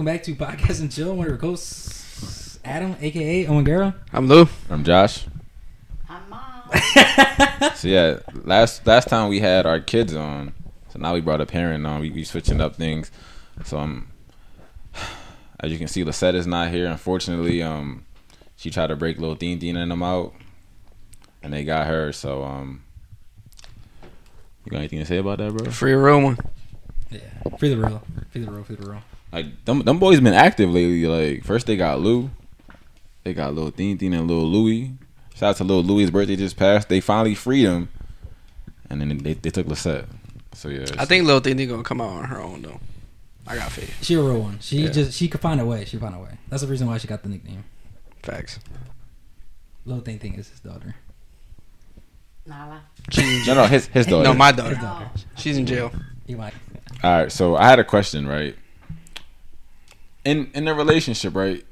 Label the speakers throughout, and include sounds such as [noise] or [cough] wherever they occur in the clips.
Speaker 1: back to Podcast and Chill. One of your hosts, Adam, aka Owen Guerra.
Speaker 2: I'm Lou.
Speaker 3: I'm Josh.
Speaker 4: I'm mom.
Speaker 3: [laughs] So yeah, last last time we had our kids on, so now we brought a parent on. We, we switching up things. So I'm, [sighs] as you can see, Lisette is not here. Unfortunately, um, she tried to break little Dean Dean and them out, and they got her. So um, you got anything to say about that, bro?
Speaker 2: Free room.
Speaker 1: Yeah, free the real, free the real, free the real.
Speaker 3: Like them, them boys been active lately. Like first they got Lou, they got little Dean Dean and little Louie. Shout out to little Louie's birthday just passed. They finally freed him, and then they, they took Lisette. So yeah,
Speaker 2: I think Lil Dindy gonna come out on her own though. I got faith.
Speaker 1: She a real one. She
Speaker 3: Yeah.
Speaker 1: just she could find a way. She found a way. That's the reason why she got the nickname.
Speaker 2: Facts.
Speaker 1: Little thing thing is his daughter.
Speaker 4: Nala. Oh,
Speaker 3: no, no, his his
Speaker 2: [laughs]
Speaker 3: daughter.
Speaker 2: No, my
Speaker 1: His
Speaker 2: daughter.
Speaker 1: daughter.
Speaker 2: She's in jail.
Speaker 1: You might.
Speaker 3: All right, so I had a question, right? In in a relationship, right?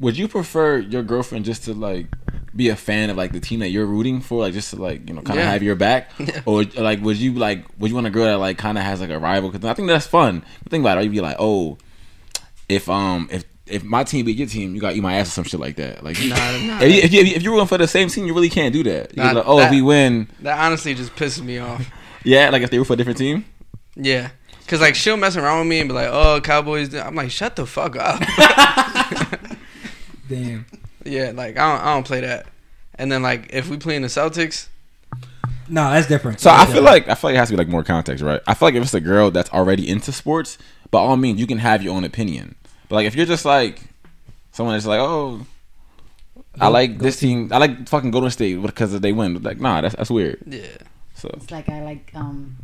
Speaker 3: Would you prefer your girlfriend just to like be a fan of like the team that you're rooting for, like just to like you know kind of
Speaker 2: Yeah.
Speaker 3: have your back,
Speaker 2: [laughs] Yeah.
Speaker 3: or like would you like would you want a girl that like kind of has like a rival? Because I think that's fun. Think about it. You'd be like, oh, if um if if my team beat your team, you got to eat my ass or some shit like that. Like, [laughs]
Speaker 2: Nah, nah.
Speaker 3: if, you, if, you, if you're rooting for the same team, you really can't do that. You're
Speaker 2: Nah,
Speaker 3: like, oh,
Speaker 2: that-
Speaker 3: if we win,
Speaker 2: That honestly just pisses me off.
Speaker 3: yeah. Like if they root for a different team,
Speaker 2: Yeah. Cause like she'll mess around with me and be like, "Oh, Cowboys." I'm like, "Shut the fuck up." [laughs]
Speaker 1: Damn.
Speaker 2: yeah, like I don't, I don't play that. And then like if we playing the Celtics,
Speaker 1: No, that's different.
Speaker 3: So I
Speaker 1: That's
Speaker 3: feel
Speaker 1: different.
Speaker 3: like I feel like it has to be like more context, right? I feel like if it's a girl that's already into sports, by all means, you can have your own opinion. But like if you're just like someone that's like, oh, I
Speaker 1: Go-
Speaker 3: like
Speaker 1: go
Speaker 3: this team, I like fucking Golden State because they win. Like, nah, that's that's weird.
Speaker 2: yeah,
Speaker 3: So
Speaker 4: It's like I like um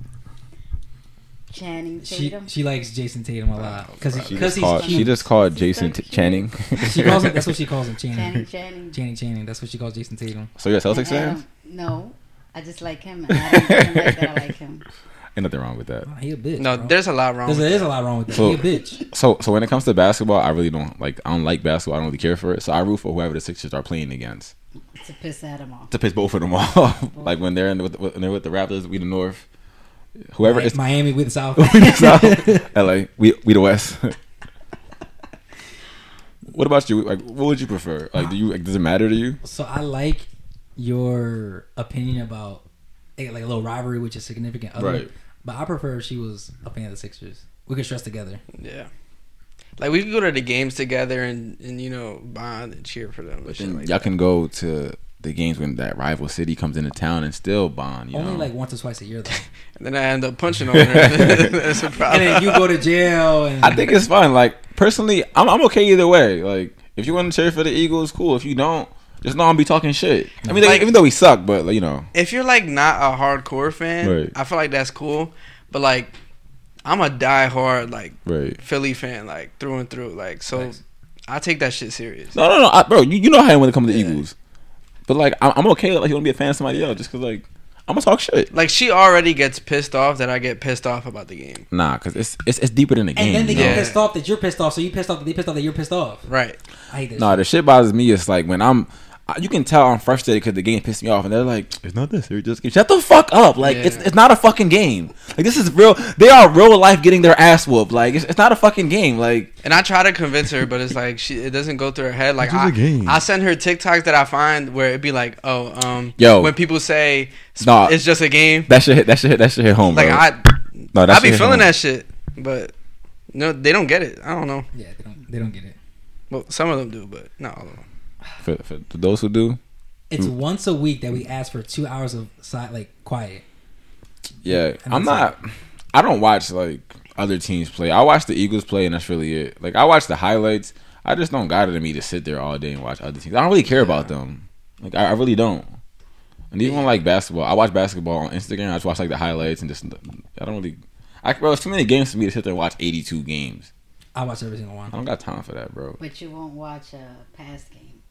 Speaker 4: Channing
Speaker 1: she
Speaker 4: Tatum.
Speaker 1: she likes Jason Tatum a lot because
Speaker 3: she
Speaker 1: because
Speaker 3: just
Speaker 1: he's
Speaker 3: called,
Speaker 1: cute.
Speaker 3: she just called Jason
Speaker 4: Jason
Speaker 3: T-
Speaker 4: T-
Speaker 3: Channing.
Speaker 1: [laughs] She calls him. That's
Speaker 3: [laughs]
Speaker 1: what she calls him. Channing.
Speaker 4: Channing Channing.
Speaker 1: Channing Channing. That's what she calls Jason Tatum.
Speaker 3: so you're a
Speaker 4: And
Speaker 3: Celtics fan?
Speaker 4: Adam- No. I just like him. And I don't like that I like
Speaker 1: [laughs]
Speaker 4: him.
Speaker 3: Ain't nothing wrong with that.
Speaker 1: Wow, he a bitch.
Speaker 2: no,
Speaker 1: bro.
Speaker 2: there's a lot wrong.
Speaker 1: There's-
Speaker 2: with
Speaker 1: there is
Speaker 2: that.
Speaker 1: a lot wrong with that. he
Speaker 3: So-
Speaker 1: a bitch.
Speaker 3: So so when it comes to basketball, I really don't like. I don't like basketball. I don't really care for it. So I root for whoever the Sixers are playing against.
Speaker 4: To piss Adam off.
Speaker 3: to piss both of them [laughs] off. like when they're in the, when they're with the Raptors, we the North. Whoever
Speaker 1: Mi-
Speaker 3: is
Speaker 1: Miami with the South. [laughs]
Speaker 3: [laughs] we the South, LA, we we the West. [laughs] what about you? Like, what would you prefer? Like, do you like, does it matter to you?
Speaker 1: So I like your opinion about eh, like a little rivalry with your significant other.
Speaker 3: Right.
Speaker 1: But I prefer if she was a fan of the Sixers. We could stress together.
Speaker 2: Yeah. Like we could go to the games together and, and you know bond and cheer for them. and shit like
Speaker 3: Y'all
Speaker 2: that.
Speaker 3: can go to the games when that rival city comes into town and still bond. You
Speaker 1: Only
Speaker 3: know,
Speaker 1: like once or twice a year
Speaker 3: [laughs]
Speaker 1: though.
Speaker 2: And then I end up punching on her. [laughs] That's a
Speaker 1: and
Speaker 2: problem.
Speaker 1: then you go to jail and
Speaker 3: I think it's fun. Like personally, I'm I'm okay either way. Like if you want to cheer for the Eagles, cool. If you don't, just know I'm be talking shit. I mean, like,
Speaker 2: Like-
Speaker 3: even though we suck, but like, you know,
Speaker 2: if you're like not a hardcore fan,
Speaker 3: Right.
Speaker 2: I feel like that's cool. But like, I'm a diehard like
Speaker 3: right.
Speaker 2: Philly fan, like through and through. Like so,
Speaker 1: Thanks.
Speaker 2: I take that shit serious.
Speaker 3: No, no, no, I, bro. You, you know how I am when it comes to
Speaker 2: Yeah.
Speaker 3: Eagles, but like I'm, I'm okay. Like you want to be a fan of somebody else just because like I'm gonna talk shit.
Speaker 2: Like she already gets pissed off that I get pissed off about the game.
Speaker 3: Nah, because it's, it's it's deeper than the
Speaker 1: and
Speaker 3: game.
Speaker 1: then they
Speaker 3: you
Speaker 1: get
Speaker 3: know?
Speaker 2: Yeah.
Speaker 1: pissed off that you're pissed off, so you pissed off that they pissed off that you're pissed off.
Speaker 2: Right.
Speaker 1: I hate this.
Speaker 3: Nah, the shit bothers me. It's like when I'm. I- You can tell I'm frustrated because the game pissed me off, and they're like, "It's not this. It's just shut the fuck up. Like it's
Speaker 2: Yeah.
Speaker 3: it's not a fucking game. Like this is real. They are real life getting their ass whooped. Like it's, it's not a fucking game. Like
Speaker 2: And I try to convince her, but it's like she it doesn't go through her head. Like I,
Speaker 3: game.
Speaker 2: I send her TikToks that I find where it'd be like, oh, um,
Speaker 3: Yo.
Speaker 2: when people say "Sp-
Speaker 3: Nah.
Speaker 2: it's just a game.
Speaker 3: that shit. hit- That shit. hit- That shit hit home.
Speaker 2: Like
Speaker 3: bro.
Speaker 2: I,
Speaker 3: No, that
Speaker 2: I be
Speaker 3: shit hit
Speaker 2: feeling
Speaker 3: home.
Speaker 2: that shit, but no, they don't get it. I don't know.
Speaker 1: Yeah, they don't they don't get it.
Speaker 2: Well, some of them do, but not all of them.
Speaker 3: For, for those who do,
Speaker 1: It's
Speaker 3: Mm.
Speaker 1: once a week that we ask for two hours of si- like quiet.
Speaker 3: Yeah,
Speaker 1: And
Speaker 3: I'm
Speaker 1: that's
Speaker 3: not. I don't watch like other teams play. I watch the Eagles play, and that's really it. Like I watch the highlights. I just don't got it in me to sit there all day and watch other teams. I don't really care about them. Like I, I really don't. And even like basketball, I watch basketball on Instagram. I just watch like the highlights and just I don't really. I, bro, it's too many games for me to sit there and watch 82 games.
Speaker 1: I watch every single one.
Speaker 3: I don't got time for that, bro.
Speaker 4: But you won't watch a past game.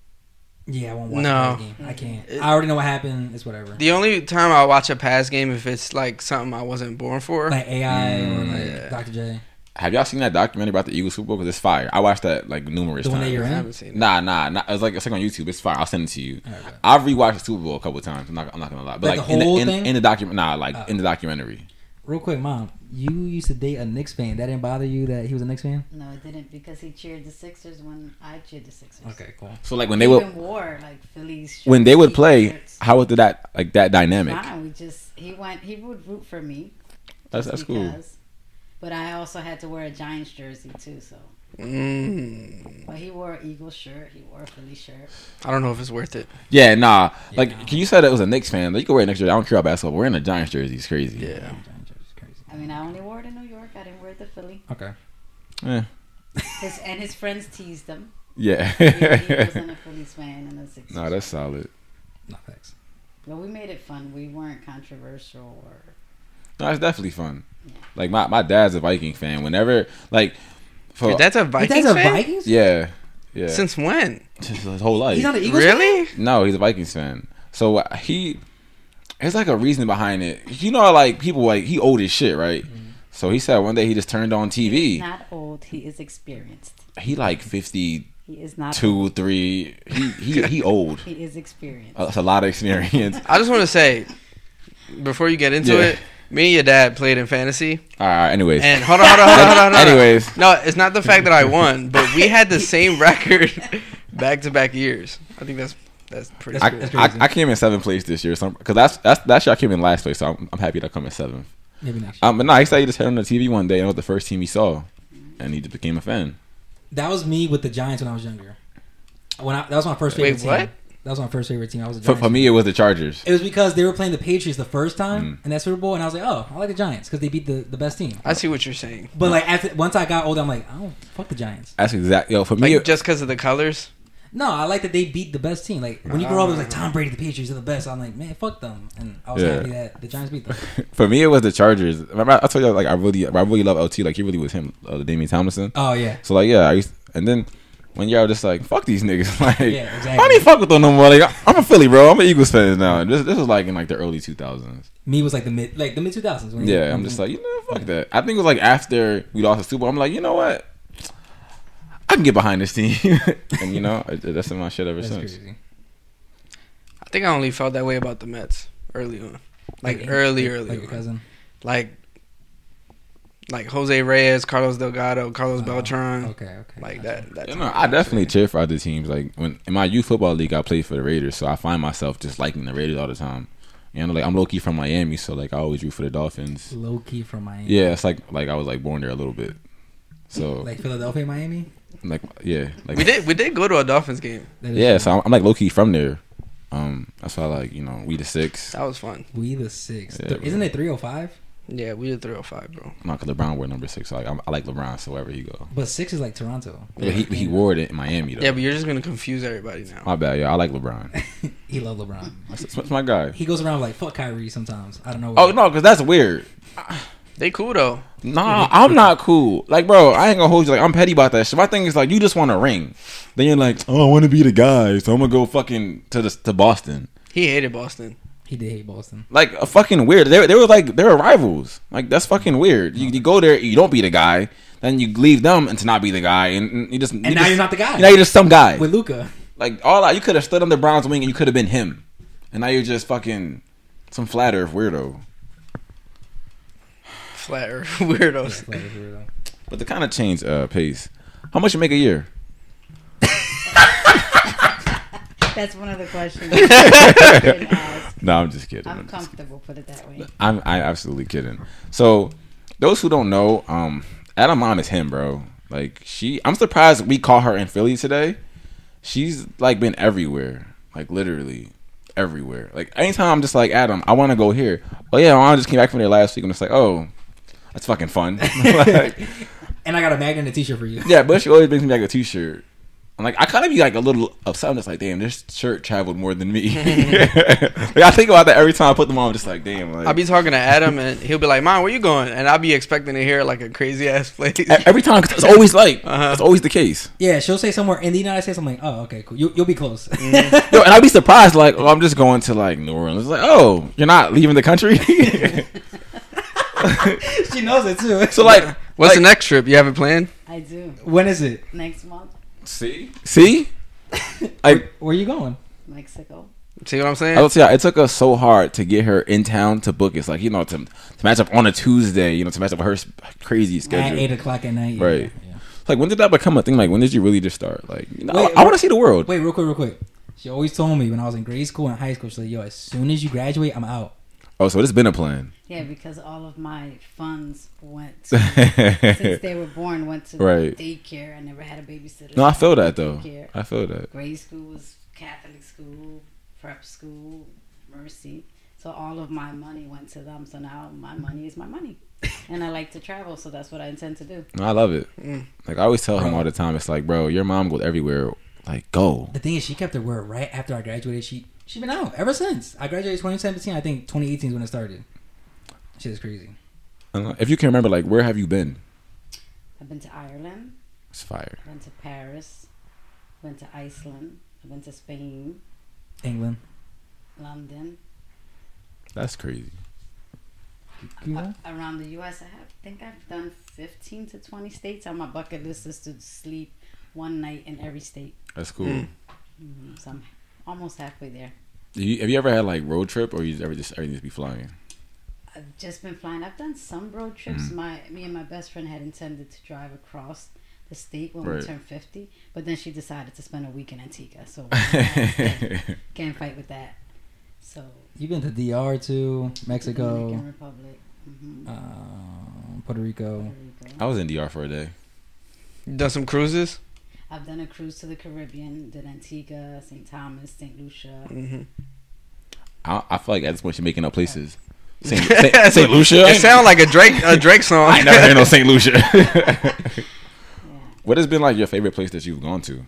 Speaker 1: Yeah, I won't watch
Speaker 2: No.
Speaker 1: no. game. I can't. I already know what happened. It's whatever.
Speaker 3: Mm.
Speaker 2: The only time I watch a pass game if it's like something I wasn't born for.
Speaker 1: Like AI or
Speaker 3: Mm,
Speaker 1: like
Speaker 2: yeah.
Speaker 1: Dr. J.
Speaker 3: Have y'all seen that documentary about the Eagles Super Bowl? Because it's fire. I watched that like numerous
Speaker 1: The one that
Speaker 3: times.
Speaker 1: you're
Speaker 2: I
Speaker 1: in.
Speaker 2: haven't seen. it.
Speaker 3: Nah, nah, nah. It's like it's like on YouTube. It's fine. I'll send it to you.
Speaker 1: Alright, bet.
Speaker 3: I've rewatched the Super Bowl a couple times. I'm not, I'm not gonna lie, but
Speaker 1: Like
Speaker 3: like,
Speaker 1: the
Speaker 3: in,
Speaker 1: whole
Speaker 3: the, in,
Speaker 1: thing?
Speaker 3: in the document, nah, like
Speaker 1: Oh.
Speaker 3: in the documentary.
Speaker 1: real quick, mom, you used to date a Knicks fan. That didn't bother you that he was a Knicks fan?
Speaker 4: No, it didn't because he cheered the Sixers when I cheered the Sixers.
Speaker 1: Okay, cool.
Speaker 3: So like when
Speaker 4: When
Speaker 3: they would
Speaker 4: wore like Phillies
Speaker 3: when they would play,
Speaker 4: shirts.
Speaker 3: how would that like that dynamic?
Speaker 4: Fine, we just he went he would root for me.
Speaker 3: That's
Speaker 4: just
Speaker 3: that's cool.
Speaker 4: because. But I also had to wear a Giants jersey too, so.
Speaker 2: Mm,
Speaker 4: But he wore an Eagles shirt. He wore a Philly shirt.
Speaker 2: I don't know if it's worth it.
Speaker 3: Yeah, nah. Like
Speaker 1: Yeah.
Speaker 3: can you said it was a Knicks fan. Like, you can wear a Knicks jersey. I don't care about basketball. Wearing a Giants jersey is crazy.
Speaker 2: Yeah.
Speaker 1: Giants jersey's crazy.
Speaker 4: I mean, I only wore it in New York. I didn't wear it to Philly.
Speaker 1: Okay.
Speaker 3: Yeah.
Speaker 4: His and his friends
Speaker 3: [laughs]
Speaker 4: teased him. He was
Speaker 3: Yeah.
Speaker 4: a Phillies fan and a Sixers.
Speaker 3: nah, that's solid.
Speaker 1: No thanks.
Speaker 4: But we made it fun. We weren't controversial or
Speaker 3: No, that's definitely fun. Like my, my dad's a Viking fan. Whenever like for
Speaker 2: Dude, that's a
Speaker 1: But
Speaker 2: Vikings
Speaker 1: that's a
Speaker 2: fan?
Speaker 1: Vikings.
Speaker 3: yeah yeah
Speaker 2: Since when?
Speaker 3: Since his whole life.
Speaker 1: He's not an Eagles. fan?
Speaker 2: Really?
Speaker 3: No, he's a Vikings fan. So uh, he, there's like a reason behind it. You know, how, like people like he old as shit, right? So he said one day he just turned on
Speaker 4: He's
Speaker 3: TV.
Speaker 4: not old. He is experienced.
Speaker 3: He like fifty
Speaker 4: He is not.
Speaker 3: two, three. He he he old.
Speaker 4: He is experienced.
Speaker 3: Uh, That's a lot of experience. [laughs]
Speaker 2: I just want to say, before you get into
Speaker 3: Yeah.
Speaker 2: it, me and your dad played in fantasy.
Speaker 3: All right. Anyways.
Speaker 2: And hold on, hold on, hold on, hold on. Hold on.
Speaker 3: Anyways.
Speaker 2: No, it's not the fact that I won, but we had the same record [laughs] back to back years. I think that's that's pretty
Speaker 3: I,
Speaker 2: cool.
Speaker 1: That's
Speaker 3: I,
Speaker 1: crazy.
Speaker 3: I came in seventh place this year, because that's that's that's year I came in last place, so I'm, I'm happy that I come in seventh.
Speaker 1: Maybe not.
Speaker 3: Um, but no, he said he just had on the TV one day and it was the first team he saw, and he just became a fan.
Speaker 1: That was me with the Giants when I was younger. When I, that was my first
Speaker 2: Wait,
Speaker 1: favorite team.
Speaker 2: what?
Speaker 1: That was my first favorite team. I was a
Speaker 3: For,
Speaker 1: Giants.
Speaker 3: for me, it Mm. was the Chargers.
Speaker 1: it was because they were playing the Patriots the first time in that Super Bowl, and I was like, oh, I like the Giants because they beat the, the best team.
Speaker 2: I see what you're saying.
Speaker 1: But like after, once I got older, I'm like, oh, fuck the Giants.
Speaker 3: That's exactly yo. For me,
Speaker 2: Like
Speaker 3: it-
Speaker 2: just because of the colors.
Speaker 1: No, I like that they beat the best team. Like when you grow up, it was like Tom Brady, the Patriots are the best. I'm like, man, fuck them, and I was
Speaker 3: Yeah.
Speaker 1: happy that the Giants beat them.
Speaker 3: For me, it was the Chargers. Remember, I told you like I really, I really love LT. Like he really was him, uh, Damian Tomlinson.
Speaker 1: Oh yeah,
Speaker 3: So like, yeah, I used, and then one year I was just like, fuck these niggas. [laughs] Like,
Speaker 1: Yeah, exactly.
Speaker 3: I didn't fuck with them no more. Like, I'm a Philly bro. I'm an Eagles fan now. And this, this was like in like the early 2000s.
Speaker 1: me was like the mid, like the mid 2000s. when-
Speaker 3: Yeah, I'm just like, you know, fuck that. I think it was like after we lost the Super Bowl, I'm like, you know what? I can get behind this team, [laughs] and you know, I- that's been my shit ever
Speaker 1: that's
Speaker 3: since.
Speaker 1: crazy.
Speaker 2: I think I only felt that way about the Mets early on, like early, early,
Speaker 1: like
Speaker 2: on.
Speaker 1: your cousin.
Speaker 2: like like Jose Reyes, Carlos Delgado, Carlos
Speaker 1: Oh,
Speaker 2: Beltran,
Speaker 1: Okay, okay,
Speaker 2: Mm-hmm. like
Speaker 1: gotcha.
Speaker 2: that. That's
Speaker 3: You know, I definitely cheer for other teams. Like when in my youth football league, I played for the Raiders, so I find myself just liking the Raiders all the time. You know, like I'm low key from Miami, so like I always root for the Dolphins.
Speaker 1: Low key from Miami.
Speaker 3: Yeah, it's like like I was like born there a little bit. So like,
Speaker 1: Like Philadelphia, Miami.
Speaker 3: yeah, like
Speaker 2: we did we did go to a Dolphins game.
Speaker 1: That is
Speaker 3: yeah.
Speaker 1: true.
Speaker 3: So I'm, I'm like low key from there. Um, that's why like you know we the six.
Speaker 2: That was fun.
Speaker 1: we the six.
Speaker 3: Yeah,
Speaker 1: Isn't it 305?
Speaker 2: Yeah, we did 305, bro.
Speaker 3: No, because LeBron wore number six. So like, I'm, I like LeBron, so wherever he go.
Speaker 1: But six is like Toronto.
Speaker 3: But he he wore it in Miami though.
Speaker 2: Yeah, but you're just gonna confuse everybody now.
Speaker 3: my bad, yeah. I like LeBron.
Speaker 1: He loved LeBron.
Speaker 3: That's, that's my guy.
Speaker 1: He goes around like fuck Kyrie sometimes. I don't know.
Speaker 3: Oh no, because that's weird.
Speaker 2: They cool though.
Speaker 3: Nah, I'm not cool. Like, bro, I ain't gonna hold you. Like, I'm petty about that shit. My thing is like, you just want a ring. Then you're like, oh, I want to be the guy, so I'm gonna go fucking to the to Boston.
Speaker 2: He hated Boston.
Speaker 1: he did hate Boston.
Speaker 3: Like, a fucking weird. They they were like they were rivals. Like, that's fucking weird. You, you go there, you don't be the guy, then you leave them and to not be the guy, and, and you just and
Speaker 1: now you're not the guy.
Speaker 3: Now you're just some guy.
Speaker 1: With [laughs] Luca,
Speaker 3: Like all that, you could have stood on the Browns wing and you could have been him, and now you're just fucking some flat earth weirdo.
Speaker 2: Flat earth [laughs] weirdos.
Speaker 3: But to kind of change uh, pace, how much you make a year?
Speaker 4: That's one of the
Speaker 3: [laughs]
Speaker 4: questions. I didn't ask.
Speaker 3: No, I'm just kidding.
Speaker 4: I'm
Speaker 3: I'm, just-
Speaker 4: comfortable. Put it that way.
Speaker 3: I'm I absolutely kidding. So those who don't know, um, Adam Mom is him, bro. Like she, I'm surprised we caught her in Philly today. She's like been everywhere, like literally everywhere. Like anytime I'm just like Adam, I want to go here. Oh yeah, I just came back from there last week. I'm just like, oh, that's fucking fun. [laughs] Like,
Speaker 1: and I got a magnet and a T-shirt for you. [laughs]
Speaker 3: Yeah, but she always brings me like a t-shirt. I'm like, I kind of be like a little upset. I'm just like, damn, this shirt traveled more than me. [laughs] like, I think about that every time I put them on. I'm just like, damn. Like,
Speaker 2: I'll be talking to Adam and he'll be like, "Mom, where you going?" And I'll be expecting to hear like a crazy ass place.
Speaker 3: E- every time 'cause it's always like
Speaker 2: Uh-huh.
Speaker 3: it's always the case.
Speaker 1: Yeah, she'll say somewhere in the United States. I'm like, oh, okay, cool. You, you'll be close.
Speaker 2: Mm-hmm.
Speaker 3: Yo, and I'd [laughs] be surprised. Like, oh, I'm just going to like New Orleans. It's like, oh, you're not leaving the
Speaker 1: [laughs]
Speaker 3: country. [laughs]
Speaker 1: she knows it too.
Speaker 3: so like,
Speaker 2: What's
Speaker 3: like,
Speaker 2: the next trip? You have a plan?
Speaker 4: I do.
Speaker 1: when is it?
Speaker 4: Next month,
Speaker 3: [laughs] See, see, like
Speaker 1: Where you going?
Speaker 4: Mexico.
Speaker 2: See what I'm saying?
Speaker 3: I don't see how it took us so hard to get her in town to book. It's like you know to to match up on a Tuesday. You know to match up with her s- crazy
Speaker 1: at
Speaker 3: schedule.
Speaker 1: eight o'clock at night. yeah,
Speaker 3: Right.
Speaker 1: yeah.
Speaker 3: Like when did that become a thing? Like when did you really just start? Like you know,
Speaker 1: Wait,
Speaker 3: I, want to see the world.
Speaker 1: Wait, real quick, real quick. She always told me when I was in grade school and high school, she's like, "Yo, as soon as you graduate, I'm out."
Speaker 3: Oh, so it's been a plan.
Speaker 4: Yeah, because all of my funds went to,
Speaker 3: [laughs]
Speaker 4: since
Speaker 3: no,
Speaker 4: they were born went to
Speaker 3: Right.
Speaker 4: daycare. I never had a babysitter.
Speaker 3: I feel that though.
Speaker 4: Daycare.
Speaker 3: I feel that.
Speaker 4: Grade school was Catholic school, prep school, mercy. So all of my money went to them. So now my money is my money, and I like to travel, so that's what I intend to do.
Speaker 3: No, I love it.
Speaker 2: Mm.
Speaker 3: Like I always tell him
Speaker 4: Uh-huh.
Speaker 1: Bro.
Speaker 3: all the time, it's like, bro, your mom goes everywhere. Like go.
Speaker 1: The thing is, she kept her word. Right after I graduated, she she been out ever since I graduated 2017. I think 2018 is when it started. Shit is crazy.
Speaker 3: I don't know. If you can remember, like where have you been?
Speaker 4: I've been to Ireland,
Speaker 3: It's fire.
Speaker 4: I've been to Paris, I've been to Iceland, I've been to Spain,
Speaker 1: England.
Speaker 4: London.
Speaker 3: That's crazy.
Speaker 4: Uh, around the U.S. I have, think I've done 15 to 20 states. On my bucket list is to sleep one night in every state.
Speaker 3: That's cool.
Speaker 2: Mm.
Speaker 4: hmm So I'm almost halfway there.
Speaker 3: Do you, have you ever had like road trip, or you ever just everything just be flying? [laughs]
Speaker 4: I've just been flying. I've done some road trips.
Speaker 3: Mm.
Speaker 4: My me and my best friend had intended to drive across the state when
Speaker 3: Right.
Speaker 4: we turned 50, but then she decided to spend a week in Antigua.
Speaker 3: [laughs]
Speaker 4: So can't fight with that. So
Speaker 1: You've been to DR too, Mexico, Uh,
Speaker 4: Dominican Republic, hmm
Speaker 1: um, Puerto Rico.
Speaker 4: Puerto Rico.
Speaker 3: I was in DR for a day.
Speaker 2: Done some cruises.
Speaker 4: I've done a cruise to the Caribbean. Did Antigua, St. Thomas, St. Lucia.
Speaker 2: Mm-hmm.
Speaker 3: I, I feel like at this point you're making up places. Saint,
Speaker 4: [laughs]
Speaker 3: Saint, Saint Lucia.
Speaker 2: It sounds like a Drake a Drake song.
Speaker 3: I ain't never heard no Saint Lucia.
Speaker 4: [laughs]
Speaker 3: [laughs]
Speaker 4: Yeah.
Speaker 3: what has been like your favorite place that you've gone to?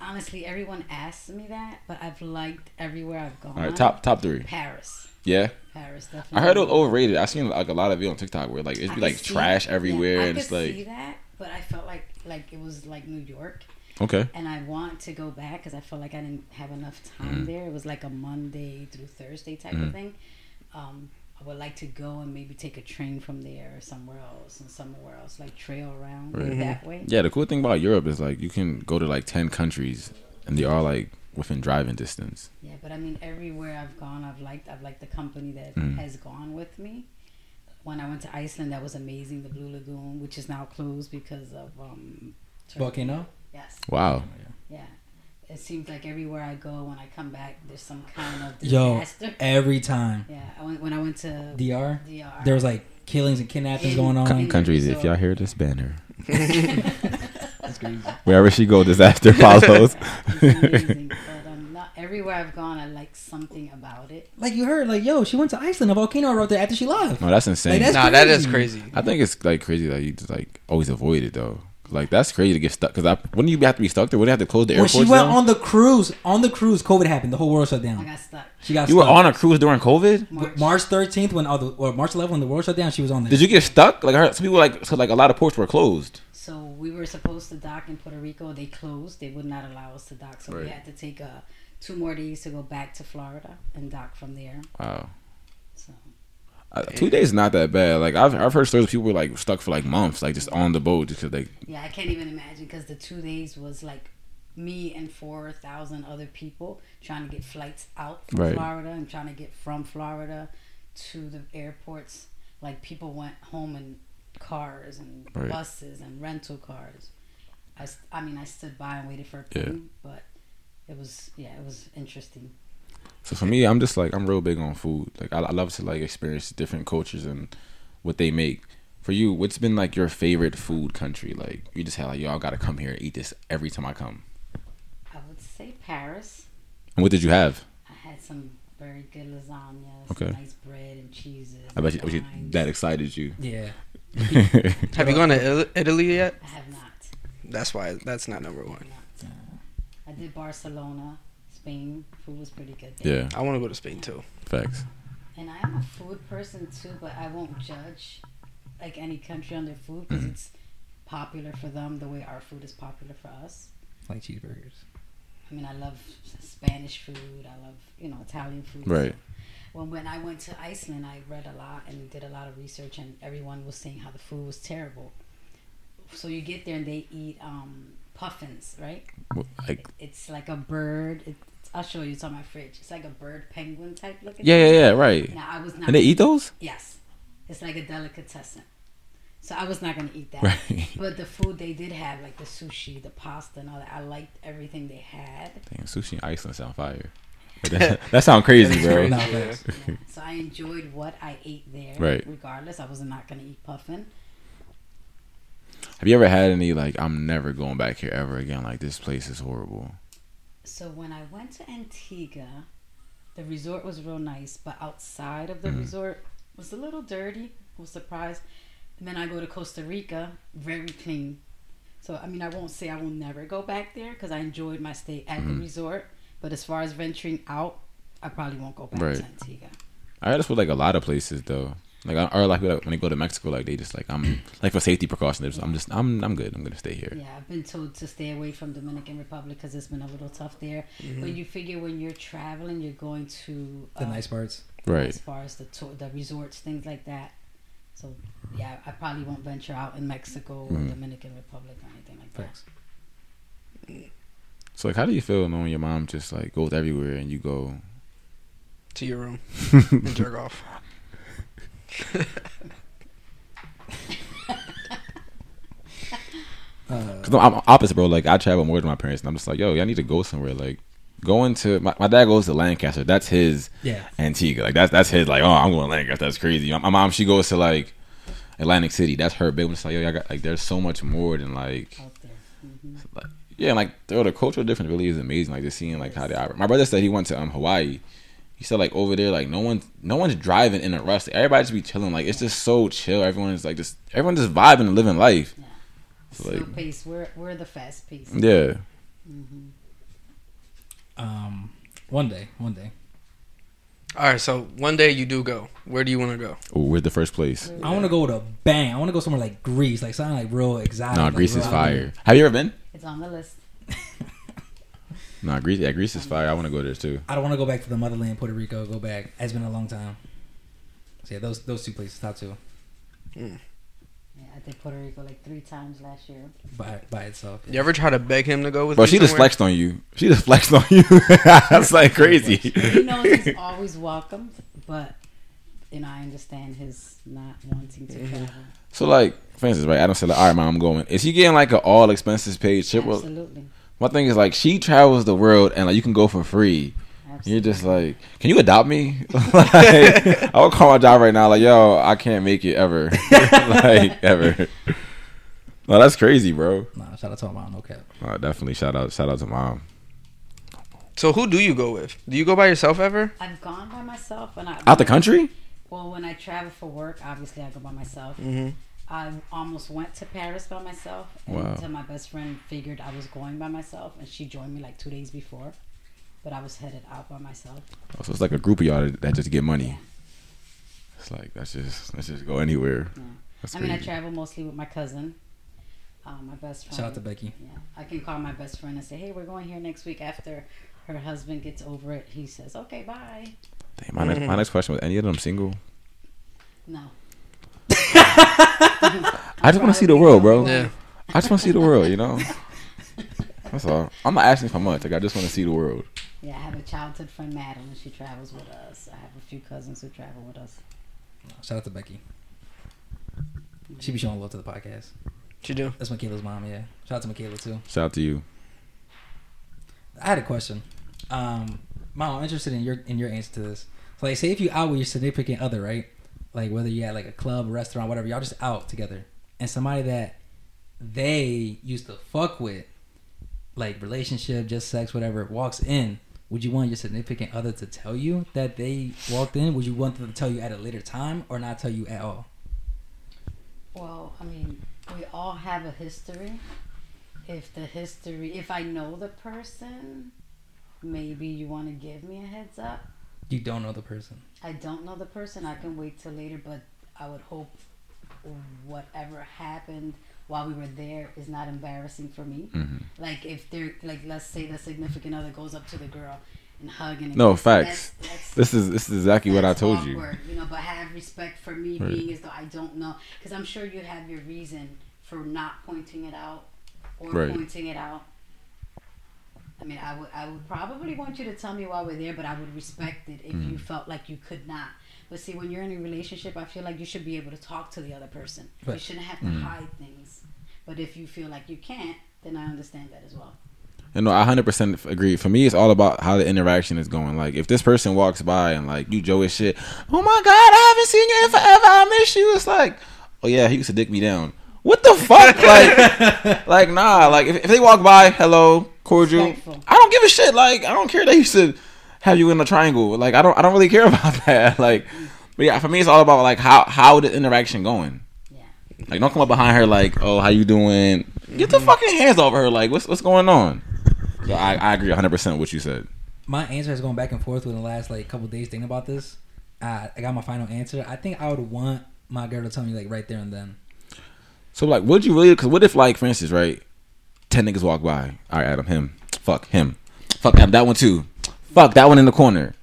Speaker 4: Honestly, everyone asks me that, but I've liked everywhere I've gone.
Speaker 3: All right, top top three.
Speaker 4: Paris.
Speaker 3: Yeah,
Speaker 4: Paris definitely.
Speaker 3: I heard it was overrated. I seen like a lot of it on TikTok where like it'd
Speaker 4: Mm-hmm. I
Speaker 3: be
Speaker 4: could
Speaker 3: like
Speaker 4: see-
Speaker 3: trash
Speaker 4: yeah,
Speaker 3: everywhere,
Speaker 4: I
Speaker 3: and
Speaker 4: could
Speaker 3: it's like
Speaker 4: see that, but I felt like like it was like New York,
Speaker 3: okay,
Speaker 4: and I want to go back because I felt like I didn't have enough
Speaker 3: Mm-hmm.
Speaker 4: time there. It was like a Monday through Thursday type of thing. Um, I would like to go and maybe take a train from there or somewhere else and somewhere else, like trail around
Speaker 3: Right.
Speaker 4: that way.
Speaker 3: yeah. The cool thing about Europe is like you can go to like ten countries, and they are like within driving distance.
Speaker 4: Yeah, but I mean, everywhere I've gone, I've liked. I've liked the company that
Speaker 3: Mm.
Speaker 4: has gone with me. When I went to Iceland, that was amazing. The Blue Lagoon, which is now closed because of um, Turkey.
Speaker 1: Volcano.
Speaker 4: Yes,
Speaker 3: Wow.
Speaker 4: yeah. It seems like everywhere I go, when I come back, there's some kind of
Speaker 1: Yo.
Speaker 4: disaster.
Speaker 1: Every time
Speaker 4: Yeah, I went when I went to
Speaker 1: DR,
Speaker 4: DR. [laughs]
Speaker 1: there was like killings and kidnappings going
Speaker 3: Co-
Speaker 1: on.
Speaker 4: Con-
Speaker 3: countries, if
Speaker 4: so-
Speaker 3: y'all hear this banner,
Speaker 1: That's crazy.
Speaker 3: wherever she go,
Speaker 1: [laughs]
Speaker 3: disaster follows. [laughs]
Speaker 4: It's amazing, but um, not everywhere I've gone, I like something about it.
Speaker 1: Like you heard, like yo, she went to Iceland. A volcano erupted after she left.
Speaker 3: No, that's insane.
Speaker 1: Like, that's
Speaker 2: [laughs] nah, that is
Speaker 1: crazy.
Speaker 2: crazy.
Speaker 3: I think it's like crazy that you just like always avoid it though. Like that's crazy to get stuck because I wouldn't you have to be stuck there? Wouldn't you have to close the
Speaker 1: When
Speaker 3: airport?
Speaker 1: she went on
Speaker 3: down?
Speaker 1: the cruise, on the cruise, COVID happened. The whole world shut
Speaker 4: I
Speaker 1: down.
Speaker 4: got stuck.
Speaker 1: She got
Speaker 3: you were
Speaker 1: stuck.
Speaker 3: on a cruise during COVID.
Speaker 1: W-
Speaker 4: March.
Speaker 1: March 13th when all the or March 11th when the world shut down, she was on there.
Speaker 3: Did you get stuck? Like I heard some people like so like a lot of ports were closed.
Speaker 4: So we were supposed to dock in Puerto Rico. They closed. They would not allow us to dock. So
Speaker 3: Right.
Speaker 4: we had to take uh, two more days to go back to Florida and dock from there.
Speaker 3: Wow.
Speaker 4: So
Speaker 3: Uh, two days is not that bad. Like I've I've heard stories of people were like stuck for like months, like just on the boat just because like
Speaker 4: yeah, I can't even imagine because the two days was like me and four thousand other people trying to get flights out from
Speaker 3: Right.
Speaker 4: Florida and trying to get from Florida to the airports. Like people went home in cars and
Speaker 3: Right.
Speaker 4: buses and rental cars. I, s- I mean, I stood by and waited for a
Speaker 3: Yeah.
Speaker 4: plane, but it was yeah, it was interesting.
Speaker 3: So for me, I'm just like I'm real big on food. Like I, I love to like experience different cultures and what they make. For you, what's been like your favorite food country? Like you just had like yo, I gotta come here and eat this every time I come.
Speaker 4: I would say Paris.
Speaker 3: And what did you have?
Speaker 4: I had some very good lasagna, some
Speaker 3: Okay.
Speaker 4: nice bread and cheeses.
Speaker 3: I bet you, I bet
Speaker 4: and
Speaker 3: you
Speaker 4: wines.
Speaker 3: that excited you. [laughs]
Speaker 1: yeah.
Speaker 2: Have you gone to Il- Italy yet?
Speaker 4: I have not.
Speaker 2: That's why that's not number one.
Speaker 4: I did Barcelona, Spain. Food was pretty good. There.
Speaker 3: yeah,
Speaker 2: I want to go to Spain too.
Speaker 3: facts.
Speaker 4: And I am a food person too, but I won't judge like any country on their food because
Speaker 3: Mm-hmm.
Speaker 4: it's popular for them the way our food is popular for us.
Speaker 1: Like cheeseburgers.
Speaker 3: [laughs]
Speaker 4: I mean, I love Spanish food. I love you know Italian food.
Speaker 3: Right.
Speaker 4: When when I went to Iceland, I read a lot and did a lot of research, and everyone was saying how the food was terrible. So you get there and they eat um, puffins, right?
Speaker 3: Like
Speaker 4: It's like a bird. It's I'll show you. It's on my fridge. It's like a bird penguin type looking.
Speaker 3: Yeah, yeah,
Speaker 4: thing.
Speaker 3: yeah, right.
Speaker 4: Now I was not.
Speaker 3: And they eat those?
Speaker 4: Yes, it's like a delicatessen. So I was not gonna eat that.
Speaker 3: Right. [laughs]
Speaker 4: But the food they did have, like the sushi, the pasta, and all that, I liked everything they
Speaker 3: [laughs]
Speaker 4: had.
Speaker 3: Damn, sushi in Iceland sound fire. that sounds
Speaker 1: [laughs]
Speaker 3: crazy, bro.
Speaker 1: Nah, facts.
Speaker 4: Yeah. so I enjoyed what I ate there.
Speaker 3: Right.
Speaker 4: Regardless, I was not gonna eat puffin.
Speaker 3: Have you ever had any like I'm never going back here ever again? Like this place is horrible.
Speaker 4: So when I went to Antigua, the resort was real nice, but outside of the resort was a little dirty. I was surprised. And then I go to Costa Rica, very clean. So I mean, I won't say I will never go back there because I enjoyed my stay at the resort. But as far as venturing out, I probably won't go back
Speaker 3: Right.
Speaker 4: to Antigua.
Speaker 3: I heard this with like a lot of places though. Like I- or like when they go to Mexico, like they just like I'm like for safety precautions. they're just- I'm just I'm I'm good. I'm gonna stay here.
Speaker 4: Yeah, I've been told to stay away from Dominican Republic because it's been a little tough there.
Speaker 2: Mm-hmm. Mm.
Speaker 4: But you figure when you're traveling, you're going to
Speaker 1: the
Speaker 4: uh,
Speaker 1: nice parts.
Speaker 3: Right.
Speaker 4: as far as the tour, the resorts, things like that. So yeah, I probably won't venture out in Mexico or
Speaker 3: Mhm.
Speaker 4: Dominican Republic or anything like that.
Speaker 1: Facts.
Speaker 3: So like, how do you feel knowing your mom just like goes everywhere and you go?
Speaker 2: to your [laughs] room and jerk off.
Speaker 1: Uh,
Speaker 3: Cause I'm I'm opposite, bro. Like I travel more than my parents, and I'm just like, yo, y'all need to go somewhere. Like going to my, my dad goes to Lancaster. That's his
Speaker 1: yeah.
Speaker 3: Antigua. Like that's that's his. Like oh, I'm going to Lancaster. That's crazy. My, my mom she goes to like Atlantic City. That's her big one. It's like yo, y'all got like there's so much more than like
Speaker 4: Out there, hmm
Speaker 3: like yeah, and, like yo, the cultural difference really is amazing. Like just seeing like how they operate. My brother said he went to um Hawaii. He said like over there, like no one's no one's driving in a rush. Like, everybody just be chilling. Like it's just so chill. Everyone is like just everyone just vibing and living life.
Speaker 4: slow
Speaker 3: Like-
Speaker 4: pace. We're we're the fast pace.
Speaker 3: Yeah,
Speaker 1: Um, one day, one day.
Speaker 2: All right, so one day you do go. Where do you want to go?
Speaker 3: Ooh, we're the first place.
Speaker 1: I want to go with a bang. I want to go somewhere like Greece, like something like real exotic.
Speaker 3: Nah,
Speaker 1: like,
Speaker 3: Greece
Speaker 1: real
Speaker 3: is
Speaker 1: out
Speaker 3: fire. Have you ever been?
Speaker 4: It's on the list.
Speaker 3: Nah, Greece. Yeah, Greece is fire. I want to go there too.
Speaker 1: I don't want to go back to the motherland, Puerto Rico. Go back. It's been a long time. So yeah, those those two places, top two,
Speaker 4: Yeah, I did Puerto Rico like three times last year.
Speaker 1: by by itself.
Speaker 2: You ever try to beg him to go with
Speaker 3: Bro,
Speaker 2: you
Speaker 3: she just
Speaker 2: somewhere?
Speaker 3: flexed on you. She just [laughs] flexed on you. That's like crazy.
Speaker 4: He knows he's always welcome, but you know I understand his not wanting to travel.
Speaker 3: [laughs] So like, for instance, right? I don't say like, all right, mom, I'm going. Is she getting like an all expenses paid trip? Well,
Speaker 4: Absolutely,
Speaker 3: my thing is like, she travels the world and like you can go for free.
Speaker 4: absolutely.
Speaker 3: You're just like, can you adopt me? [laughs] like, I would call my job right now. Like, yo, I can't make it ever. [laughs] like ever. No, that's crazy, bro.
Speaker 1: Nah, shout out to my mom. No cap.
Speaker 3: Uh, definitely shout out, shout out to mom.
Speaker 2: So who do you go with? Do you go by yourself ever?
Speaker 4: I've gone by myself, and I
Speaker 3: Out the country?
Speaker 4: Well, when I travel for work, obviously I go by myself.
Speaker 1: Mm-hmm.
Speaker 2: Mhm.
Speaker 4: I almost went to Paris by myself
Speaker 3: Wow.
Speaker 4: until my best friend figured I was going by myself, and she joined me like two days before. But I was headed out by myself.
Speaker 3: Oh, so it's like a group of y'all that, that just get money.
Speaker 4: Yeah.
Speaker 3: It's like let's just let's just go anywhere.
Speaker 4: Yeah.
Speaker 3: That's
Speaker 4: I
Speaker 3: crazy.
Speaker 4: mean, I travel mostly with my cousin, um, my best friend.
Speaker 1: Shout out to Becky.
Speaker 4: Yeah, I can call my best friend and say, "Hey, we're going here next week." After her husband gets over it, he says, "Okay, bye."
Speaker 3: Damn, my, next, my next question was: Any of them single?
Speaker 4: No, [laughs]
Speaker 3: I just want to see the world, bro.
Speaker 2: Yeah.
Speaker 3: I just want to see the world. You know. That's all. I'm not asking for much. Like I just want to see the world.
Speaker 4: yeah, I have a childhood friend, Madeline. She travels with us. I have a few cousins who travel with us.
Speaker 1: Nah, shout out to Becky. She be showing love to the podcast.
Speaker 2: What you do?
Speaker 1: That's Michaela's mom. Yeah. Shout out to Michaela too.
Speaker 3: Shout out to you.
Speaker 1: I had a question. Um, mom, I'm interested in your in your answer to this. So like, say if you out with your significant other, right? Like whether you at like a club, restaurant, whatever, y'all just out together, and somebody that they used to fuck with, like relationship, just sex, whatever, walks in. Would you want your significant other to tell you that they walked in? Would you want them to tell you at a later time or not tell you at all?
Speaker 4: Well, I mean, we all have a history. If the history, if I know the person, maybe you want to give me a heads up.
Speaker 1: You don't know the person.
Speaker 4: I don't know the person, I can wait till later, but I would hope whatever happened while we were there is not embarrassing for me.
Speaker 3: Hmm.
Speaker 4: Like, if they're, like, let's say the significant other goes up to the girl and hugging and
Speaker 3: No
Speaker 4: kissing,
Speaker 3: facts.
Speaker 4: that's- that's-
Speaker 3: This is this is exactly what I
Speaker 4: that's
Speaker 3: told you.
Speaker 4: awkward, you. know, but have respect for me being as though I don't know, because I'm sure you have your reason for not pointing it out or
Speaker 3: Right.
Speaker 4: pointing it out. I mean, I would I would probably want you to tell me why we're there, but I would respect it if
Speaker 3: Mm.
Speaker 4: you felt like you could not. But see, when you're in a relationship, I feel like you should be able to talk to the other person. You
Speaker 1: Right.
Speaker 4: shouldn't have to
Speaker 3: Mm.
Speaker 4: hide things. But if you feel like you can't, then I understand that as well.
Speaker 3: And no, I hundred percent agree. For me, it's all about how the interaction is going. Like, if this person walks by and like you Joe is shit, oh my god, I haven't seen you in forever. I miss you. It's like, oh yeah, he used to dick me down. What the fuck? like, like nah. Like if, if they walk by, hello, cordial.
Speaker 4: Respectful.
Speaker 3: I don't give a shit. Like I don't care they used to have you in a triangle. Like I don't. I don't really care [laughs] about that. Like, but yeah, for me, it's all about like how how the interaction going.
Speaker 4: Yeah.
Speaker 3: Like, don't come up behind her like, oh, how you doing? Get the fucking hands off her. Like, what's what's going on? So I, I agree 100 percent with what you said.
Speaker 1: my answer has gone back and forth within the last like couple days thinking about this. I, I got my final answer. I think I would want my girl to tell me like right there and then.
Speaker 3: So like, would you really? Because what if like, for instance, right? Ten niggas walk by. All right, Adam, him. Fuck him. Fuck Adam. That one too. Fuck that one in the corner.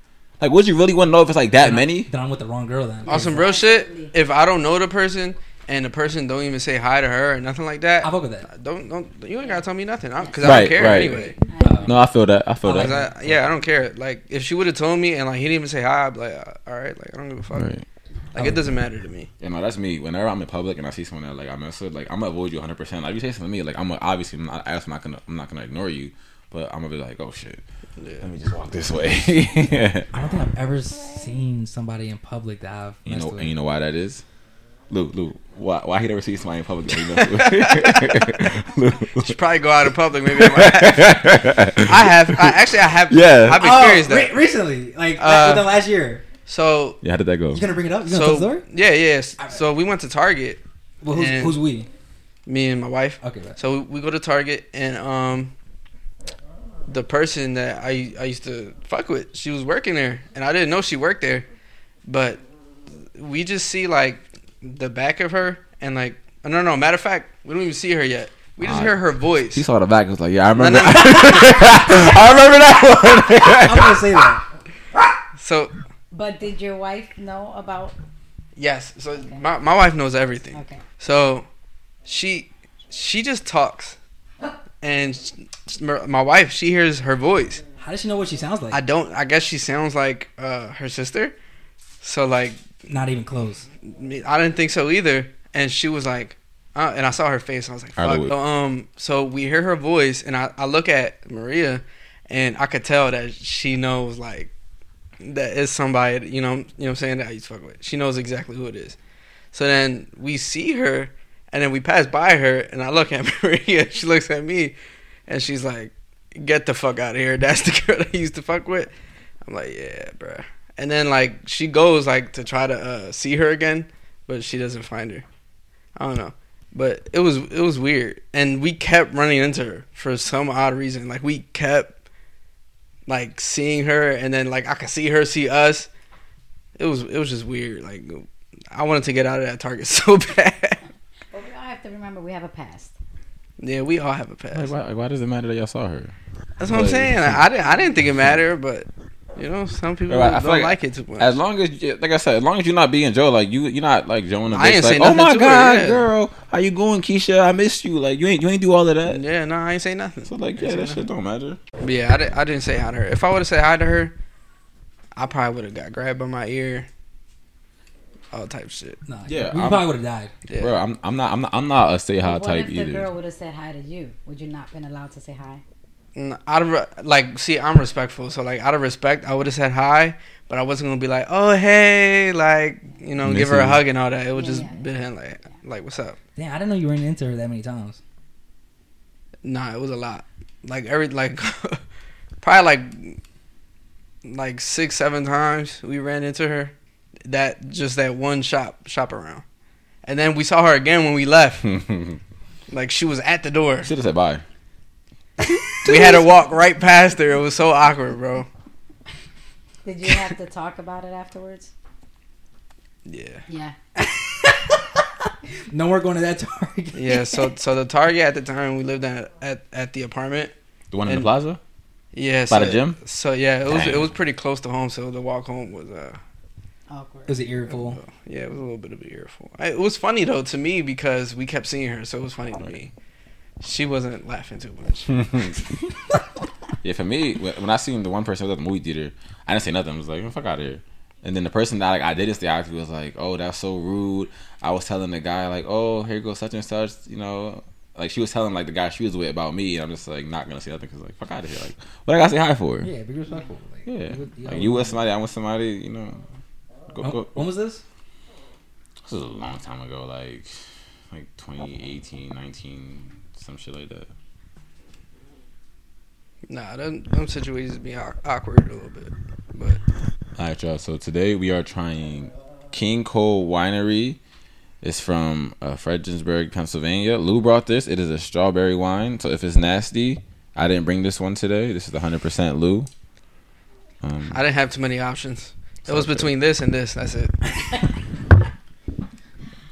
Speaker 3: Like, would you really want to know if it's like that
Speaker 1: Then I-
Speaker 3: many?
Speaker 1: Then I'm with the wrong girl then.
Speaker 2: [laughs] On some real shit, if I don't know the person and the person don't even say hi to her or nothing like that,
Speaker 1: I fuck with that.
Speaker 2: don't don't you ain't gotta tell me nothing because I
Speaker 3: Right,
Speaker 2: don't care
Speaker 3: right.
Speaker 2: anyway.
Speaker 4: I-
Speaker 3: No, I feel that. I feel
Speaker 1: I like
Speaker 3: that.
Speaker 2: 'Cause I- yeah, I don't care. Like if she would have told me and like he didn't even say hi, I'd be like, uh, all right, like I don't give a fuck.
Speaker 3: Right.
Speaker 2: Like it doesn't matter to
Speaker 3: [laughs]
Speaker 2: me.
Speaker 3: You know, that's me. Whenever I'm in public and I see someone that like I mess with, like I'm gonna avoid you 100. percent Like you say something to me, like I'm gonna- obviously I'm not, I'm not gonna I'm not gonna ignore you, but I'm gonna be like, oh shit, let me just walk this way. [laughs]
Speaker 1: I don't think I've ever seen somebody in public that I've
Speaker 3: You
Speaker 1: messed
Speaker 3: know,
Speaker 1: with.
Speaker 3: and you know why that is? Lou, Lou, why, why he never sees somebody in public that he messed [laughs] with? Lou.
Speaker 2: Should probably go out in public. Maybe I, might-
Speaker 3: [laughs]
Speaker 2: I have. I actually I have.
Speaker 3: Yeah.
Speaker 2: I've
Speaker 1: oh,
Speaker 2: experienced that.
Speaker 1: re- recently, like
Speaker 2: Uh,
Speaker 1: within the last year.
Speaker 2: So
Speaker 3: Yeah, how did that go?
Speaker 1: You gonna bring it up? You gonna tell the
Speaker 2: so
Speaker 1: story?
Speaker 2: yeah, yeah. s- So we went to Target,
Speaker 1: Well, who's,
Speaker 2: and-
Speaker 1: who's we?
Speaker 2: me and my wife.
Speaker 1: Okay,
Speaker 2: [laughs]
Speaker 1: right.
Speaker 2: So we go to Target and um the person that I I used to fuck with, she was working there and I didn't know she worked there. But we just see like the back of her and like oh, no no matter of fact, we don't even see her yet. We just
Speaker 3: Ah.
Speaker 2: hear her
Speaker 3: She
Speaker 2: voice.
Speaker 3: saw the back and was like, yeah, I [laughs] remember.
Speaker 2: No, no,
Speaker 3: I remember [laughs] that
Speaker 1: I'm gonna say that.
Speaker 2: So
Speaker 4: But did your wife know about?
Speaker 2: yes, so my my wife knows everything.
Speaker 4: Okay.
Speaker 2: So she she just talks. And sh- my wife, she hears her voice.
Speaker 1: How does she know what she sounds like?
Speaker 2: I don't. I guess she sounds like uh, her sister. So like,
Speaker 1: Not even close.
Speaker 2: me- I didn't think so either. And she was like, uh, and I saw her face, and I was like,
Speaker 3: I
Speaker 2: fuck.
Speaker 3: know it.
Speaker 2: So, um, so we hear her voice, and I, I look at Maria, and I could tell that she knows like that is somebody. You know, you know, what I'm saying that I used to fuck with. She knows exactly who it is. So then we see her, and then we pass by her, and I look at [laughs] Maria. She looks at me, and she's like, "Get the fuck out of here! That's the [laughs] girl that I used to fuck with." I'm like, "Yeah, bruh. And then like she goes like to try to uh, see her again, but she doesn't find her. I don't know, but it was it was weird, and we kept running into her for some odd reason. Like we kept like seeing her, and then like I could see her see us. It was it was just weird. Like I wanted to get out of that Target [laughs] so bad.
Speaker 4: But we all have to remember we have a past.
Speaker 2: yeah, we all have a
Speaker 3: one.
Speaker 2: past.
Speaker 3: why, why does it matter that y'all saw her?
Speaker 2: That's what I'm saying. I, I didn't I didn't think it mattered, but you know some people
Speaker 3: Right, I
Speaker 2: don't
Speaker 3: feel
Speaker 2: like,
Speaker 3: like-
Speaker 2: it too much.
Speaker 3: As long as, you- like I said, as long as you're not being Joe, like you, you're not like Joe in the
Speaker 2: I
Speaker 3: bitch,
Speaker 2: ain't
Speaker 3: like,
Speaker 2: say
Speaker 3: oh
Speaker 2: nothing
Speaker 3: my
Speaker 2: to her,
Speaker 3: god,
Speaker 2: yeah.
Speaker 3: girl, how you going, Keisha? I miss you. Like you ain't, you ain't do all of that.
Speaker 2: yeah, no, I ain't say nothing.
Speaker 3: So like, yeah, that shit don't matter.
Speaker 2: But yeah, I, di- I didn't say hi to her. If I would have said hi to her, I probably would have got grabbed by my ear, all type of shit.
Speaker 1: Nah,
Speaker 3: Yeah,
Speaker 1: we
Speaker 3: I'm-
Speaker 1: probably would have died.
Speaker 2: Yeah.
Speaker 3: Bro, I'm, I'm not, I'm not, I'm not a say hi
Speaker 4: But what
Speaker 3: type
Speaker 4: if
Speaker 3: either.
Speaker 4: the girl would have said hi to you? Would you not been allowed to say hi?
Speaker 2: N- Out of re- like, see, I'm respectful, so like, out of respect, I would have said hi, but I wasn't gonna be like, oh hey, like, you know, give her a
Speaker 3: Missing.
Speaker 2: hug and all that. It would
Speaker 4: Yeah,
Speaker 2: just
Speaker 4: yeah, yeah.
Speaker 2: been like, like, what's up?
Speaker 1: Damn, I didn't know you ran into her that many times.
Speaker 2: Nah, it was a lot. Like every like, [laughs] probably like, like six seven times we ran into her. That just that one shop shop around, and then we saw her again when we left.
Speaker 3: [laughs]
Speaker 2: Like she was at the door.
Speaker 3: Should have said bye.
Speaker 2: We
Speaker 3: [laughs]
Speaker 2: had to walk right past her. It was so awkward, bro.
Speaker 4: Did you have
Speaker 1: [laughs]
Speaker 4: to talk about it afterwards?
Speaker 2: Yeah.
Speaker 4: Yeah.
Speaker 1: No, we're going to that [laughs] target.
Speaker 2: Yeah.
Speaker 3: [laughs]
Speaker 2: So so the Target at the time we lived at at, at the apartment.
Speaker 3: The one in
Speaker 2: And-
Speaker 3: the plaza.
Speaker 2: Yeah.
Speaker 3: By
Speaker 2: so,
Speaker 3: the gym?
Speaker 2: So yeah, it was
Speaker 3: Damn.
Speaker 2: it was pretty close to home. So the walk home was uh
Speaker 1: It
Speaker 4: Awkward.
Speaker 1: was an
Speaker 3: [laughs]
Speaker 1: earful.
Speaker 2: yeah it was a little bit of an earful. I, it was funny though to me because we kept
Speaker 3: Hmm.
Speaker 2: seeing her, so it was funny to me. She wasn't laughing too much.
Speaker 3: Yeah, for me, when when I seen the one person who was at the movie theater, I didn't say nothing. I was like, "Oh, "Fuck out of here." And then the person that like, I didn't stay out to was like, "Oh, that's so rude." I was telling the guy like, "Oh, here goes such and such," you know. Like she was telling like the guy she was with about me, and I'm just like not gonna say nothing because like fuck out of here. Like what I gotta say hi for? Yeah,
Speaker 1: Yeah, be respectful. Like, You, you
Speaker 3: like
Speaker 1: know-
Speaker 3: you with somebody, I'm with somebody. You know, go,
Speaker 1: When-
Speaker 2: Um,
Speaker 3: go.
Speaker 1: When was this?
Speaker 3: This was a long time ago, like like 2018, 19, some shit like that.
Speaker 2: [laughs] Nah, them, them situations be aw- awkward a little bit. But
Speaker 3: All right, y'all. So today we are trying King Cole Winery. It's from uh, Fredericksburg, Pennsylvania. Lou brought this. It is a strawberry wine. So if it's nasty, I didn't bring this one today. This is 100% Lou. Um,
Speaker 2: I didn't have too many options. It was
Speaker 3: Okay.
Speaker 2: between this and this. That's it.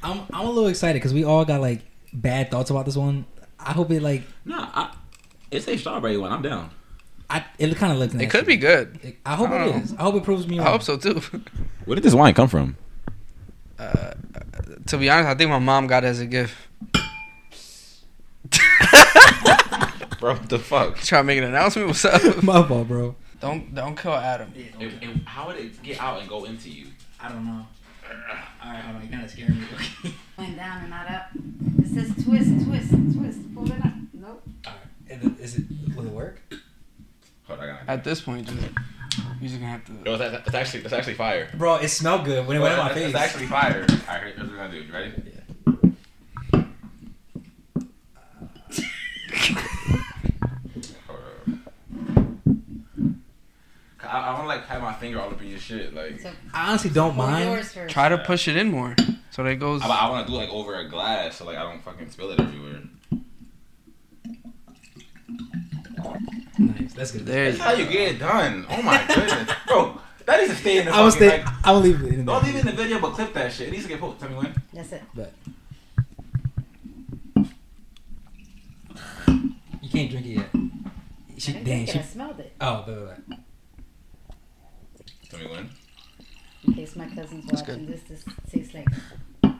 Speaker 1: I'm I'm a little excited because we all got like bad thoughts about this one. I hope it like
Speaker 3: nah, I, it's a strawberry one. I'm down.
Speaker 1: I it kind of looks.
Speaker 2: It could be good.
Speaker 1: It- I hope
Speaker 2: I
Speaker 1: it
Speaker 2: don't
Speaker 1: is. I hope it proves me
Speaker 2: I
Speaker 1: wrong.
Speaker 2: hope so too. [laughs]
Speaker 3: Where did this wine come from?
Speaker 2: Uh, to be honest, I think my mom got it as a gift. [laughs]
Speaker 3: Bro, what the fuck?
Speaker 2: Try to make an announcement. What's
Speaker 1: [laughs]
Speaker 2: up?
Speaker 1: My fault, bro.
Speaker 2: don't don't kill Adam.
Speaker 3: how would it get out and go into you?
Speaker 1: I don't know. All right, hold on. You kind of scaring me.
Speaker 4: Went down and not up. It says twist, twist, twist. Pull it up. Nope.
Speaker 1: Is it will it work?
Speaker 3: Hold on, I
Speaker 2: At this point, just, you just gonna have to.
Speaker 3: No, that's, that's actually that's actually fire.
Speaker 1: Bro, it smelled good when it went in my
Speaker 3: That's-
Speaker 1: face.
Speaker 3: that's actually fire. All right, here's what we're gonna do. You ready? Yeah. [laughs] I, I want to like have my finger all up in your shit, like.
Speaker 4: So
Speaker 1: I honestly don't
Speaker 4: pull
Speaker 1: mind.
Speaker 4: yours first.
Speaker 2: Try to push it in more. So that goes.
Speaker 3: I, I want to do like over a glass, so like I don't fucking spill it everywhere.
Speaker 1: Nice, that's good.
Speaker 2: There.
Speaker 3: That's how you get it done. Oh [laughs] my goodness, bro. That needs to stay in the.
Speaker 1: I was
Speaker 3: fucking,
Speaker 1: thinking.
Speaker 3: like,
Speaker 1: I will leave it. In there.
Speaker 3: don't leave it in the video, but clip that shit. It needs to get posted. Tell me when.
Speaker 4: That's it.
Speaker 1: You can't drink it yet. She,
Speaker 4: I,
Speaker 1: damn,
Speaker 4: didn't think
Speaker 1: she.
Speaker 4: it. I smelled it.
Speaker 1: Oh, wait, wait, wait.
Speaker 3: Tell me when.
Speaker 4: In case my cousin's
Speaker 2: That's
Speaker 4: watching this, this tastes like.
Speaker 3: Whoa,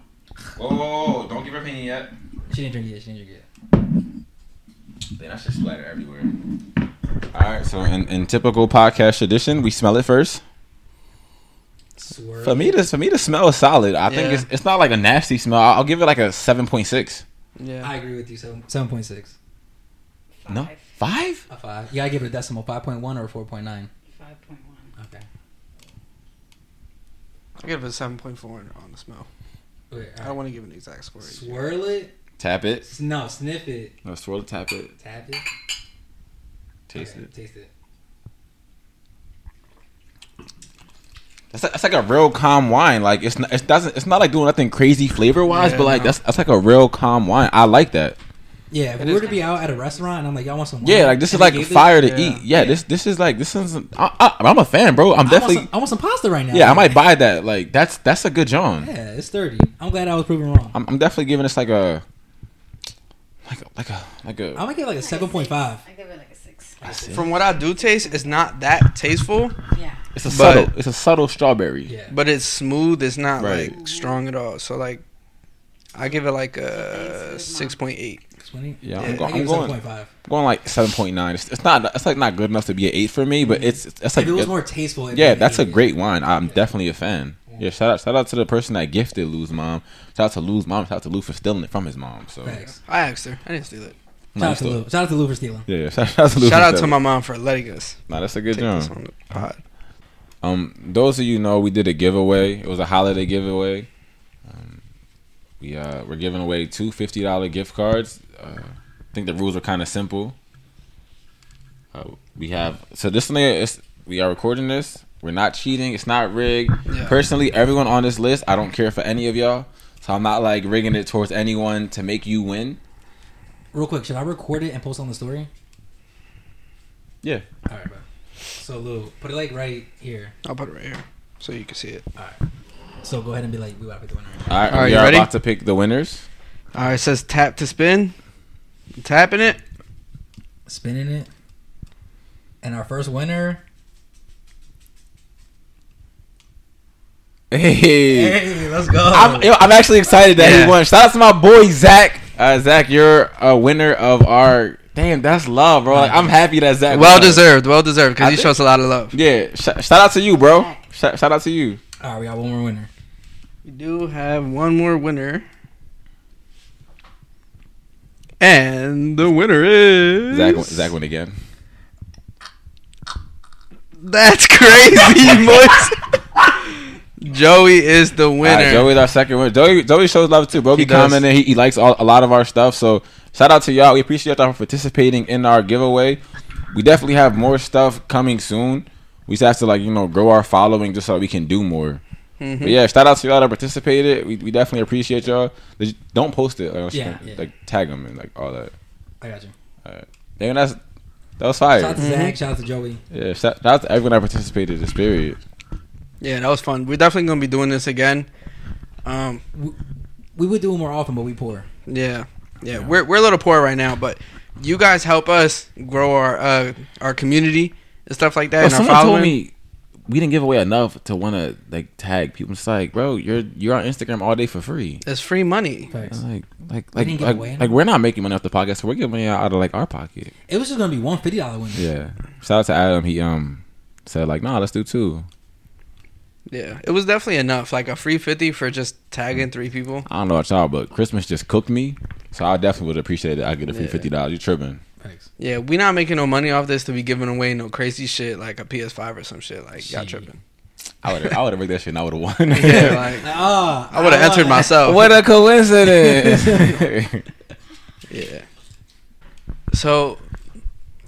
Speaker 3: whoa, whoa, whoa, don't give her opinion yet.
Speaker 1: She didn't drink it yet. She didn't drink it
Speaker 3: Then I should splatter everywhere. All right, so in, in typical podcast tradition, we smell it first.
Speaker 1: yet. Swerve.
Speaker 3: For me, this for me the smell is solid. I think
Speaker 2: Yeah.
Speaker 3: it's it's not like a nasty smell. I'll, I'll give it like a seven point six.
Speaker 1: I
Speaker 2: Yeah.
Speaker 1: agree with you. Seven seven point six.
Speaker 3: No
Speaker 4: Five.
Speaker 3: five.
Speaker 1: A five. You gotta give it a decimal. Five point one or four point nine.
Speaker 4: 5.1.
Speaker 1: Okay.
Speaker 2: I give it a seven point four on the smell.
Speaker 1: Wait,
Speaker 2: I
Speaker 1: all
Speaker 2: don't
Speaker 1: right.
Speaker 2: want to give an exact score.
Speaker 1: Swirl it.
Speaker 3: Tap it.
Speaker 1: S- No, sniff it.
Speaker 3: No, swirl. it, Tap it.
Speaker 1: Tap it.
Speaker 3: Taste
Speaker 1: Okay,
Speaker 3: it.
Speaker 1: Taste it.
Speaker 3: That's like, that's like a real calm wine. Like it's not, it doesn't it's not like doing nothing crazy flavor wise,
Speaker 2: Yeah,
Speaker 3: but like
Speaker 2: no.
Speaker 3: that's that's like a real calm wine. I like that.
Speaker 1: Yeah, if
Speaker 2: It
Speaker 1: we
Speaker 2: is-
Speaker 1: were to be out at a restaurant and I'm like, y'all want some wine?
Speaker 3: Yeah, like this is
Speaker 1: And they
Speaker 3: like
Speaker 1: gave this-
Speaker 3: fire to
Speaker 2: Yeah.
Speaker 3: eat. Yeah, this this is like this is. I, I, I'm a fan, bro. I'm
Speaker 1: I want,
Speaker 3: definitely.
Speaker 1: some, I want some pasta right now.
Speaker 3: Yeah, I might buy that. Like that's that's a good John.
Speaker 1: Yeah, it's sturdy. I'm glad I was proven wrong.
Speaker 3: I'm, I'm definitely giving this like a like a like a like a.
Speaker 1: I'm gonna give it like a seven point five.
Speaker 4: I give it like a 6.
Speaker 3: I see.
Speaker 2: From what I do taste, it's not that tasteful,
Speaker 4: Yeah.
Speaker 3: it's a
Speaker 2: but-
Speaker 3: subtle. It's a subtle strawberry.
Speaker 1: Yeah.
Speaker 2: but it's smooth. It's not
Speaker 3: Right.
Speaker 2: like strong at all. So like, I give it like a six point eight.
Speaker 1: Twenty.
Speaker 3: Yeah,
Speaker 2: Yeah,
Speaker 3: I'm,
Speaker 1: I
Speaker 3: go-
Speaker 1: give
Speaker 3: I'm
Speaker 1: it seven
Speaker 3: going
Speaker 1: point five.
Speaker 3: going like seven point nine. It's, it's not it's like not good enough to be an eight for me, but it's it's like
Speaker 1: if it was
Speaker 3: it-
Speaker 1: more tasteful. it'd
Speaker 3: yeah,
Speaker 1: be
Speaker 3: that's a
Speaker 1: eight.
Speaker 3: great wine. I'm definitely a fan. Yeah, shout out shout out to the person that gifted Lou's mom. Shout out to Lou's mom. Shout out to Lou for stealing it from his mom. So
Speaker 1: Facts.
Speaker 2: I asked her. I didn't steal it.
Speaker 1: Shout out
Speaker 3: Nice
Speaker 1: to
Speaker 3: though.
Speaker 1: Lou. Shout out to Lou for stealing.
Speaker 3: Yeah, yeah, shout out to Lou.
Speaker 2: Shout
Speaker 3: for
Speaker 2: out to
Speaker 3: stealing
Speaker 2: my
Speaker 3: it.
Speaker 2: mom for letting us
Speaker 3: Nah, that's a good
Speaker 2: take this
Speaker 3: job.
Speaker 2: on the pod.
Speaker 3: Um, those of you know, we did a giveaway. It was a holiday giveaway. Um, we uh, we're giving away two fifty dollar gift cards. Uh, I think the rules are kind of simple. Uh, we have so this thing is we are recording this. We're not cheating. It's not rigged.
Speaker 2: Yeah.
Speaker 3: Personally, everyone on this list, I don't care for any of y'all. So I'm not like rigging it towards anyone to make you win.
Speaker 1: Real quick, should I record it and post on the story?
Speaker 3: Yeah.
Speaker 1: All right, bro. So Lou, put it like right here.
Speaker 2: I'll put it right here so you can see it.
Speaker 1: So go ahead and be like, we gotta pick the winner.
Speaker 3: All right.
Speaker 2: All right,
Speaker 3: we
Speaker 2: you
Speaker 3: are
Speaker 2: ready?
Speaker 3: about to pick the winners.
Speaker 2: All right, it says tap to spin. I'm tapping it.
Speaker 1: Spinning it, and our first winner.
Speaker 3: Hey.
Speaker 1: Hey, let's go.
Speaker 3: I'm, yo, I'm actually excited that
Speaker 2: Yeah.
Speaker 3: he won. Shout out to my boy Zach. Uh, Zach, you're a winner of our damn, that's love, bro. Like, I'm happy that Zach.
Speaker 2: Well
Speaker 3: won.
Speaker 2: deserved, well deserved,
Speaker 3: I
Speaker 2: because he
Speaker 3: think-
Speaker 2: shows a lot of love.
Speaker 3: Yeah. Sh- shout out to you, bro. Sh- shout out to you.
Speaker 1: All right, we got one more winner.
Speaker 2: We do have one more winner. And the winner is
Speaker 3: Zach. won- Zach went again.
Speaker 2: That's
Speaker 3: [laughs]
Speaker 2: crazy, boys. Joey is the winner.
Speaker 3: Alright, Joey's our second winner. Joey, Joey shows love too, bro.
Speaker 2: He
Speaker 3: He,
Speaker 2: does.
Speaker 3: commented. He, he likes all, a lot of our stuff. So shout out to y'all. We appreciate y'all for participating in our giveaway. We definitely have more stuff coming soon. We just have to like you know grow our following just so we can do more.
Speaker 1: Mm-hmm.
Speaker 2: Mm-hmm.
Speaker 3: But yeah, shout out to y'all that participated. We, we definitely appreciate y'all. Did you- Don't post it. uh, Like,
Speaker 1: Yeah, yeah.
Speaker 3: like tag them and like all that.
Speaker 1: I got you.
Speaker 3: Damn, that's that was
Speaker 1: Shout out
Speaker 3: fire. Mm-hmm.
Speaker 1: to Zach. Shout out to Joey.
Speaker 3: Yeah, shout shout out to everyone that participated. This period.
Speaker 2: Yeah, that was fun. We're definitely gonna be doing this again. Um,
Speaker 1: We would do it more often, but we poor.
Speaker 2: yeah, yeah, we're we're a little poor right now, but you guys help us grow our uh, our community and stuff like that.
Speaker 3: Bro,
Speaker 2: and our
Speaker 3: someone
Speaker 2: following.
Speaker 3: told me we didn't give away enough to want to like tag people. It's like, bro, you're you're on Instagram all day for free.
Speaker 2: it's free money.
Speaker 3: It's
Speaker 1: Facts.
Speaker 3: Like, like,
Speaker 1: didn't
Speaker 3: like,
Speaker 1: give
Speaker 3: like,
Speaker 1: away enough.
Speaker 3: like, we're not making money off the podcast, so we're giving money out of like our pocket.
Speaker 1: It was just gonna be one fifty dollar winner.
Speaker 3: Yeah. Shout out to Adam. He um said like, nah, let's do two.
Speaker 2: Yeah, it was definitely enough. Like a free fifty for just tagging three people.
Speaker 3: I don't know about y'all, but Christmas just cooked me, so I definitely would appreciate it. I get a free
Speaker 2: Yeah.
Speaker 3: fifty dollars. You tripping?
Speaker 1: Facts.
Speaker 2: Yeah, we not making no money off this to be giving away no crazy shit like a PS Five or some shit. Like y'all
Speaker 1: Shit.
Speaker 2: tripping? [laughs]
Speaker 3: I would I would have made that shit. and I would have [laughs] won.
Speaker 2: Yeah, like
Speaker 1: Ah,
Speaker 2: I would have entered myself.
Speaker 3: [laughs] what a [laughs] coincidence.
Speaker 2: Yeah. So,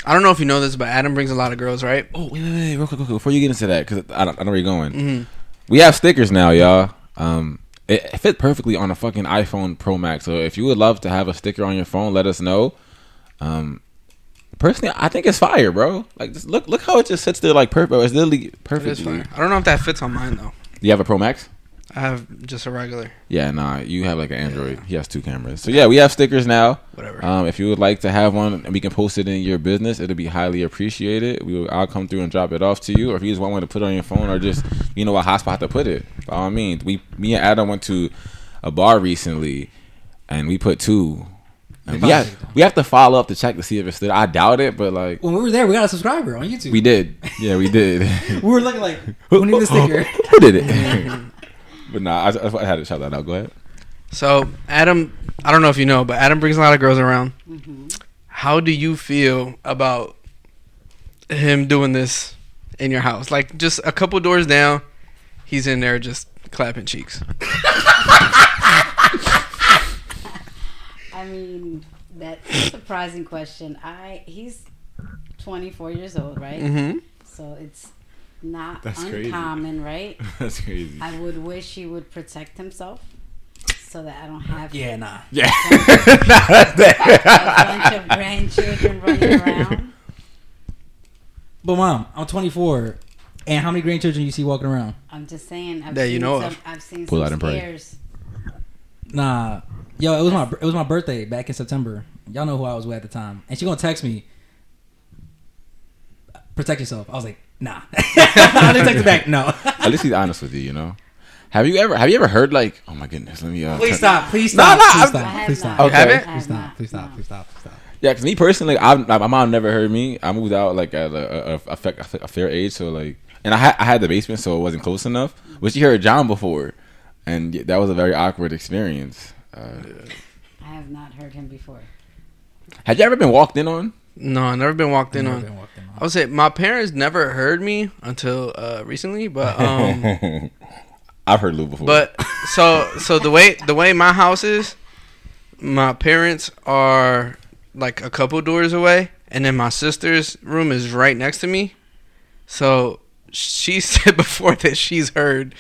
Speaker 2: I don't know if you know this, but Adam brings a lot of girls, right?
Speaker 3: Oh, wait, wait, wait, real quick, real quick, before you get into that, because I, don't- I know where you're going. We have stickers now, y'all. Um, it, it fit perfectly on a fucking iPhone Pro Max. So if you would love to have a sticker on your phone, let us know. Um, personally, I think it's fire, bro. Like, just look, look how it just sits there, like perfect. It's literally
Speaker 2: It is
Speaker 3: perfect.
Speaker 2: fire.
Speaker 3: Do
Speaker 2: I don't know if that fits on mine though.
Speaker 3: you have a Pro Max?
Speaker 2: I have just a regular,
Speaker 3: Yeah, nah. You have like an Android. He has two cameras. So yeah, we have stickers now.
Speaker 2: whatever.
Speaker 3: Um, if you would like to have one and we can post it in your business, it'll be highly appreciated. We will, I'll come through and drop it off to you, or if you just want one to put it on your phone, or just you know a hotspot to put it. By all means, we me and Adam went to a bar recently, and we put two. And we have we have to follow up to check to see if it's still. I doubt it, but like
Speaker 1: When we were there, we got a subscriber on YouTube.
Speaker 3: we did. Yeah, we did.
Speaker 1: We were looking like we need a sticker.
Speaker 3: Who did it? but nah, I, I had to shout that out. Go ahead. [laughs]
Speaker 2: So, Adam, I don't know if you know, but Adam brings a lot of girls around.
Speaker 4: Mm-hmm.
Speaker 2: How do you feel about him doing this in your house? Like, just a couple doors down, he's in there just clapping cheeks.
Speaker 4: I mean, that's a surprising question. I he's 24 years old, right?
Speaker 2: Mm-hmm.
Speaker 4: So it's not
Speaker 3: That's crazy.
Speaker 4: uncommon, right?
Speaker 3: That's crazy.
Speaker 4: I would wish he would protect himself so that I don't have
Speaker 1: yeah, nah.
Speaker 3: Yeah. [laughs]
Speaker 4: a bunch of
Speaker 3: [laughs]
Speaker 4: grandchildren running around.
Speaker 1: But mom, I'm 24, and how many grandchildren you see walking around?
Speaker 4: I'm just saying. I've
Speaker 2: That
Speaker 4: seen
Speaker 2: you know
Speaker 4: some,
Speaker 2: of.
Speaker 4: I've seen
Speaker 3: Pull
Speaker 4: some
Speaker 3: out and pray.
Speaker 4: scares.
Speaker 1: Nah, yo, it was my it was my birthday back in September. Y'all know who I was with at the time, and she gonna text me, protect yourself. I was like, nah. [laughs] I didn't text her back. No.
Speaker 3: At least he's honest with you, you know. Have you ever have you ever heard like oh my goodness let me
Speaker 1: [laughs]
Speaker 3: uh,
Speaker 1: Please
Speaker 3: turn-
Speaker 1: stop. Please
Speaker 3: No,
Speaker 1: stop.
Speaker 3: no,
Speaker 1: please
Speaker 3: I'm-
Speaker 4: I
Speaker 1: stop.
Speaker 4: have
Speaker 1: Please
Speaker 4: not.
Speaker 1: stop.
Speaker 2: Oh,
Speaker 3: Okay.
Speaker 4: I have
Speaker 1: Please stop.
Speaker 4: not,
Speaker 1: Please stop.
Speaker 4: no.
Speaker 1: Please stop. Please stop.
Speaker 3: yeah because me personally I, my my mom never heard me I moved out like at a, a, a, fa- a fair age so like and I had I had the basement so it wasn't close enough but she heard John before and y- that was a very awkward experience. Uh,
Speaker 4: I have not heard him before.
Speaker 3: had you ever been walked in on?
Speaker 2: No, I've never been walked in
Speaker 1: Never
Speaker 2: on.
Speaker 1: been walked in on.
Speaker 2: I would say my parents never heard me until uh, recently,
Speaker 1: [laughs]
Speaker 2: but um,
Speaker 3: [laughs] I've heard Lou before.
Speaker 2: but so so the way the way my house is, my parents are like a couple doors away, and then my sister's room is right next to me. So she [laughs] said before that she's heard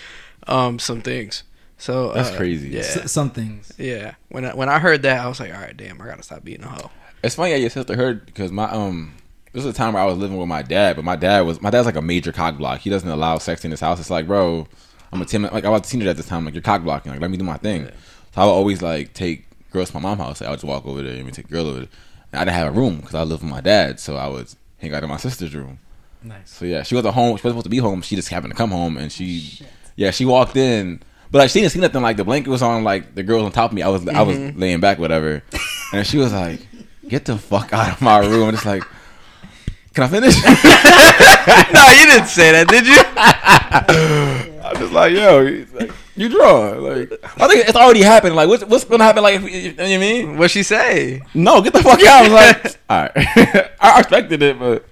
Speaker 2: um, some things. So
Speaker 3: That's
Speaker 2: uh,
Speaker 3: crazy.
Speaker 2: Yeah,
Speaker 1: S- some things.
Speaker 2: yeah. When I, when I heard that, I was like, all right, damn, I gotta stop being a
Speaker 3: [laughs]
Speaker 2: hoe. [laughs]
Speaker 3: It's funny that your sister heard because my um this was a time where I was living with my dad, but my dad was my dad's like a major cock block. He doesn't allow sex in his house. It's like, bro, I'm a timid like I was a teenager at this time, like you're cock blocking, like let me do my thing. So I would always like take girls to my mom's house. Like, I would just walk over there and we take a girl over there. And I didn't have a room because I lived with my dad, so I would hang out in my sister's room.
Speaker 1: Nice.
Speaker 3: So yeah, she was at home. She wasn't supposed to be home. She just happened to come home, and she,
Speaker 4: Shit.
Speaker 3: yeah, she walked in, but like she didn't see nothing. Like the blanket was on, like the girl was on top of me. I was I was laying back, whatever, and she was like, get the fuck out of my room. And it's like, can I finish? [laughs]
Speaker 2: no, you didn't say that, did you?
Speaker 3: I'm just like, yo, he's like, you draw. Like, I think it's already happened. Like, what's what's gonna happen? Like, if, you know what I mean?
Speaker 2: What'd she say?
Speaker 3: No, get the fuck out. I was like, all right, [laughs] I expected it, but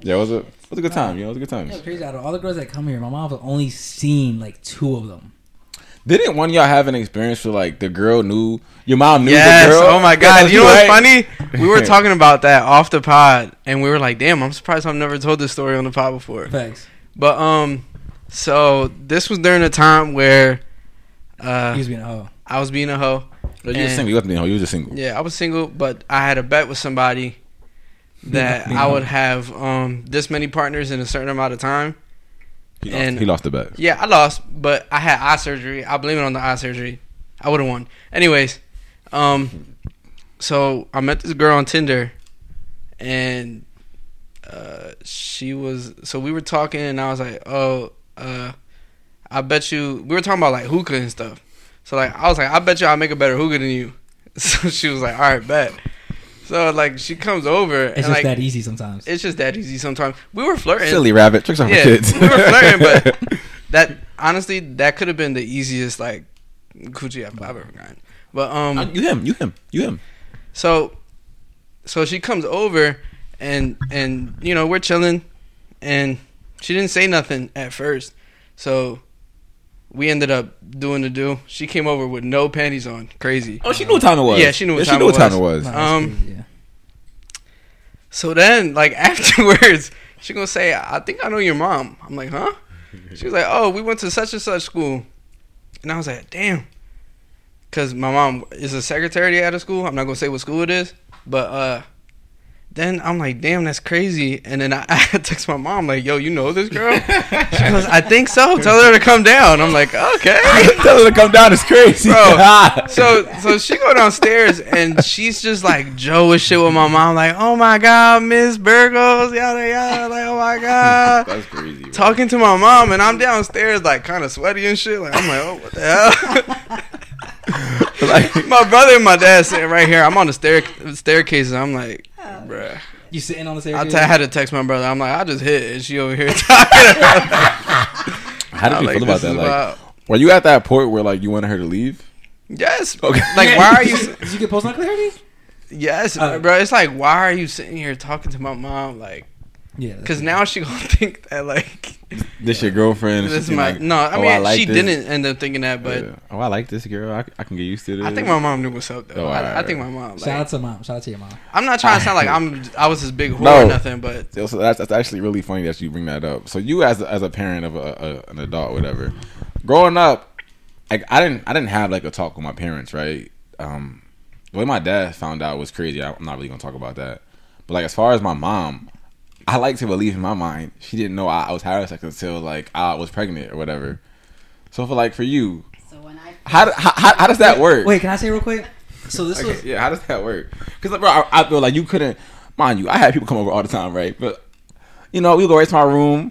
Speaker 3: yeah, it was a it was a good time. You know, it was a good time.
Speaker 1: It's crazy. Out of all the girls that come here, my mom's only seen like two of them.
Speaker 3: Didn't one of y'all have an experience where like the girl knew your mom knew
Speaker 2: Yes.
Speaker 3: the girl?
Speaker 2: Oh my
Speaker 3: Yeah,
Speaker 2: God.
Speaker 3: that's
Speaker 2: You know what's
Speaker 3: right.
Speaker 2: funny? We
Speaker 3: [laughs]
Speaker 2: were talking about that off the pod, and we were like, "Damn, I'm surprised I've never told this story on the pod before."
Speaker 1: Facts.
Speaker 2: But um, so this was during a time where
Speaker 1: He
Speaker 2: uh,
Speaker 1: was being oh
Speaker 2: I was being a hoe.
Speaker 3: But Oh, you were
Speaker 2: And-
Speaker 3: single. You wasn't, you know, you was just single.
Speaker 2: Yeah, I was single, but I had a bet with somebody that I would have um this many partners in a certain amount of time.
Speaker 3: He, lost,
Speaker 2: And-
Speaker 3: he lost the bet.
Speaker 2: Yeah, I lost, but I had eye surgery. I blame it on the eye surgery. I would have won. Anyways, um, so I met this girl on Tinder, and uh, she was. So we were talking, and I was like, "Oh, uh, I bet you." We were talking about like hookah and stuff. So like, I was like, "I bet you I make a better hookah than you." [laughs] So she was like, "All right, bet." So like, she comes over,
Speaker 1: it's
Speaker 2: and
Speaker 1: just
Speaker 2: like,
Speaker 1: that e- easy sometimes.
Speaker 2: it's just that easy. Sometimes we were flirting
Speaker 3: Silly rabbit tricks on [laughs]
Speaker 2: yeah, [laughs]
Speaker 3: kids.
Speaker 2: we were flirting, but that honestly, that could have been the easiest like coochie I've ever gotten. But
Speaker 3: Uh,
Speaker 2: um,
Speaker 3: [laughs] you him, you him, you him.
Speaker 2: so so she comes over and and you know we're chilling, and she didn't say nothing at first, so we ended up doing the do. She came over with no panties on, crazy.
Speaker 3: Oh, she knew what time it was.
Speaker 2: Yeah, she knew what
Speaker 3: she
Speaker 2: time
Speaker 3: knew
Speaker 2: it
Speaker 3: what time it
Speaker 2: was.
Speaker 3: was. [laughs]
Speaker 1: No, it's
Speaker 2: um,
Speaker 1: crazy, yeah.
Speaker 2: So then, like [laughs] afterwards, she gonna say, "I think I know your mom." I'm like, "Huh?" She was like, "Oh, we went to such and such school," and I was like, "Damn," because my mom is a secretary at a school. I'm not gonna say what school it is, but uh, then I'm like, "Damn, that's crazy." And then I, [laughs] I text my mom like, "Yo, you know this girl?" she goes, "I think so. Tell her to come down." I'm like, "Okay."
Speaker 3: Tell her to come down. It's crazy. [laughs]
Speaker 2: Bro, so so she go downstairs and she's just like Joe and shit with my mom, like, oh my god, Miss Burgos, yada yada, like oh my god.
Speaker 3: that's crazy. bro.
Speaker 2: Talking to my mom and I'm downstairs like kind of sweaty and shit. Like I'm like, oh what the hell?
Speaker 3: [laughs]
Speaker 2: [laughs]
Speaker 3: Like-
Speaker 2: my brother and my dad sitting right here. I'm on the stair staircase and I'm like, bruh.
Speaker 1: you sitting on the
Speaker 2: I,
Speaker 1: staircase.
Speaker 2: t- I had to text my brother. I'm like, I just hit and she over here [laughs] talking. about
Speaker 3: How did you feel about
Speaker 2: this
Speaker 3: that?
Speaker 2: is
Speaker 3: Like,
Speaker 2: wild.
Speaker 3: were you at that point where like you wanted her to leave?
Speaker 2: yes.
Speaker 3: Okay.
Speaker 2: Like, why are
Speaker 3: [laughs]
Speaker 2: you?
Speaker 1: Did you get post on clarity?
Speaker 2: Yes,
Speaker 1: Uh,
Speaker 2: bro. It's like, why are you sitting here talking to my mom? Like,
Speaker 1: Yeah. that's-
Speaker 2: because now she gonna [laughs] think that
Speaker 3: [laughs]
Speaker 2: like
Speaker 3: This your girlfriend? and
Speaker 2: this is
Speaker 3: she's
Speaker 2: my
Speaker 3: like,
Speaker 2: no. I
Speaker 3: oh,
Speaker 2: mean,
Speaker 3: like
Speaker 2: she
Speaker 3: this.
Speaker 2: didn't end up thinking that, but
Speaker 3: Yeah. oh, I like this girl. I, I can get used to this.
Speaker 2: I think my mom knew what's up though.
Speaker 3: Oh,
Speaker 2: I, I
Speaker 3: alright.
Speaker 2: think my mom.
Speaker 1: Shout out
Speaker 2: Like,
Speaker 1: to mom. Shout out to your mom.
Speaker 2: I'm not trying to sound like I'm. I was this big whore
Speaker 3: No.
Speaker 2: or nothing, but
Speaker 3: Yo, So that's, that's actually really funny that you bring that up. So you as as a parent of a, a, an adult, whatever, growing up, like I didn't I didn't have like a talk with my parents, right? Um, the way my dad found out was crazy. I, I'm not really gonna talk about that. But like as far as my mom, I like to believe in my mind she didn't know I, I was having sex until like I was pregnant or whatever. So for like for you,
Speaker 4: So when I
Speaker 3: how do- how, how, how does that work?
Speaker 1: Wait, can I say real quick? So this was
Speaker 3: Okay, yeah, how does that work? Because, bro, I, I feel like you couldn't, mind you, I had people come over all the time, right? But, you know, we go right to my room.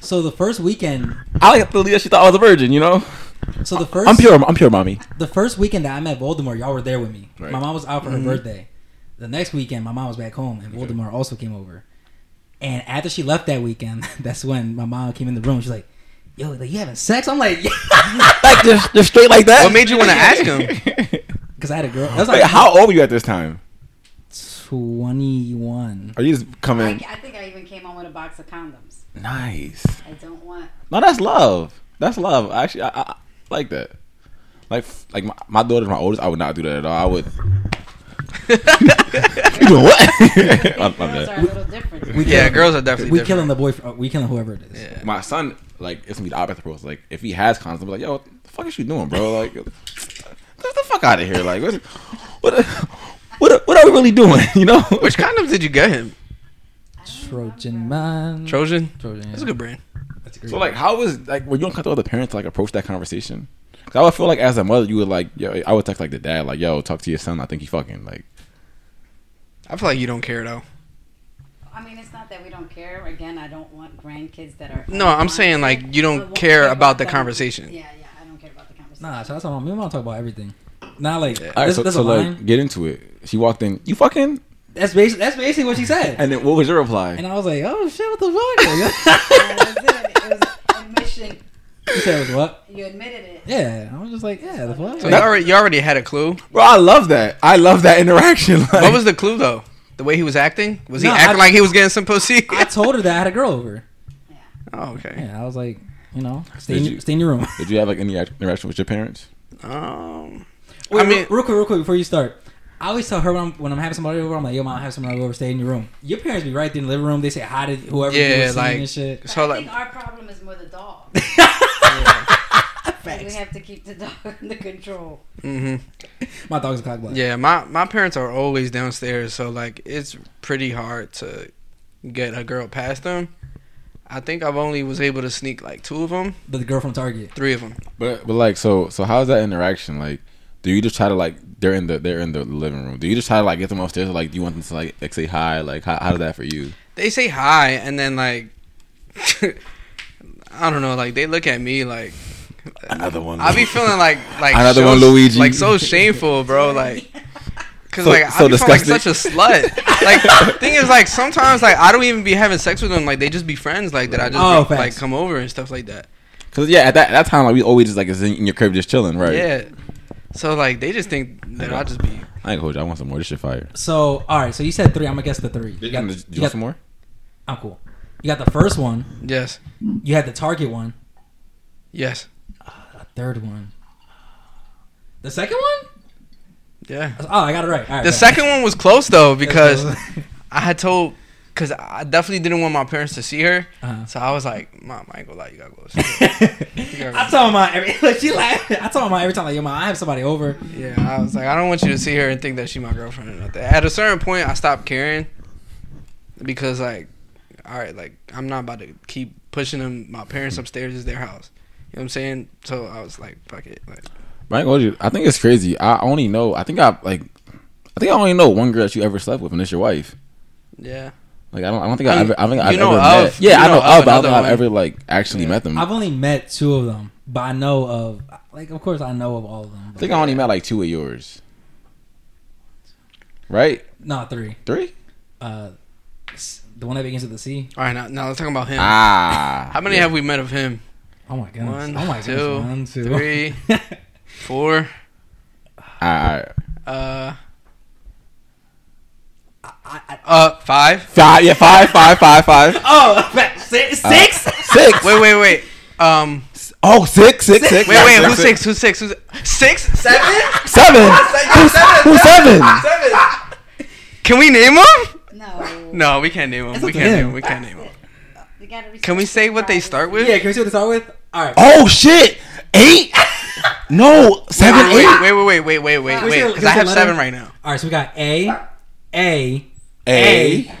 Speaker 1: so the first weekend.
Speaker 3: I like to believe that she thought I was a virgin, you know?
Speaker 1: So the 1st
Speaker 3: I'm pure, I'm pure, mommy.
Speaker 1: the first weekend that I met Voldemort, y'all were there with me.
Speaker 3: Right.
Speaker 1: My mom was out
Speaker 3: Mm-hmm.
Speaker 1: for her birthday. The next weekend, my mom was back home, and Voldemort also came over. And after she left that weekend, [laughs] that's when my mom came in the room. She's like, "Yo, like, you having sex?" I'm like, "Yeah," [laughs]
Speaker 3: like, just, just straight like that.
Speaker 2: What made you wanna ask him?
Speaker 3: [laughs]
Speaker 1: because I had a girl. That was like
Speaker 3: Wait, how old were you at this time?
Speaker 1: 21.
Speaker 3: Are you just
Speaker 4: I,
Speaker 3: coming?
Speaker 4: I think I even came on with a box of condoms.
Speaker 3: Nice.
Speaker 4: I don't want.
Speaker 3: No, that's love. That's love. Actually, I, I, I like that. Like, like my, my daughter's my oldest. I would not do that at all. I
Speaker 2: [laughs]
Speaker 3: would. [laughs] you doing what? [laughs] My- my
Speaker 4: girls
Speaker 3: bad.
Speaker 4: are a little different.
Speaker 1: We
Speaker 2: yeah,
Speaker 1: killing-
Speaker 2: girls are definitely
Speaker 1: We
Speaker 2: different.
Speaker 1: killing the boyfriend. We killing whoever it is.
Speaker 2: Yeah.
Speaker 3: my son, like, it's gonna be the opposite approach. Like, if he has condoms, I'm like, yo, what the fuck is you doing, bro? Like, get the fuck out of here. Like, what, what, what, what are we really doing? [laughs] You know?
Speaker 2: Which condoms did you get him?
Speaker 1: Trojan man.
Speaker 2: Trojan.
Speaker 1: Trojan. Yeah.
Speaker 2: That's a good brand.
Speaker 1: That's a great
Speaker 3: So, like, how was like, were you uncomfortable with the parents to, like approach that conversation? 'Cause I would feel like as a mother, you would like, yo, I would text like the dad, like, yo, talk to your son. I think he fucking like.
Speaker 2: I feel like you don't care though.
Speaker 4: I mean, it's not that we don't care. Again, I don't want grandkids that are.
Speaker 2: No, I'm saying, like, you don't
Speaker 4: I won't
Speaker 2: care about the
Speaker 4: them.
Speaker 2: conversation.
Speaker 4: Yeah, yeah, I don't care about the conversation.
Speaker 1: Nah, shout out to my mom. Me and my mom talk about everything. Not like
Speaker 3: All right,
Speaker 1: there's,
Speaker 3: so,
Speaker 1: there's a
Speaker 3: so
Speaker 1: line.
Speaker 3: like, get into it. She walked in. You fucking.
Speaker 1: That's basically that's basically what she said.
Speaker 3: And then what was your reply?
Speaker 1: And I was like, oh shit, what the [laughs] fuck?
Speaker 4: And that was it. It was admission.
Speaker 1: you said it was what?
Speaker 4: You admitted it.
Speaker 1: Yeah, I was just like, yeah, the fuck.
Speaker 2: So you already you already had a clue.
Speaker 3: Bro, I love that. I love that interaction. [laughs] Like,
Speaker 2: What was the clue though? The way he was acting? Was he
Speaker 1: No,
Speaker 2: acting
Speaker 1: I-
Speaker 2: like he was getting some pussy?
Speaker 1: I told her that I had a girl over.
Speaker 2: [laughs] oh, okay.
Speaker 1: Yeah, I was like, you know, stay,
Speaker 3: Did
Speaker 1: in,
Speaker 3: you-
Speaker 1: stay in your room.
Speaker 3: Did you have like any act- interaction with your parents?
Speaker 2: Um,
Speaker 1: [laughs] Wait,
Speaker 2: I mean,
Speaker 1: real, real quick, real quick before you start. I always tell her when I'm, when I'm having somebody over, I'm like, yo, mom, I have somebody over, stay in your room. Your parents be right there in the living room. They say hi to whoever you
Speaker 2: Yeah,
Speaker 1: were seeing
Speaker 2: like-
Speaker 1: and shit.
Speaker 2: so
Speaker 4: I
Speaker 2: like,
Speaker 4: think our problem is more
Speaker 2: [laughs]
Speaker 4: the dog. Like, we have to keep the dog [laughs] under control.
Speaker 2: mhm.
Speaker 1: My dog's a cock block.
Speaker 2: yeah, my my parents are always downstairs, so like it's pretty hard to get a girl past them. I think I've only was able to sneak like two of them,
Speaker 1: But the girl from Target.
Speaker 2: three of them.
Speaker 3: But but like so so how's that interaction like? Do you just try to like they're in the they're in the living room? Do you just try to like get them upstairs? Or, like do you want them to like, like say hi? Like how how did that for you?
Speaker 2: They say hi, and then like, [laughs] I don't know, like they look at me like
Speaker 3: Another one.
Speaker 2: I be feeling like like
Speaker 3: Another
Speaker 2: so-
Speaker 3: one, Luigi.
Speaker 2: like so shameful, bro.
Speaker 3: [laughs]
Speaker 2: Like, cause
Speaker 3: So-
Speaker 2: like
Speaker 3: so
Speaker 2: I be feeling like
Speaker 3: disgusting.
Speaker 2: such a slut.
Speaker 3: [laughs]
Speaker 2: Like, thing is, like sometimes like I don't even be having sex with them. Like they just be friends. Like that I just
Speaker 1: Oh,
Speaker 2: be,
Speaker 1: facts.
Speaker 2: like come over and stuff like that.
Speaker 3: Cause yeah, at that, that time like we always just like is in, in your crib just chilling, right?
Speaker 2: Yeah. So like they just think that I just be
Speaker 3: I ain't gonna hold you. I want some more. This shit fire.
Speaker 1: So, all right, so you said three. I'm going to guess the three.
Speaker 3: You,
Speaker 1: got,
Speaker 3: you
Speaker 1: you
Speaker 3: want
Speaker 1: got,
Speaker 3: some more?
Speaker 1: I'm cool. You got the first one.
Speaker 2: yes,
Speaker 1: You had the Target one.
Speaker 2: yes,
Speaker 1: Third one. The second one?
Speaker 2: yeah.
Speaker 1: Oh, I got it right. All right
Speaker 2: The
Speaker 1: right.
Speaker 2: second one was close though
Speaker 1: [laughs]
Speaker 2: because
Speaker 1: uh
Speaker 2: I had told because I definitely didn't want my parents to see her.
Speaker 1: huh.
Speaker 2: So I was like, Mom, I ain't gonna lie, you gotta go. upstairs." [laughs]
Speaker 1: I told my every [laughs] like, she like I told my every time like yo mom I have somebody over.
Speaker 2: Yeah, I was like, I don't want you to see her and think that she my girlfriend or nothing. At a certain point, I stopped caring because, like, all right, like I'm not about to keep pushing them. My parents upstairs is their house. You know what I'm saying? So I was like, fuck it. Like,
Speaker 3: But I ain't gonna hold you. I think it's crazy. I only know. I think I like. I think I only know one girl that you ever slept with, and it's your wife.
Speaker 2: yeah,
Speaker 3: Like I don't. I don't think I
Speaker 2: You-
Speaker 3: ever. I think I've
Speaker 2: you know
Speaker 3: ever
Speaker 2: of-
Speaker 3: met. Yeah,
Speaker 2: you
Speaker 3: I know
Speaker 2: know of
Speaker 3: of. But I
Speaker 2: another
Speaker 3: don't think I've
Speaker 2: one.
Speaker 3: ever like actually met them.
Speaker 1: I've
Speaker 3: i
Speaker 1: only met two of them, but I know of like of course I know of all of them. but-
Speaker 3: think I only met like two of yours. Right,
Speaker 1: no three.
Speaker 3: three.
Speaker 1: Uh, s- the one that begins with the C.
Speaker 2: all right. Now, now let's talk about him.
Speaker 3: Ah,
Speaker 2: How many
Speaker 3: yeah.
Speaker 2: have we met of him?
Speaker 1: Oh my goodness.
Speaker 2: One,
Speaker 1: oh my goodness.
Speaker 2: two,
Speaker 1: One, two,
Speaker 2: three. Four.
Speaker 3: Ah, ah.
Speaker 2: Uh. uh, five.
Speaker 3: five. Yeah, five, five, five, five.
Speaker 1: [laughs] oh, fa- si-
Speaker 2: Uh,
Speaker 1: six.
Speaker 3: Six.
Speaker 2: Wait, wait, wait. Um,
Speaker 3: Oh, six, six, six.
Speaker 2: wait, wait. Who's six? Who's six? Who's six? Seven?
Speaker 3: Seven. Who's who's seven?
Speaker 2: Seven. Can we name them?
Speaker 4: No.
Speaker 2: No, we can't name them. We
Speaker 1: okay.
Speaker 2: can't name them. We can't name them.
Speaker 4: We gotta respect
Speaker 2: Can we say what they
Speaker 4: their
Speaker 2: start with?
Speaker 1: yeah, can we see what they start with? All right.
Speaker 3: Oh shit! Eight? No, seven,
Speaker 2: Wait,
Speaker 3: eight.
Speaker 2: wait, wait, wait, wait, wait, wait,
Speaker 1: Wait,
Speaker 2: wait.
Speaker 1: wait,
Speaker 2: Because I
Speaker 1: wait,
Speaker 2: have
Speaker 1: wait,
Speaker 2: seven
Speaker 1: wait.
Speaker 2: right now.
Speaker 1: All right. So we got A, A,
Speaker 3: A.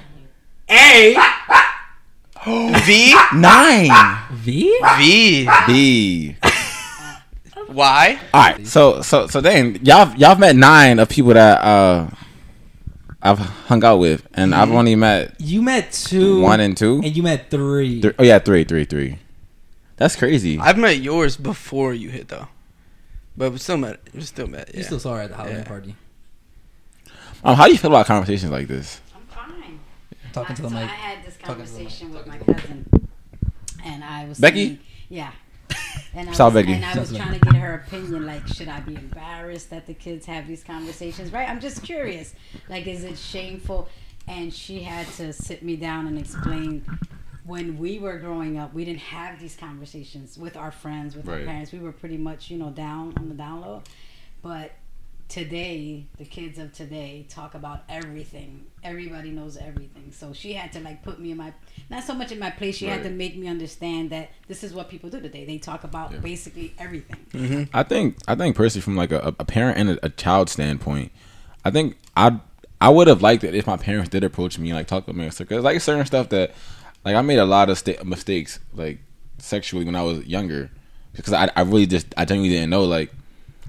Speaker 1: A,
Speaker 2: V,
Speaker 3: Nine.
Speaker 1: V.
Speaker 2: V,
Speaker 3: B.
Speaker 2: Y.
Speaker 3: All right. So, so, so then y'all y'all have met nine of people that uh I've hung out with, and I've only met
Speaker 1: You met two.
Speaker 3: one and two.
Speaker 1: and you met three.
Speaker 3: Three- Oh yeah, three, three, three. That's crazy.
Speaker 2: I've met yours before you hit though, but we still met. We still met.
Speaker 1: You
Speaker 2: Yeah.
Speaker 1: still saw her at the Halloween
Speaker 2: Yeah.
Speaker 1: party
Speaker 3: Um, how do you feel about conversations like this?
Speaker 4: I'm fine.
Speaker 1: talking to the
Speaker 4: I, so
Speaker 1: mic.
Speaker 4: I had this
Speaker 1: Talking to the mic.
Speaker 4: conversation with my
Speaker 1: Talking
Speaker 4: cousin, and I was
Speaker 3: Becky?
Speaker 4: saying- yeah. And I,
Speaker 3: Shout out
Speaker 4: was,
Speaker 3: Becky.
Speaker 4: and I
Speaker 1: Shout
Speaker 4: was
Speaker 1: out to
Speaker 4: trying to get her opinion. Like, should I be embarrassed that the kids have these conversations? Right? I'm just curious. Like, is it shameful? And she had to sit me down and explain when we were growing up, we didn't have these conversations with our friends, with our
Speaker 3: Right.
Speaker 4: parents. We were pretty much, you know, down on the down low. But today the kids of today talk about everything everybody knows everything so she had to like put me in my not so much in my place she had
Speaker 3: Right.
Speaker 4: to make me understand that this is what people do today they talk about
Speaker 3: Yeah.
Speaker 4: basically everything
Speaker 3: I think I think personally from like a, a parent and a, a child standpoint, I think I I would have liked it if my parents did approach me and like talk to me because like certain stuff that like I made a lot of sta- mistakes like sexually when I was younger because I I really just I genuinely didn't know like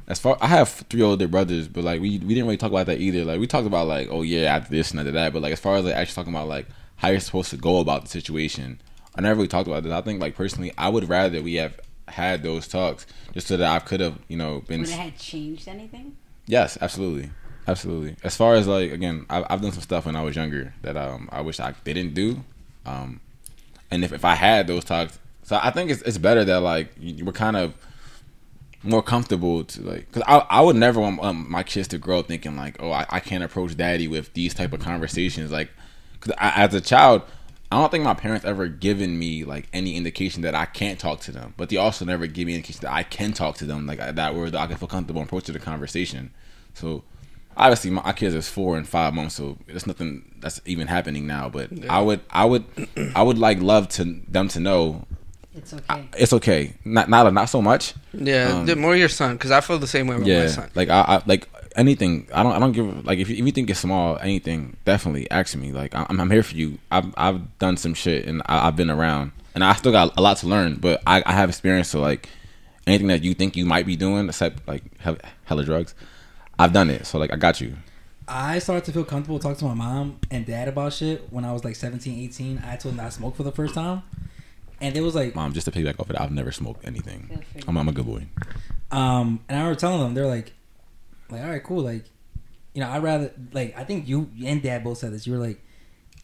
Speaker 3: as far I have three older brothers but like we we didn't really talk about that either like we talked about like oh yeah after this and after that but like as far as like actually talking about like how you're supposed to go about the situation I never really talked about this I think like personally I would rather we have had those talks just so that I could have you know been
Speaker 4: would it had changed anything
Speaker 3: Yes, absolutely. Absolutely. As far as like again, I, I've done some stuff when I was younger that um I wish I didn't do, um, and if, if I had those talks, so I think it's it's better that like you, you were kind of more comfortable to like because I, I would never want um, my kids to grow up thinking like oh I, I can't approach daddy with these type of conversations like because as a child I don't think my parents ever given me like any indication that I can't talk to them but they also never give me indication that I can talk to them like that where I can feel comfortable approaching the conversation so obviously my, my kids is four and five months so there's nothing that's even happening now but
Speaker 2: Yeah.
Speaker 3: I would I would I would like love to them to know
Speaker 4: It's okay.
Speaker 3: I, it's okay not not not so much
Speaker 2: Yeah,
Speaker 3: Um,
Speaker 2: the more your son, because I feel the same way with my son.
Speaker 3: like I, I like anything. I don't I don't give like if you, if you think it's small, anything definitely ask me. Like I- I'm I'm here for you. I've I've done some shit and I, I've been around and I still got a lot to learn, but I, I have experience. So like anything that you think you might be doing, except like hell, hella drugs, I've done it. So like I got you.
Speaker 1: I started to feel comfortable talking to my mom and dad about shit when I was like 17, 18. I told them I smoked for the first time. And they was like,
Speaker 3: Mom, just to piggyback off it, I've never smoked anything.
Speaker 4: Good for you.
Speaker 3: I'm, I'm a good boy.
Speaker 1: um, and I remember telling them, they're like, like, all right, cool. Like, you know, I'd rather, like, I think you and dad both said this. You were like,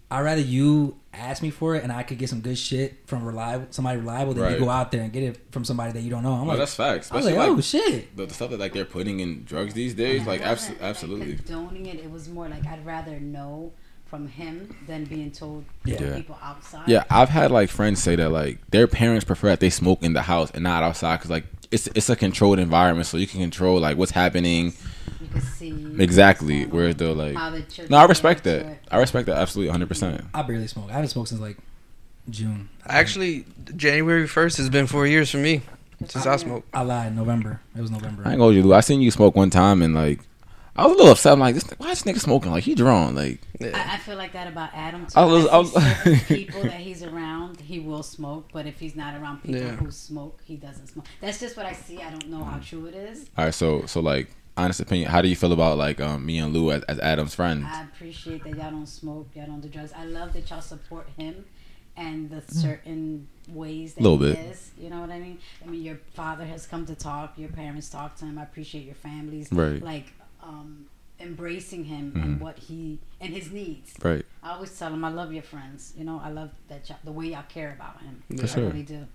Speaker 1: I'd rather you ask me for it and I could get some good shit from reliable, somebody reliable than
Speaker 3: Right.
Speaker 1: you go out there and get it from somebody that you don't know. I'm like,
Speaker 3: Oh, facts.
Speaker 1: I was like, oh shit.
Speaker 3: the, stuff that like they're putting in drugs these days,
Speaker 4: It wasn't, Like condoning it, it was more like I'd rather know from him than being told
Speaker 1: Yeah.
Speaker 4: from
Speaker 3: Yeah.
Speaker 4: people outside.
Speaker 3: Yeah, I've had like friends say that like their parents prefer that they smoke in the house and not outside because like it's it's a controlled environment, so you can control like what's happening
Speaker 4: you could see
Speaker 3: exactly.
Speaker 4: what's going
Speaker 3: Whereas
Speaker 4: on,
Speaker 3: they're like,
Speaker 4: how the children
Speaker 3: no, I respect
Speaker 4: react to
Speaker 3: that. I respect that absolutely, hundred percent.
Speaker 1: I barely smoke. I haven't smoked since like June.
Speaker 2: Actually, January first has been four years for me
Speaker 4: Good
Speaker 2: since
Speaker 4: for
Speaker 2: I
Speaker 4: you.
Speaker 2: smoked.
Speaker 1: I lied. November. It was November.
Speaker 3: I ain't gonna you, Lou. I seen you smoke one time and like I was a little upset. I'm like, this, why is this nigga smoking? Like he drawn. Like
Speaker 2: Yeah.
Speaker 4: I, I feel like that about Adam. Too.
Speaker 3: I was-
Speaker 4: I see
Speaker 3: I was-
Speaker 4: certain
Speaker 3: [laughs]
Speaker 4: people that he's around, he will smoke. But if he's not around people
Speaker 2: Yeah.
Speaker 4: who smoke, he doesn't smoke. That's just what I see. I don't know how true it is.
Speaker 3: all right, so so like honest opinion, how do you feel about like um, me and Lou as, as Adam's friends?
Speaker 1: Um,
Speaker 4: I appreciate that y'all don't smoke, y'all don't do drugs. I love that y'all support him and the certain ways that
Speaker 3: Little
Speaker 4: he
Speaker 3: bit.
Speaker 4: is. You know what I mean? I mean, your father has come to talk, your parents talk to him. I appreciate your families
Speaker 3: Right. Mm-hmm.
Speaker 4: like um, embracing him and what he and his needs.
Speaker 3: Right.
Speaker 4: I always tell him I love your friends. You know, I love that y'all, the way y'all care about him.
Speaker 3: For sure.
Speaker 4: I
Speaker 3: [laughs]
Speaker 4: really do.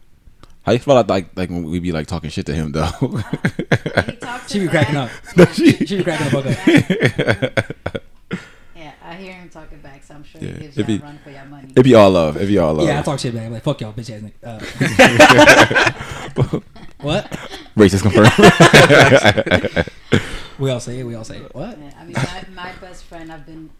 Speaker 3: How you feel about like like when we be like talking shit to
Speaker 1: [laughs]
Speaker 3: him though?
Speaker 4: He talks
Speaker 1: She
Speaker 4: to
Speaker 1: be cracking up. [laughs]
Speaker 4: Yeah,
Speaker 3: She-
Speaker 1: she be cracking the fuck up.
Speaker 4: back.
Speaker 1: [laughs]
Speaker 4: Yeah, I hear him talking back, so I'm sure
Speaker 3: Yeah,
Speaker 4: he gives
Speaker 3: if
Speaker 4: y'all
Speaker 3: he-
Speaker 4: a run for your money.
Speaker 3: It'd be all love. It'd be all love.
Speaker 1: Yeah, I talk shit back. I'm like, fuck y'all, bitch ass nigga. Uh,
Speaker 3: [laughs]
Speaker 1: what? [laughs]
Speaker 3: Racist confirmed.
Speaker 1: We all say it. We all say it. What?
Speaker 4: Yeah, I mean, my, my best friend, I've been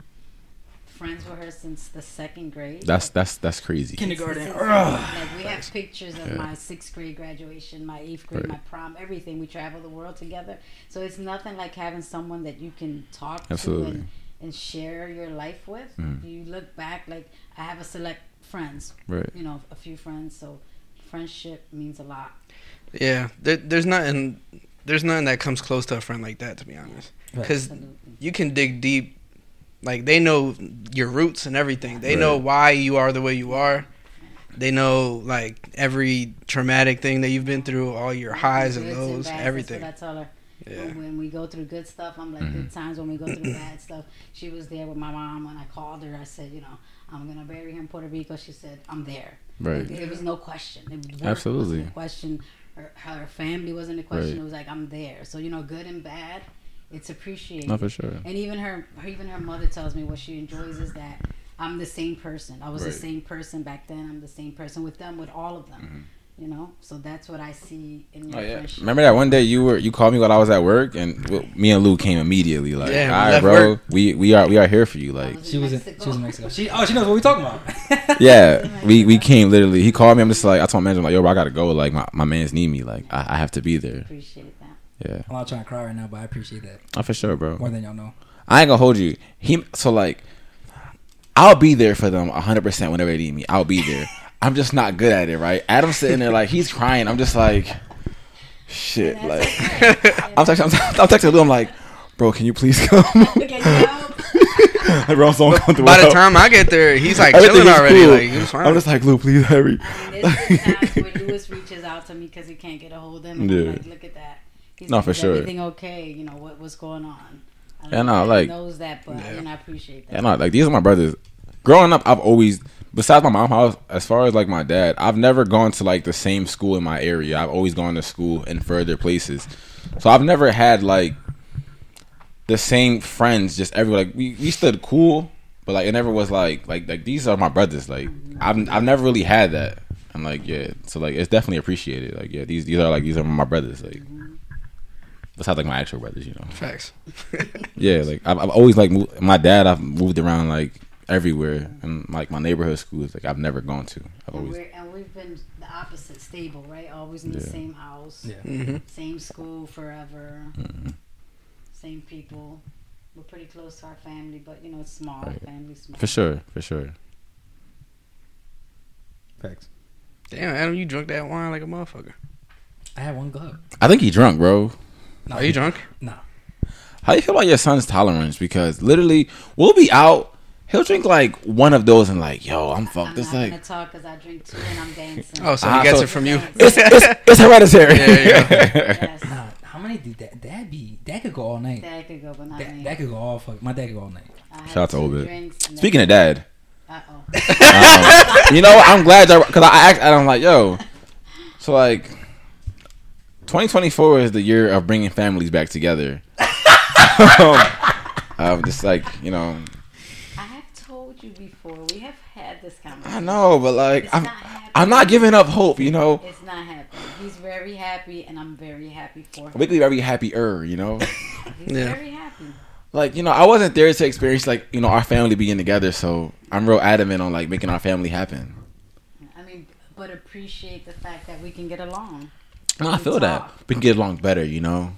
Speaker 4: friends with her since the second grade.
Speaker 3: [laughs] that's that's that's crazy.
Speaker 1: Kindergarten.
Speaker 4: Since-
Speaker 1: Ugh.
Speaker 4: like, we have pictures of my sixth grade graduation, my eighth grade,
Speaker 3: Right.
Speaker 4: my prom, everything. We travel the world together. So it's nothing like having someone that you can talk to
Speaker 3: Absolutely. Mm.
Speaker 4: and, and share your life with. You look back, like, I have a select friends,
Speaker 3: Right.
Speaker 4: you know, a few friends. So friendship means a lot.
Speaker 2: Yeah, there, there's nothing, there's nothing that comes close to a friend like that, to be honest.
Speaker 1: Right.
Speaker 2: Because
Speaker 4: Absolutely.
Speaker 2: you can dig deep, like they know your roots and everything. They
Speaker 3: Right.
Speaker 2: know why you are the way you are. They know like every traumatic thing that you've been through, all your highs and
Speaker 4: Goods and
Speaker 2: lows,
Speaker 4: bads, that's
Speaker 2: everything.
Speaker 4: what I tell her.
Speaker 2: Yeah, [laughs]
Speaker 4: when we go through good stuff, I'm like
Speaker 3: Mm-hmm.
Speaker 4: good times. When we
Speaker 3: [coughs]
Speaker 4: go through bad stuff, she was there with my mom. When I called her, I said, you know, I'm gonna bury him in Puerto Rico. She said, I'm there.
Speaker 3: Right.
Speaker 4: There was no question. It worked
Speaker 3: Absolutely.
Speaker 4: Wasn't a question. Her, her family wasn't a question.
Speaker 3: Right.
Speaker 4: It was like I'm there. So you know, good and bad, it's appreciated.
Speaker 3: Not for sure.
Speaker 4: And even her, even her mother tells me what she enjoys is that I'm the same person. I was
Speaker 3: Right.
Speaker 4: the same person back then. I'm the same person with them, with all of them. You know, so that's what I see in your friendship.
Speaker 3: Mm-hmm. Remember that one day you were you called me while I was at work and w me and Lou came immediately like,
Speaker 2: Yeah, we
Speaker 3: all right,
Speaker 2: left
Speaker 3: bro,
Speaker 2: work.
Speaker 3: we we are we are here for you. Like,
Speaker 1: She was in. She was in Mexico. She. Oh, she knows what we talking about. [laughs]
Speaker 4: [laughs]
Speaker 3: yeah, we we came literally. He called me. I'm just like, I told my manager, I'm like, yo, bro, I gotta go. Like, my, my man's need me. Like, I, I have to be there.
Speaker 4: Appreciate that.
Speaker 3: Yeah,
Speaker 1: I'm not trying to cry right now, but I appreciate that
Speaker 2: Oh,
Speaker 3: not for sure, bro.
Speaker 1: more than y'all know.
Speaker 3: I ain't gonna hold you. He so like I'll be there for them hundred percent whenever they need me. I'll be there. I'm just not good at it, right? Adam's sitting there like he's crying. I'm just like shit. Like [laughs] I'm texting, I'm, I'm texting Lou. I'm like, bro, can you please come?
Speaker 4: Okay, you know,
Speaker 3: Like, [laughs] bro, I'm so uncomfortable.
Speaker 2: by the time I get there, he's like
Speaker 3: Everything
Speaker 2: chilling
Speaker 3: is
Speaker 2: already.
Speaker 3: cool.
Speaker 2: Like it's fine.
Speaker 3: I'm just like Lou, please hurry.
Speaker 4: I mean, there's been times where Lewis reaches out to me because he can't get a hold of him. And
Speaker 3: Yeah.
Speaker 4: I'm like, look at that. He's
Speaker 3: No,
Speaker 4: like,
Speaker 3: for
Speaker 4: "Is
Speaker 3: sure.
Speaker 4: Everything okay? You know what what's going on? I
Speaker 3: Yeah, no,
Speaker 4: everybody
Speaker 3: like-
Speaker 4: knows that, but
Speaker 2: Yeah.
Speaker 4: you know, I appreciate that.
Speaker 3: And I, like these are my brothers. Growing up, I've always, besides my mom house, as far as like my dad, I've never gone to like the same school in my area. I've always gone to school in further places, so I've never had like the same friends. Just everywhere. Like we, we stood cool, but like it never was like like like these are my brothers. Like I've I've never really had that. I'm like yeah, so like it's definitely appreciated. Like yeah, these these are like these are my brothers. Like besides like my actual brothers, you know.
Speaker 2: Facts. [laughs]
Speaker 3: Yeah, like I've, I've always like moved, my dad. I've moved around like everywhere, and like my neighborhood schools, like I've never gone to. I've
Speaker 4: and,
Speaker 3: always
Speaker 4: we're, and we've been the opposite stable, right? Always in the
Speaker 3: Yeah.
Speaker 4: same house,
Speaker 1: Yeah.
Speaker 2: hmm
Speaker 4: same school forever,
Speaker 3: Mm-hmm.
Speaker 4: same people. We're pretty close to our family, but you know it's small.
Speaker 3: Right.
Speaker 4: Family small.
Speaker 3: for sure, for sure.
Speaker 1: Facts.
Speaker 2: Damn, Adam, you drunk that wine like a motherfucker.
Speaker 1: I had one glove.
Speaker 3: I think he drunk, bro.
Speaker 1: No,
Speaker 2: Are you drunk?
Speaker 1: No.
Speaker 3: How you feel about your son's tolerance? Because literally, we'll be out. He'll drink like one of those and like, yo, I'm
Speaker 4: I'm
Speaker 3: fucked.
Speaker 4: not
Speaker 3: It's like
Speaker 4: gonna talk because I drink too and I'm dancing.
Speaker 2: Oh, so
Speaker 3: Ah,
Speaker 2: he gets
Speaker 3: so-
Speaker 2: it from you.
Speaker 3: [laughs] it's it's, it's hereditary.
Speaker 2: Yeah,
Speaker 4: yes,
Speaker 1: No. How many did that? That be that could go all night.
Speaker 4: that could go, but not
Speaker 1: That,
Speaker 4: me.
Speaker 1: that could go all fuck. My dad could go all night.
Speaker 3: Shout out to Obed. [laughs] Speaking
Speaker 4: Speaking.
Speaker 3: of dad,
Speaker 4: Uh oh.
Speaker 3: you know, what? I'm glad y'all because I asked Adam like, yo, so like, 2024 is the year of bringing families back together. [laughs] I'm just like, you know,
Speaker 4: I have told you before. We have had this conversation.
Speaker 3: I know, but like,
Speaker 4: It's
Speaker 3: I'm,
Speaker 4: not happening.
Speaker 3: I'm not giving up hope. You know,
Speaker 4: It's not happening. He's very happy, and I'm very happy for him.
Speaker 3: we could be very happier. Er, You know,
Speaker 4: He's
Speaker 2: Yeah.
Speaker 4: very happy.
Speaker 3: like, you know, I wasn't there to experience like, you know, our family being together. So I'm real adamant on like making our family happen.
Speaker 4: I mean, but appreciate the fact that we can get along.
Speaker 3: No, I feel that we can get along better. You know,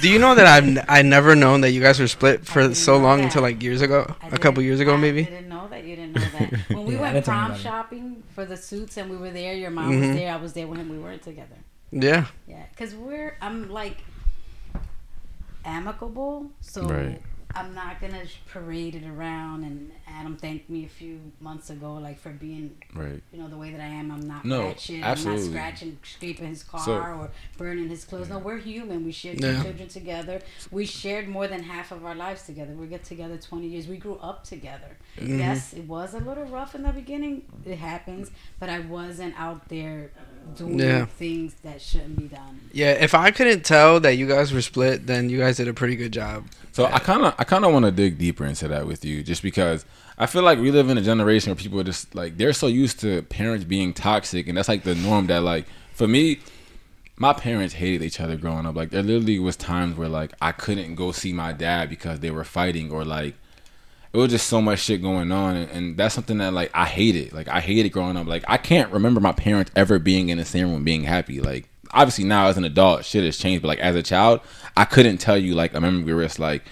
Speaker 2: Do you know that I've n- I never known that you guys were split for
Speaker 4: didn't
Speaker 2: so
Speaker 4: know
Speaker 2: long
Speaker 4: that.
Speaker 2: until like years ago,
Speaker 4: I
Speaker 2: a couple
Speaker 4: didn't-
Speaker 2: years ago
Speaker 4: I
Speaker 2: maybe.
Speaker 4: didn't know that. You didn't know
Speaker 3: [laughs]
Speaker 4: that. When we
Speaker 1: Yeah, I
Speaker 4: went
Speaker 1: didn't tell
Speaker 4: prom
Speaker 1: anybody.
Speaker 4: shopping for the suits, and we were there. Your mom
Speaker 3: Mm-hmm.
Speaker 2: Mhm.
Speaker 4: was there. I was there when we were together.
Speaker 2: Yeah.
Speaker 4: Yeah, because we're I'm like amicable, so
Speaker 3: Right.
Speaker 4: I'm not gonna sh- parade it around. And Adam thanked me a few months ago, like for being
Speaker 3: right?
Speaker 4: you know the way that I am. I'm not
Speaker 3: No,
Speaker 4: ratchet.
Speaker 3: absolutely.
Speaker 4: I'm not scratching, scraping his car
Speaker 3: So-
Speaker 4: or burning his clothes. No, we're human. We shared
Speaker 2: Yeah.
Speaker 4: two children together. We shared more than half of our lives together. We get together 20 years. We grew up together.
Speaker 3: Mm-hmm.
Speaker 4: Yes, it was a little rough in the beginning. It happens, but I wasn't out there doing
Speaker 2: Yeah.
Speaker 4: things that shouldn't be done.
Speaker 2: Yeah, if I couldn't tell that you guys were split, then you guys did a pretty good job.
Speaker 3: So I kind of I kind of want to dig deeper into that with you, just because I feel like we live in a generation where people are just like they're so used to parents being toxic, and that's like the norm. That like for me, my parents hated each other growing up. Like there literally was times where like I couldn't go see my dad because they were fighting, or like it was just so much shit going on, and, and that's something that like I hated. Like I hated growing up. Like I can't remember my parents ever being in the same room being happy. Like obviously now as an adult, shit has changed, but like as a child, I couldn't tell you like I remember where it's like,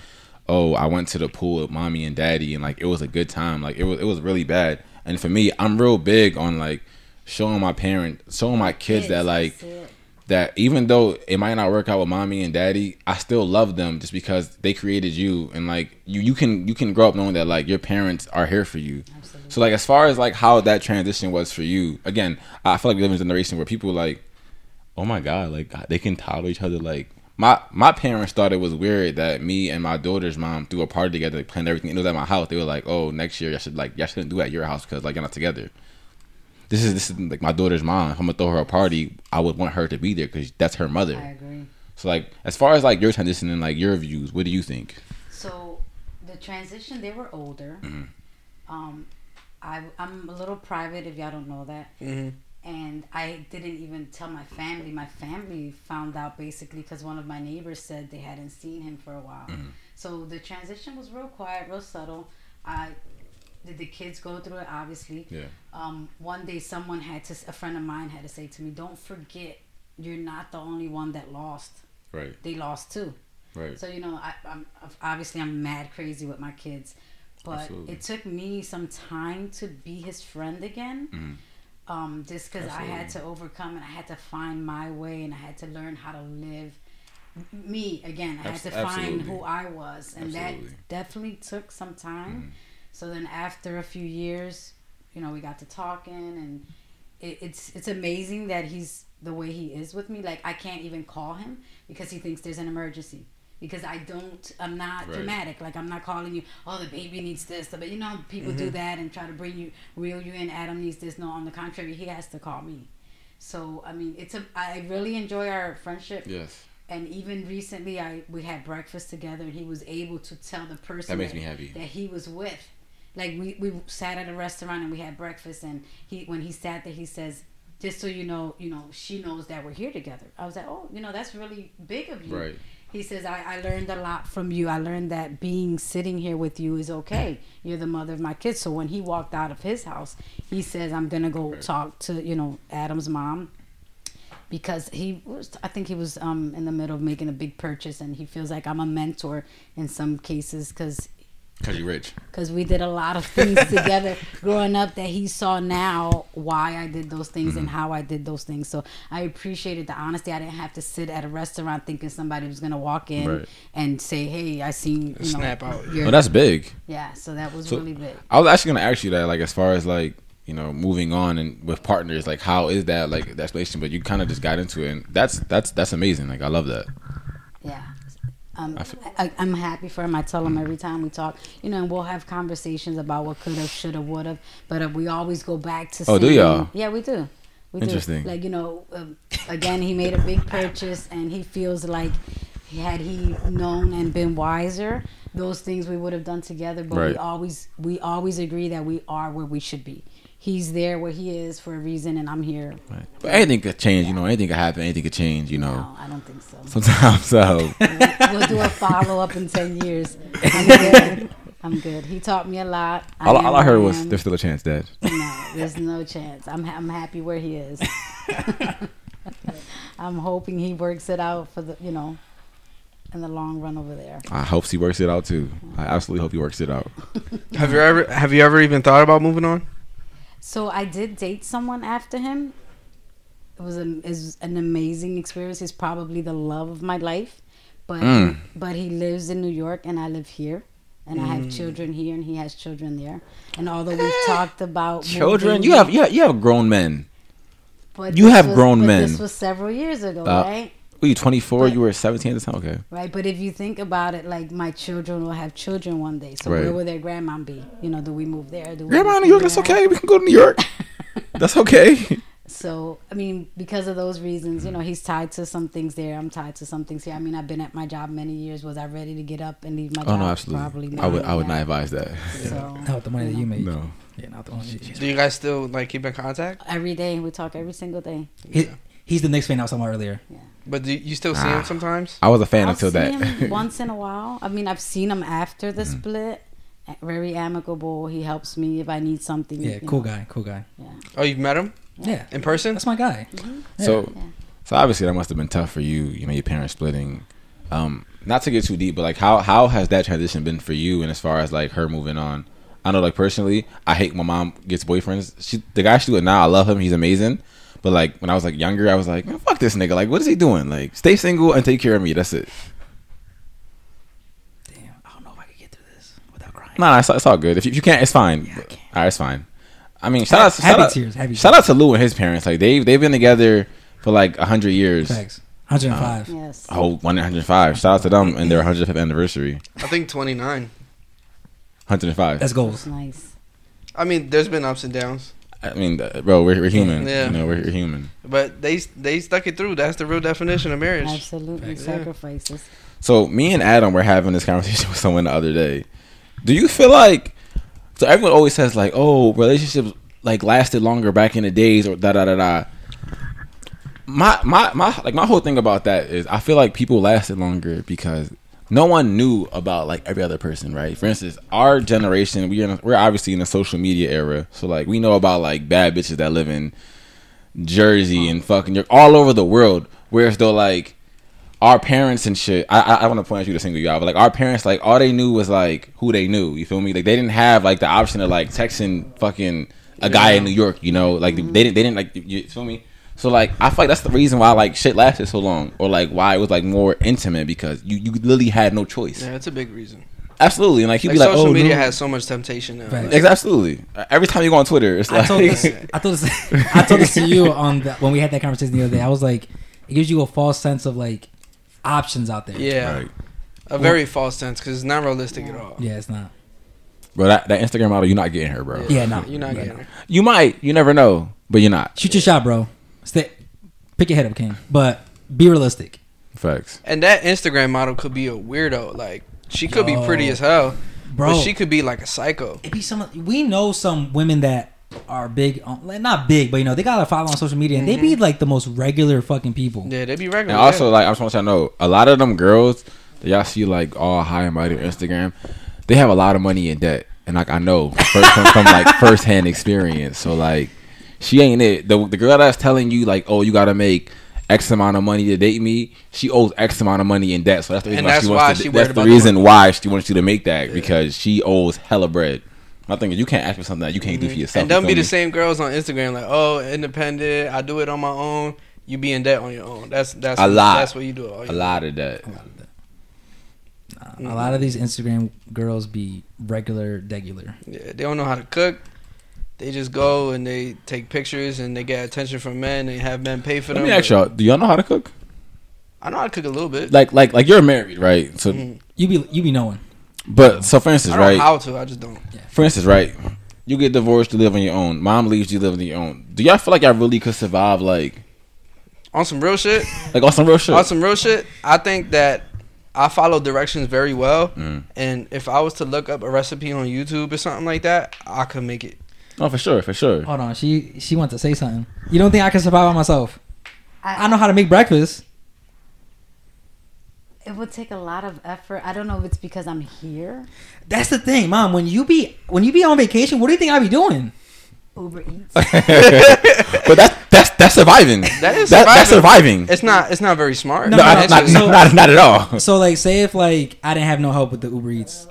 Speaker 3: oh, I went to the pool with mommy and daddy, and like it was a good time. Like it was it was really bad. And for me, I'm real big on like showing my parents, showing my kids that
Speaker 4: Yes,
Speaker 3: like
Speaker 4: that's it.
Speaker 3: that even though it might not work out with mommy and daddy, I still love them just because they created you and like you you can you can grow up knowing that like your parents are here for you.
Speaker 4: Absolutely.
Speaker 3: So like as far as like how that transition was for you, again, I feel like we live in a generation where people like, oh my god, like God, they can tolerate each other. Like my my parents thought it was weird that me and my daughter's mom threw a party together, like, planned everything. It was at my house. They were like, oh, next year I should like y'all shouldn't do it at your house because like you're not together this is this is like my daughter's mom. If I'm gonna throw her a party, I would want her to be there because that's her
Speaker 4: I
Speaker 3: mother.
Speaker 4: agree.
Speaker 3: So like, as far as like your transition and like your views, what do you think?
Speaker 4: So the transition, they were older. Um, I, I'm a little private if y'all don't know that. And I didn't even tell my family. My family found out basically because one of my neighbors said they hadn't seen him for a while. So the transition was real quiet, real subtle. I did the kids go through it, obviously.
Speaker 3: Yeah.
Speaker 4: Um, one day, someone had to, a friend of mine had to say to me, Don't forget, you're not the only one that lost.
Speaker 3: Right.
Speaker 4: They lost too.
Speaker 3: Right.
Speaker 4: So you know, I, I'm obviously I'm mad crazy with my kids, but
Speaker 3: Absolutely.
Speaker 4: it took me some time to be his friend again.
Speaker 3: Mm-hmm.
Speaker 4: Um, just because I had to overcome and I had to find my way and I had to learn how to live m- me again. I had
Speaker 3: Abs-
Speaker 4: to find
Speaker 3: absolutely.
Speaker 4: who I was, and
Speaker 3: Absolutely. Mm-hmm.
Speaker 4: that definitely took some time. So then after a few years, you know, we got to talking, and it, it's it's amazing that he's the way he is with me. Like I can't even call him because he thinks there's an emergency. because I don't. I'm not
Speaker 3: Right.
Speaker 4: dramatic. Like I'm not calling you. Oh, the baby needs this. But you know, how people do
Speaker 3: Mm-hmm.
Speaker 4: that and try to bring you, reel you in. Adam needs this. No, on the contrary, he has to call me. So I mean, it's a. I really enjoy our friendship.
Speaker 3: Yes,
Speaker 4: And even recently, I we had breakfast together, and he was able to tell the person
Speaker 3: that makes me happy.
Speaker 4: that he was with. Like we, we sat at a restaurant and we had breakfast and he when he sat there he says, Just so you know, you know, she knows that we're here together. I was like, Oh, you know, that's really big of you.
Speaker 3: Right.
Speaker 4: He says, I, I learned a lot from you. I learned that being sitting here with you is okay. You're the mother of my kids. So when he walked out of his house, he says, I'm gonna go
Speaker 3: Right.
Speaker 4: talk to, you know, Adam's mom because he was I think he was um, in the middle of making a big purchase and he feels like I'm a mentor in some cases because
Speaker 3: Cause you rich.
Speaker 4: because we did a lot of
Speaker 3: [laughs]
Speaker 4: things together growing up that he saw now why I did those things
Speaker 3: Mm-hmm.
Speaker 4: and how I did those things. So I appreciated the honesty. I didn't have to sit at a restaurant thinking somebody was gonna walk in
Speaker 3: Right.
Speaker 4: and say, "Hey, I seen you
Speaker 2: Snap
Speaker 4: know,
Speaker 2: out.
Speaker 4: your-"
Speaker 3: Well, Oh, that's big.
Speaker 4: yeah." So that was
Speaker 3: So-
Speaker 4: really big.
Speaker 3: I was actually gonna ask you that, like, as far as like you know, moving on and with partners, like, how is that like that relationship? But you kind of just got into it, and that's that's that's amazing. Like, I love that.
Speaker 4: Yeah. Um,
Speaker 3: I f-
Speaker 4: I, I'm happy for him. I tell him every time we talk, you know, and we'll have conversations about what could have, should have, would have, but uh, we always go back to.
Speaker 3: Oh, do
Speaker 4: saying-
Speaker 3: y'all?
Speaker 4: Yeah, we do. We
Speaker 3: Interesting.
Speaker 4: Do. Like you know, um, again, he made a big purchase, and he feels like had he known and been wiser, those things we would have done together. But we
Speaker 3: Right.
Speaker 4: always we always agree that we are where we should be. He's there where he is for a reason, and I'm here.
Speaker 3: But anything could change, you know. Anything could happen. Anything could change, you know.
Speaker 4: No, I don't think so.
Speaker 3: Sometimes, [laughs] so
Speaker 4: we'll do a follow up in ten years.
Speaker 3: [laughs]
Speaker 4: I'm good. I'm good. He taught me a lot. I
Speaker 3: all,
Speaker 4: am
Speaker 3: all I
Speaker 4: where
Speaker 3: heard was
Speaker 4: am.
Speaker 3: there's still a chance, Dad.
Speaker 4: no, there's no chance. I'm ha- I'm happy where
Speaker 3: [laughs]
Speaker 4: he is. [laughs] I'm hoping he works it out for the you know, in the long run over there.
Speaker 3: I hope he works it out too. I absolutely hope he works it out.
Speaker 2: Have you ever have you ever even thought about moving on?
Speaker 4: So I did date someone after him. It was, a, it was an amazing experience. He's probably the love of my life, but
Speaker 3: Mm.
Speaker 4: but he lives in New York and I live here, and I have children here and he has children there. And although we've talked about
Speaker 3: Eh. Children,
Speaker 4: moving-
Speaker 3: you have you have, you have grown men.
Speaker 4: but
Speaker 3: you
Speaker 4: this
Speaker 3: have
Speaker 4: was-
Speaker 3: grown
Speaker 4: but
Speaker 3: men.
Speaker 4: This was several years ago,
Speaker 3: Uh,
Speaker 4: right?
Speaker 3: Were you 24?
Speaker 4: But-
Speaker 3: you were 17 at the time. Okay,
Speaker 4: Right, but if you think about it, like my children will have children one day. So where
Speaker 3: Right.
Speaker 4: will their grandma be? You know, do we move there? Do we
Speaker 3: grandma
Speaker 4: move
Speaker 3: in New York. That's
Speaker 4: here?
Speaker 3: okay. We can go to New
Speaker 4: [laughs]
Speaker 3: York. that's okay.
Speaker 4: So, I mean, because of those reasons, you know, he's tied to some things there. I'm tied to some things here. I mean, I've been at my job many years. Was I ready to get up and leave my
Speaker 3: Oh
Speaker 4: job?
Speaker 3: no,
Speaker 4: Probably
Speaker 3: absolutely.
Speaker 4: not.
Speaker 3: I would I would not advise that.
Speaker 4: So,
Speaker 1: Not with the money that you make.
Speaker 3: No.
Speaker 1: Yeah, not the money. that you
Speaker 2: Do you guys still like keep in contact?
Speaker 4: every day we talk every single day.
Speaker 1: make. He, he's the next man I was talking about earlier.
Speaker 2: But do you still see him sometimes?
Speaker 3: I was a fan
Speaker 4: I'll
Speaker 3: until
Speaker 4: see
Speaker 3: that. [laughs] Mm-hmm.
Speaker 4: him once in a while. I mean, I've seen him after the split. Very amicable. He helps me if I need something.
Speaker 1: Yeah,
Speaker 4: you
Speaker 1: cool
Speaker 4: know.
Speaker 1: guy, cool guy.
Speaker 2: Oh, you've met him
Speaker 1: Yeah,
Speaker 2: in person?
Speaker 1: that's my guy.
Speaker 3: So,
Speaker 4: Yeah.
Speaker 3: so obviously that must have been tough for you. You know, your parents splitting. Um, not to get too deep, but like, how how has that transition been for you? And as far as like her moving on, I know like personally, I hate when my mom gets boyfriends. She the guy she with now, I love him. He's amazing. But like when I was like younger, I was like, man, fuck this nigga. Like, what is he doing? Like, stay single and take care of me. That's it.
Speaker 1: Damn, I don't know if I could get through this without crying.
Speaker 3: Nah, nah it's, it's all good. If you, if you can't, it's fine.
Speaker 1: Yeah, I can.
Speaker 3: All right, it's fine. I mean, shout out,
Speaker 1: happy
Speaker 3: shout out,
Speaker 1: tears, happy
Speaker 3: shout out to Lou and his parents. Like they they've been together for like hundred years.
Speaker 1: Facts. 105.
Speaker 4: Yes.
Speaker 3: Oh, 105. Shout out to them and their 105th anniversary.
Speaker 2: I think 29.
Speaker 3: 105.
Speaker 1: That's goals.
Speaker 4: That's nice.
Speaker 2: I mean, there's been ups and downs,
Speaker 3: I mean, uh, bro, we're, we're human.
Speaker 2: Yeah.
Speaker 3: You know, we're, we're human.
Speaker 2: but they they stuck it through. That's the real definition of marriage.
Speaker 4: Absolutely.
Speaker 1: Facts.
Speaker 2: Yeah.
Speaker 4: Sacrifices.
Speaker 3: So me and Adam were having this conversation [laughs] with someone the other day. Do you feel like? So everyone always says like, oh, relationships like lasted longer back in the days or da da da da. My my my like my whole thing about that is I feel like people lasted longer because no one knew about like every other person, right? For instance, our generation we are we're obviously in the social media era, so like we know about like bad bitches that live in Jersey and fucking York, all over the world. Whereas though like our parents and shit. I I, I want to point at you to single you out, but like our parents, like all they knew was like who they knew. You feel me? Like they didn't have like the option of like texting fucking a guy in New York. You know, like they didn't they didn't like you, you feel me? So like I feel like that's the reason why like shit lasted so long, or like why it was like more intimate because you you literally had no choice.
Speaker 2: Yeah, it's a big reason.
Speaker 3: Absolutely, and like you'd
Speaker 2: Like,
Speaker 3: be like,
Speaker 2: social
Speaker 3: oh,
Speaker 2: media
Speaker 3: no.
Speaker 2: has so much temptation now.
Speaker 1: Facts.
Speaker 2: Like,
Speaker 3: Ex- absolutely. Uh, Every time you go on Twitter, it's
Speaker 1: I
Speaker 3: like
Speaker 1: told this.
Speaker 3: [laughs]
Speaker 1: I told this. I told this to you on the, when we had that conversation the other day. I was like, it gives you a false sense of like options out there.
Speaker 2: yeah.
Speaker 3: Right.
Speaker 2: A very false sense because it's not realistic at
Speaker 4: Yeah.
Speaker 2: all.
Speaker 1: Yeah, it's not.
Speaker 3: But that, that Instagram model, you're not getting her, bro.
Speaker 1: Yeah, no.
Speaker 2: You're not
Speaker 1: Yeah.
Speaker 2: getting it.
Speaker 3: You might, you never know, but you're not.
Speaker 1: Shoot your shot, bro. Stay, pick your head up, King. But be realistic.
Speaker 3: Facts.
Speaker 2: And that Instagram model could be a weirdo. Like she could
Speaker 1: Yo.
Speaker 2: be pretty as hell,
Speaker 1: Bro,
Speaker 2: but she could be like a psycho.
Speaker 1: it be some. We know some women that are big, on, like, not big, but you know they got a follow on social media, and they be like the most regular fucking people.
Speaker 2: Yeah, they be
Speaker 3: And
Speaker 2: regular.
Speaker 3: also,
Speaker 2: yeah.
Speaker 3: like, I just want y'all to know, a lot of them girls that y'all see, like, all high and mighty on Instagram, they have a lot of money in debt. And, like, I know first, from,
Speaker 2: [laughs]
Speaker 3: from, like, firsthand experience. So, like, she ain't it. The, the girl that's telling you, like, oh, you got to make X amount of money to date me, she owes X amount of money in debt. So that's the reason
Speaker 2: And
Speaker 3: why
Speaker 2: that's
Speaker 3: she
Speaker 2: why
Speaker 3: wants
Speaker 2: she
Speaker 3: to,
Speaker 2: worried
Speaker 3: that's the
Speaker 2: about the
Speaker 3: reason why she wants you to make that because she owes hella bread. My thing is, you can't ask for something that you can't
Speaker 1: Mm-hmm.
Speaker 3: do for yourself.
Speaker 2: Mm-hmm. and don't
Speaker 3: you
Speaker 2: be
Speaker 3: feel
Speaker 2: the
Speaker 3: me?
Speaker 2: same girls on Instagram. Like, oh, independent. I do it on my own. You be in debt on your own. That's that's
Speaker 3: A lot.
Speaker 2: That's what you do. All
Speaker 3: A lot of that.
Speaker 1: A lot of these Instagram girls be regular, regular.
Speaker 2: Yeah, they don't know how to cook. They just go and they take pictures and they get attention from men. They have men pay for
Speaker 3: Let
Speaker 2: them.
Speaker 3: me ask y'all, do y'all know how to cook?
Speaker 2: I know how to cook a little bit.
Speaker 3: Like, like, like you're married, right? So
Speaker 2: Mhm.
Speaker 1: You be you be knowing.
Speaker 3: But so, for
Speaker 2: I
Speaker 3: instance,
Speaker 2: don't
Speaker 3: right?
Speaker 2: know how to. I just don't.
Speaker 3: for instance, right? You get divorced, you live on your own. Mom leaves, you live on your own. Do y'all feel like y'all really could survive, like,
Speaker 2: On some real shit.
Speaker 3: like on some real shit?
Speaker 2: On some real shit. I think that I follow directions very well.
Speaker 3: Mm.
Speaker 2: And if I was to look up a recipe on YouTube or something like that, I could make it.
Speaker 3: No, Oh, for sure, for sure.
Speaker 1: Hold on, she she wants to say something. You don't think I can survive by myself? I
Speaker 4: I,
Speaker 1: know how to make breakfast.
Speaker 4: it would take a lot of effort. I don't know if it's because I'm here,
Speaker 1: That's the thing, mom. When you be when you be on vacation, what do you think I be doing?
Speaker 4: Uber Eats.
Speaker 3: but that's that's that's surviving.
Speaker 2: That is
Speaker 3: That- that's
Speaker 2: surviving.
Speaker 3: surviving.
Speaker 2: It's not. It's not very smart.
Speaker 1: No,
Speaker 3: No,
Speaker 1: no,
Speaker 3: I-
Speaker 1: no,
Speaker 2: It's
Speaker 3: not,
Speaker 2: just-
Speaker 1: no.
Speaker 3: not, not, not at all.
Speaker 1: So like, say if like I didn't have no help with the Uber Eats.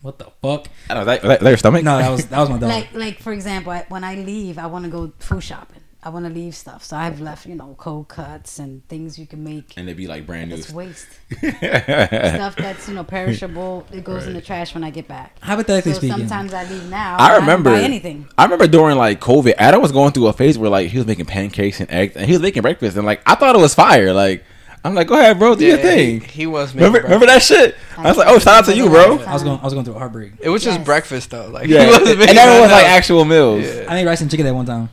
Speaker 1: What the fuck?
Speaker 3: I don't know, is that, is that your stomach?
Speaker 1: No, that was that was my dog.
Speaker 4: [laughs] like like for example I, when i leave i want to go food shopping i want to leave stuff so i've left you know cold cuts and things you can make
Speaker 3: And it'd be like brand new.
Speaker 4: that's
Speaker 3: [laughs]
Speaker 4: waste stuff that's you know perishable it goes in the trash when i get back
Speaker 1: Hypothetically
Speaker 4: so
Speaker 1: speaking,
Speaker 4: sometimes i leave now and
Speaker 3: I
Speaker 4: don't
Speaker 3: remember.
Speaker 4: buy anything
Speaker 3: I remember during like COVID, Adam was going through a phase where like he was making pancakes and eggs, and he was making breakfast, and like I thought it was fire. Like I'm like, go ahead, bro, do your
Speaker 2: Yeah,
Speaker 3: thing.
Speaker 2: He, he was. making
Speaker 3: Remember, remember that shit? I was like, oh, shout out to you, bro.
Speaker 1: I was going I was going through a heartbreak.
Speaker 2: It was just
Speaker 4: Yes.
Speaker 2: breakfast though. Like
Speaker 3: Yeah,
Speaker 2: he wasn't
Speaker 3: and
Speaker 2: making
Speaker 3: everyone was
Speaker 2: nothing
Speaker 3: like
Speaker 2: else.
Speaker 3: actual meals.
Speaker 1: I made rice and chicken that one time.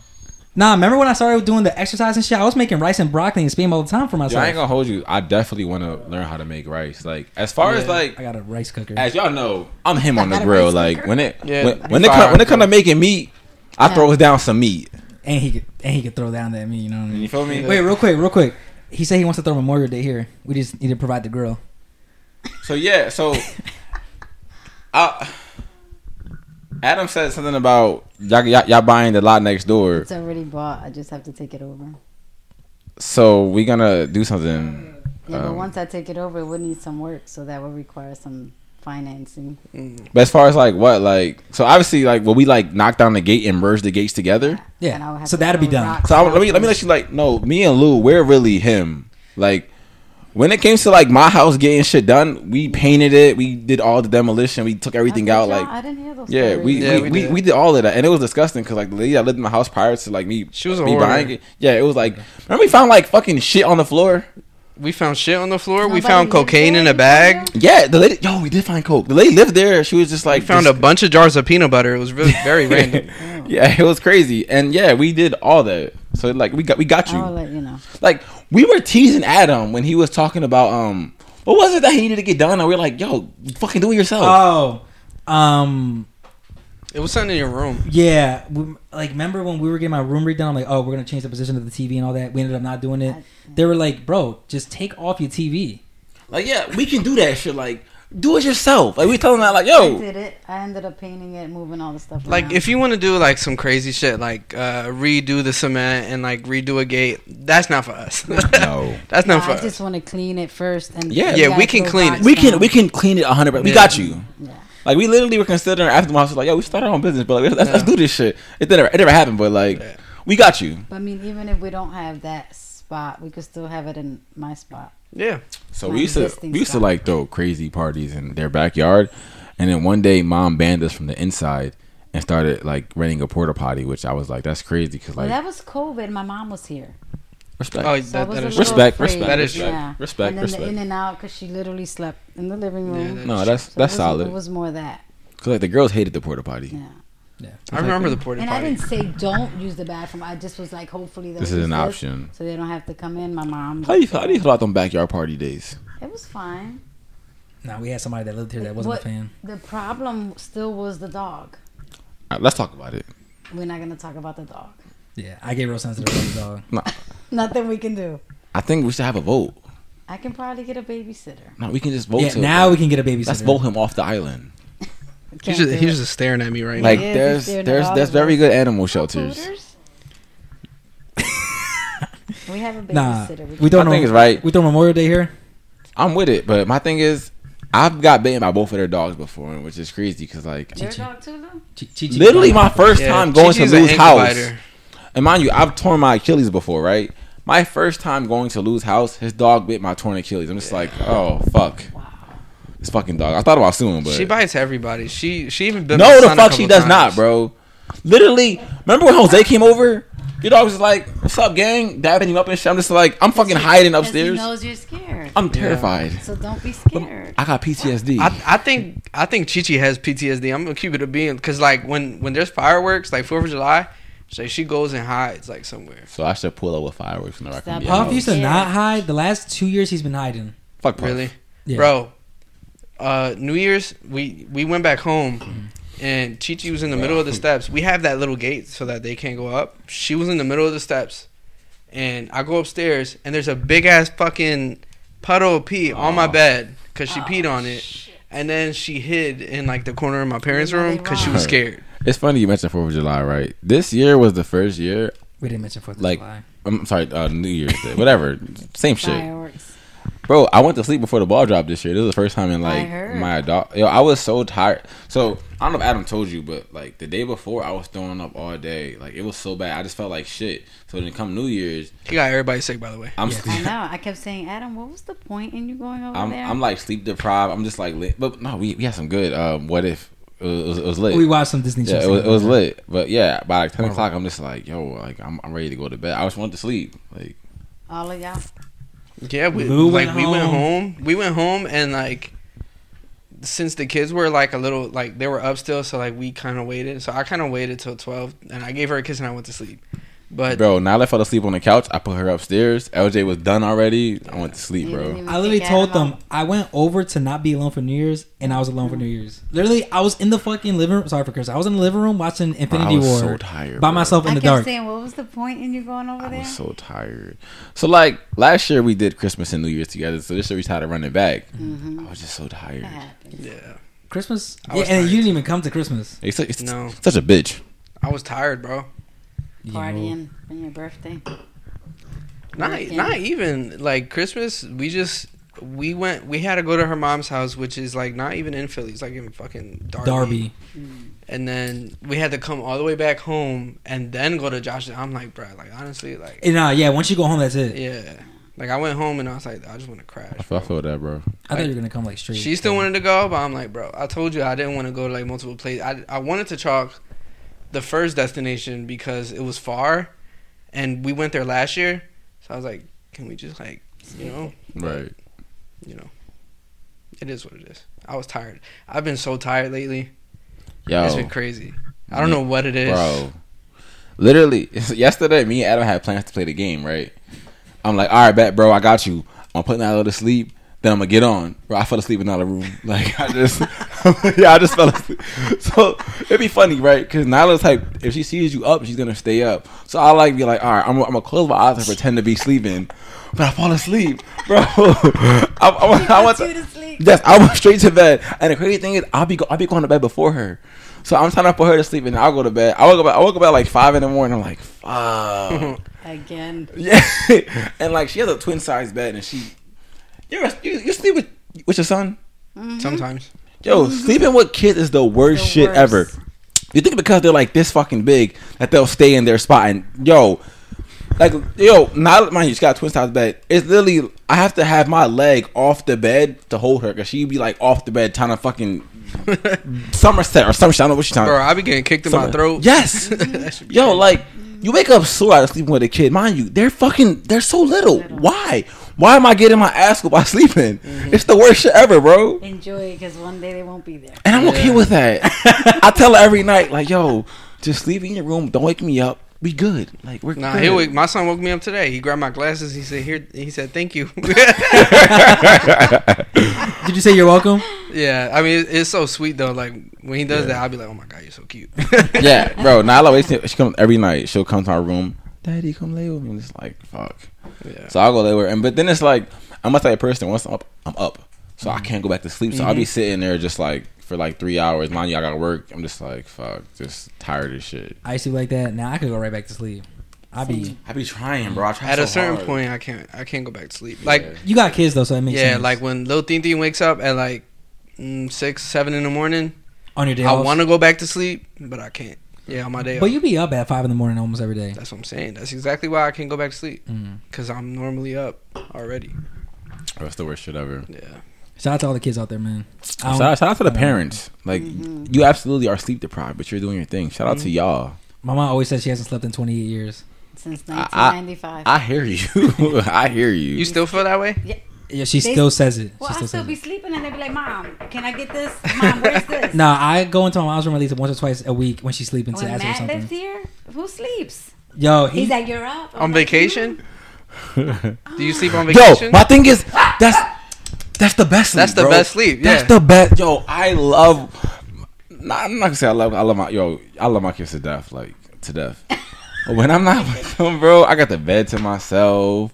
Speaker 1: Nah, remember when I started doing the exercise and shit? I was making rice and broccoli and spam all the time for
Speaker 3: Yo, I
Speaker 1: myself.
Speaker 3: ain't gonna hold you. I definitely want to learn how to make rice. Like as far as
Speaker 2: Yeah.
Speaker 1: I
Speaker 3: like
Speaker 1: got a rice cooker.
Speaker 3: as y'all know, I'm him on the
Speaker 4: got a
Speaker 3: grill.
Speaker 4: rice
Speaker 3: Like
Speaker 4: cooker.
Speaker 3: when it
Speaker 2: Yeah,
Speaker 3: when,
Speaker 2: that'd
Speaker 3: when
Speaker 2: be
Speaker 3: it come
Speaker 2: fire,
Speaker 3: when it come
Speaker 2: bro.
Speaker 3: to making meat, I
Speaker 4: Yeah.
Speaker 3: throws down some meat.
Speaker 1: and he could and he could throw down at me, you know what I mean?
Speaker 3: You feel me?
Speaker 1: Wait, real quick, real quick. He said he wants to throw Memorial Day here. We just need to provide the grill.
Speaker 3: So yeah, so I, Adam said something about y'all, y'all, y'all buying the lot next door.
Speaker 4: it's already bought i just have to take it over
Speaker 3: So we gonna do something.
Speaker 4: yeah but
Speaker 3: Um,
Speaker 4: once i take it over it would need some work so that would require some financing
Speaker 3: But as far as like what like so obviously like will we like knock down the gate and merge the gates together?
Speaker 1: Yeah.
Speaker 4: And I would have
Speaker 1: So
Speaker 4: to
Speaker 1: that'll be
Speaker 4: throw
Speaker 1: done.
Speaker 4: rocks
Speaker 3: So I, let me let me let you like no, me and Lou, we're really him. Like when it came to like my house getting shit done, we painted it, we did all the demolition, we took
Speaker 4: I
Speaker 3: everything out.
Speaker 4: thought y'all-
Speaker 3: Like
Speaker 4: i didn't hear those
Speaker 3: yeah, we
Speaker 4: stories.
Speaker 2: Yeah,
Speaker 3: we, we,
Speaker 2: we
Speaker 3: we,
Speaker 2: did.
Speaker 3: did all of that, and it was disgusting because like the lady that lived in the house prior to like me,
Speaker 2: She was a
Speaker 3: me
Speaker 2: whore.
Speaker 3: buying it. Yeah, it was like remember we found like fucking shit on the floor.
Speaker 2: We found shit on the floor. we
Speaker 4: Nobody
Speaker 2: found
Speaker 4: lived
Speaker 2: cocaine
Speaker 4: there
Speaker 2: in a
Speaker 4: anymore?
Speaker 2: bag.
Speaker 3: Yeah, the lady. Yo, we did find coke. The lady lived there. She was just like
Speaker 2: We found a
Speaker 3: just-
Speaker 2: bunch of jars of peanut butter. It was really very random.
Speaker 3: [laughs] yeah, it was crazy, and yeah, we did all that. So like we got we got you.
Speaker 4: i'll let you know
Speaker 3: Like we were teasing Adam when he was talking about um what was it that he needed to get done, and we were like, yo, fucking do it yourself.
Speaker 1: Oh, um,
Speaker 2: It was something in your room.
Speaker 1: yeah. We, like, remember when we were getting my room redone? I'm like, oh, we're gonna change the position of the TV and all that. We ended up not doing it. They were like, bro, just take off your TV.
Speaker 3: like yeah, we can do that shit. Like do it yourself. Like we telling that like
Speaker 4: i
Speaker 3: yo.
Speaker 4: did it i ended up painting it moving all the stuff
Speaker 2: Like
Speaker 4: around.
Speaker 2: if you want to do like some crazy shit, like uh, redo the cement and like redo a gate, that's not for us.
Speaker 3: [laughs] No.
Speaker 2: [laughs] that's not
Speaker 4: No,
Speaker 2: for
Speaker 4: I
Speaker 2: us.
Speaker 4: just want to clean it first, and
Speaker 3: Yeah.
Speaker 4: you
Speaker 3: Yeah,
Speaker 4: guys
Speaker 2: we can
Speaker 4: go
Speaker 2: clean
Speaker 4: box
Speaker 2: it.
Speaker 3: We can
Speaker 4: down.
Speaker 3: we can clean it hundred percent. We
Speaker 2: Yeah.
Speaker 3: got you.
Speaker 4: Yeah.
Speaker 3: Like we literally were considering after my house like yo, we started our own business, but like, let's, let's do this shit. It never it never happened, but like
Speaker 2: Yeah.
Speaker 3: we got you.
Speaker 4: But I mean, even if we don't have that spot, we could still have it in my spot.
Speaker 2: Yeah,
Speaker 3: So
Speaker 4: My
Speaker 3: we used to
Speaker 4: existing
Speaker 3: we used to
Speaker 4: spot.
Speaker 3: like throw crazy parties in their backyard, and then one day mom banned us from the inside and started like renting a porta potty, which I was like, that's crazy because
Speaker 4: Well,
Speaker 3: like
Speaker 4: that was COVID. My mom was here.
Speaker 3: for Respect.
Speaker 2: Oh,
Speaker 4: So I
Speaker 2: that,
Speaker 4: was
Speaker 2: that
Speaker 4: a
Speaker 2: is
Speaker 4: little
Speaker 3: Respect,
Speaker 4: afraid.
Speaker 3: respect,
Speaker 2: That is
Speaker 3: respect,
Speaker 4: yeah.
Speaker 3: respect,
Speaker 4: And then
Speaker 3: respect.
Speaker 4: the in and out because she literally slept in the living
Speaker 2: Yeah,
Speaker 4: room.
Speaker 2: that-
Speaker 3: No, that's
Speaker 4: So it
Speaker 3: that's
Speaker 4: was- It
Speaker 3: solid.
Speaker 4: was more that.
Speaker 3: Cause like the girls hated the porta potty.
Speaker 4: Yeah.
Speaker 2: I remember the
Speaker 3: Like,
Speaker 2: porta
Speaker 4: And I
Speaker 2: potty.
Speaker 4: didn't say don't use the bathroom. I just was like, hopefully they'll
Speaker 3: This is
Speaker 4: use
Speaker 3: an option.
Speaker 4: so they don't have to come in. My mom.
Speaker 3: How do you feel? How do you feel about them backyard party days?
Speaker 4: It was fine.
Speaker 1: Nah, we had somebody that lived here that wasn't
Speaker 4: What-
Speaker 1: a fan.
Speaker 4: The problem still was the dog.
Speaker 3: All right, Uh, let's talk about it.
Speaker 4: We're not gonna talk about the dog.
Speaker 1: Yeah, I get real sensitive about the dog.
Speaker 4: Nothing we can do.
Speaker 3: I think we should have a vote.
Speaker 4: I can probably get a babysitter.
Speaker 3: No, we can just vote.
Speaker 1: yeah,
Speaker 3: him.
Speaker 1: now we can get a babysitter.
Speaker 3: let's vote him off the island.
Speaker 2: He's
Speaker 4: Can't
Speaker 2: just,
Speaker 4: do
Speaker 2: he's
Speaker 4: it.
Speaker 2: just staring at me right
Speaker 3: Like
Speaker 4: is, he's
Speaker 3: there's
Speaker 4: staring at
Speaker 3: there's
Speaker 4: all
Speaker 3: there's
Speaker 4: of
Speaker 3: very
Speaker 4: us.
Speaker 3: good animal shelters.
Speaker 4: [laughs] Hooters? we have a
Speaker 1: Nah,
Speaker 4: babysitter.
Speaker 1: we don't
Speaker 3: I
Speaker 1: know.
Speaker 3: think it's right.
Speaker 1: We throw Memorial Day here.
Speaker 3: I'm with it, but my thing is, I've got bitten by both of their dogs before, which is crazy because like
Speaker 4: Your dog too, though?
Speaker 1: Chi- Chi- Chi-
Speaker 3: literally my first
Speaker 2: Yeah,
Speaker 3: time going
Speaker 2: Chi-Chi's
Speaker 3: to
Speaker 2: an
Speaker 3: Lou's
Speaker 2: ankle
Speaker 3: house.
Speaker 2: biter.
Speaker 3: And mind you, I've torn my Achilles before, right? My first time going to Lou's house, his dog bit my torn Achilles. I'm just like, oh fuck,
Speaker 4: Wow.
Speaker 3: this fucking dog. I thought about suing, but
Speaker 2: She bites everybody. She she even bit my
Speaker 3: no, the
Speaker 2: son a
Speaker 3: fuck
Speaker 2: couple
Speaker 3: she does
Speaker 2: times.
Speaker 3: not, bro. Literally, remember when Jose came over? Your dog was just like, "What's up, gang?" Dabbing him up and shit. I'm just like, I'm fucking hiding
Speaker 4: 'Cause
Speaker 3: upstairs.
Speaker 4: He knows you're scared.
Speaker 3: I'm terrified.
Speaker 4: so don't be scared.
Speaker 3: I got PTSD.
Speaker 2: I, I think I think Chi Chi has PTSD. I'm gonna keep it a being because like when when there's fireworks like Fourth of July, so she goes and hides like somewhere.
Speaker 3: so I should pull up with fireworks in the
Speaker 4: Stop.
Speaker 3: record.
Speaker 4: Yeah.
Speaker 1: Puff used to
Speaker 4: Yeah.
Speaker 1: not hide. The last two years he's been hiding.
Speaker 3: Fuck Puff.
Speaker 2: Really,
Speaker 1: Yeah.
Speaker 2: bro. Uh, New Year's we we went back home, and Chi Chi was in the middle of the steps. We have that little gate so that they can't go up. She was in the middle of the steps, and I go upstairs and there's a big ass fucking puddle of pee on my
Speaker 3: Aw.
Speaker 2: bed because she
Speaker 4: Oh,
Speaker 2: peed on it.
Speaker 4: shit.
Speaker 2: And then she hid in like the corner of my parents'
Speaker 4: Now they
Speaker 2: room because she
Speaker 4: wrong.
Speaker 2: was scared.
Speaker 3: It's funny you mentioned Fourth of July, right? This year was the first year.
Speaker 1: We didn't mention Fourth of
Speaker 3: Like-
Speaker 1: July.
Speaker 3: I'm sorry, uh, New Year's Day, whatever. Same shit,
Speaker 4: Fireworks.
Speaker 3: bro. I went to sleep before the ball dropped this year. This is the first time in like
Speaker 4: heard.
Speaker 3: my adult. Yo, I was so tired. So I don't know if Adam told you, but like the day before, I was throwing up all day. Like it was so bad. I just felt like shit. So then come New Year's,
Speaker 2: She got everybody sick, by the way.
Speaker 3: I'm
Speaker 1: Yeah.
Speaker 3: sleep-
Speaker 4: I know. I kept saying, Adam, what was the point in you going over
Speaker 3: I'm
Speaker 4: there?
Speaker 3: I'm like sleep deprived. I'm just like lit. But no, we we had some good. Um, what if it was, it was, it was lit.
Speaker 1: We watched some Disney
Speaker 3: Yeah,
Speaker 1: shows.
Speaker 3: it was, it was
Speaker 1: together.
Speaker 3: lit. But yeah, by like ten o'clock, I'm just like, yo, like I'm, I'm ready to go to bed. I just wanted to sleep. Like
Speaker 4: All of y'all.
Speaker 2: Yeah, we
Speaker 1: Lou
Speaker 2: like
Speaker 1: went
Speaker 2: we went
Speaker 1: home.
Speaker 2: home. We went home and like since the kids were like a little like they were up still, so like we kind of waited. So I kind of waited till twelve, and I gave her a kiss and I went to sleep. But
Speaker 3: Bro, now that I fell asleep on the couch, I put her upstairs. LJ was done already. I went to sleep,
Speaker 4: You didn't
Speaker 3: bro.
Speaker 4: even
Speaker 1: I literally
Speaker 4: kick
Speaker 1: told
Speaker 4: Adam
Speaker 1: them I went over to not be alone for New Year's, and I was alone for New Year's. Literally, I was in the fucking living room. Sorry for cursing. I was in the living room watching Infinity
Speaker 3: was
Speaker 1: War
Speaker 3: so tired,
Speaker 1: by
Speaker 3: bro.
Speaker 1: myself
Speaker 4: I
Speaker 1: in the
Speaker 4: kept
Speaker 1: dark.
Speaker 4: saying, what was the point in you going over
Speaker 3: I
Speaker 4: there?
Speaker 3: was so tired. So like last year we did Christmas and New Year's together. So this year we tried to run it back.
Speaker 2: Mm-hmm.
Speaker 3: I was just so tired.
Speaker 4: That happens.
Speaker 2: yeah,
Speaker 1: Christmas,
Speaker 2: I
Speaker 1: yeah,
Speaker 2: was
Speaker 1: and
Speaker 2: tired.
Speaker 1: you didn't even come to Christmas.
Speaker 3: It's, it's,
Speaker 2: No.
Speaker 3: such a bitch.
Speaker 2: I was tired, bro.
Speaker 1: You know.
Speaker 4: Partying on your birthday.
Speaker 2: Not
Speaker 4: Working.
Speaker 2: not even like Christmas. We just we went. We had to go to her mom's house, which is like not even in Philly. It's like in fucking Darby.
Speaker 1: Darby.
Speaker 2: And then we had to come all the way back home and then go to Josh. I'm like, bro, like honestly, like
Speaker 1: And, uh, yeah, once you go home, that's it.
Speaker 2: yeah. Like I went home and I was like, I just want to crash.
Speaker 3: I feel, I feel that, bro.
Speaker 1: I thought you were gonna come like straight.
Speaker 2: She still wanted to go, but I'm like, bro, I told you I didn't want to go to like multiple places. I, I wanted to chalk the first destination because it was far, and we went there last year. So I was like, can we just like, you know,
Speaker 3: Right.
Speaker 2: you know, it is what it is. I was tired. I've been so tired lately. It's
Speaker 3: Yo,
Speaker 2: been crazy. I don't know what it is.
Speaker 3: bro. Literally, [laughs] yesterday, me and Adam had plans to play the game, right? I'm like, all right, bet, bro, I got you. I'm putting that to sleep. Then I'm gonna get on, bro. I fell asleep in another room. [laughs] Like I just, yeah, I just fell asleep. [laughs] So it'd be funny, right? Because Nyla's type, if she sees you up, she's gonna stay up. So I like be like, all right, I'm, I'm gonna close my eyes and pretend to be sleeping, but I fall asleep, [laughs] bro. I, [laughs] I, I went
Speaker 4: Put you to sleep.
Speaker 3: Yes, I went straight to bed. And the crazy thing is, I'll be go- I'll be going to bed before her. So I'm trying to put her to sleep, and I'll go to bed. I woke up. I woke up at like five in the morning. I'm like,
Speaker 4: [laughs]
Speaker 3: fuck.
Speaker 4: Again.
Speaker 3: yeah. [laughs] And like she has a twin size bed, and she, you're a- you you sleep with with your son.
Speaker 2: Sometimes
Speaker 3: Yo, sleeping with kids is the worst
Speaker 4: Mm-hmm. The
Speaker 3: shit
Speaker 4: worst.
Speaker 3: ever. You think because they're like this fucking big that they'll stay in their spot and yo, like yo, not mind you, she got a twin size bed. It's literally I have to have my leg off the bed to hold her because she'd be like off the bed trying to fucking somerset or some shit. I don't know what she's trying.
Speaker 2: bro, I be getting kicked in my
Speaker 3: Some-
Speaker 2: throat.
Speaker 3: Uh, Yes.
Speaker 2: [laughs] That should be
Speaker 3: Yo,
Speaker 2: crazy.
Speaker 3: like You wake up sore out of sleeping with a kid, mind you. They're fucking. They're so little.
Speaker 4: Little.
Speaker 3: Why? Why am I getting my ass whooped by [laughs] sleeping? It's the worst shit ever, bro.
Speaker 4: Enjoy it because one day they won't be there.
Speaker 3: And I'm okay
Speaker 2: Yeah.
Speaker 3: with that. I tell her every night, like, yo, just leave me in your room. Don't wake me up. We good. Like we're
Speaker 2: Nah,
Speaker 3: good.
Speaker 2: he wake, my son woke me up today. He grabbed my glasses. He said, "Here." He said, "Thank
Speaker 3: [laughs]
Speaker 2: you." [laughs]
Speaker 1: Did you say you're welcome?
Speaker 2: yeah, I mean, it- it's so sweet though. Like when he does that, I'll be like, "Oh my god, you're so
Speaker 3: [laughs]
Speaker 2: cute." [laughs]
Speaker 3: yeah, bro. Nyla wakes me. She comes every night. She'll come to our room. Daddy, come lay with me. And it's like fuck.
Speaker 2: Yeah.
Speaker 3: So I'll go lay with her. And but then it's like I'm a type of person. Once I'm up, I'm up. So I can't go back to sleep. So I'll be sitting there just like for like three hours. Mind you, I got work. I'm just like fuck. Just tired of shit.
Speaker 1: I used to be like that. Now I could go right back to sleep. I be.
Speaker 4: Same.
Speaker 3: I be trying, bro. I try
Speaker 2: At
Speaker 3: so
Speaker 2: a certain
Speaker 3: hard.
Speaker 2: point, I can't. I can't go back to sleep. Like
Speaker 3: Yeah.
Speaker 1: You got kids though, so it makes
Speaker 2: yeah,
Speaker 1: sense.
Speaker 2: like when Lil Thinty wakes up at like mm, six, seven in the morning,
Speaker 1: on your day
Speaker 2: I
Speaker 1: off.
Speaker 2: want to go back to sleep, but I can't. Yeah, on my day
Speaker 1: But
Speaker 2: off.
Speaker 1: you be up at five in the morning almost every day.
Speaker 2: That's what I'm saying. That's exactly why I can't go back to sleep
Speaker 1: Mm.
Speaker 2: because I'm normally up already.
Speaker 3: Bro, it's the worst shit ever.
Speaker 2: Yeah.
Speaker 1: Shout out to all the kids out there, man. I
Speaker 2: Um,
Speaker 1: don't-
Speaker 3: Shout out, shout out to the
Speaker 1: I
Speaker 2: uh,
Speaker 1: don't-
Speaker 3: parents. Like
Speaker 2: mm-hmm.
Speaker 3: you absolutely are sleep deprived, but you're doing your thing. Shout out to y'all.
Speaker 1: My mom always says she hasn't slept in 28 years.
Speaker 4: Since
Speaker 3: I-
Speaker 4: 1995.
Speaker 3: I hear you. [laughs] I hear you.
Speaker 2: You still feel that way?
Speaker 1: Yeah, she
Speaker 4: They-
Speaker 1: still says it.
Speaker 4: well,
Speaker 1: she
Speaker 4: I'll
Speaker 1: still
Speaker 4: still
Speaker 1: says
Speaker 4: be
Speaker 1: it.
Speaker 4: sleeping and they'll be like, Mom, can I get
Speaker 3: [laughs]
Speaker 4: this? Mom, where's this?
Speaker 1: Nah, I go into my mom's room at least once or twice a week when she's sleeping to
Speaker 4: When
Speaker 1: ask her
Speaker 4: Matt lives
Speaker 1: something.
Speaker 4: here, who sleeps?
Speaker 3: Hmm?
Speaker 1: Yo, he,
Speaker 4: He's like, You're up. I'm
Speaker 2: On
Speaker 4: like,
Speaker 3: [laughs]
Speaker 2: vacation? Do you sleep on
Speaker 3: Yo,
Speaker 2: vacation?
Speaker 3: my thing is that's that's the best. Sleep,
Speaker 2: That's the
Speaker 3: bro.
Speaker 2: best sleep,
Speaker 3: That's
Speaker 2: yeah.
Speaker 3: the best. Yo, I love. Nah, I'm not gonna say I love. I love my yo. I love my kids to death, like to death. But when I'm not with them, bro, I got the bed to myself.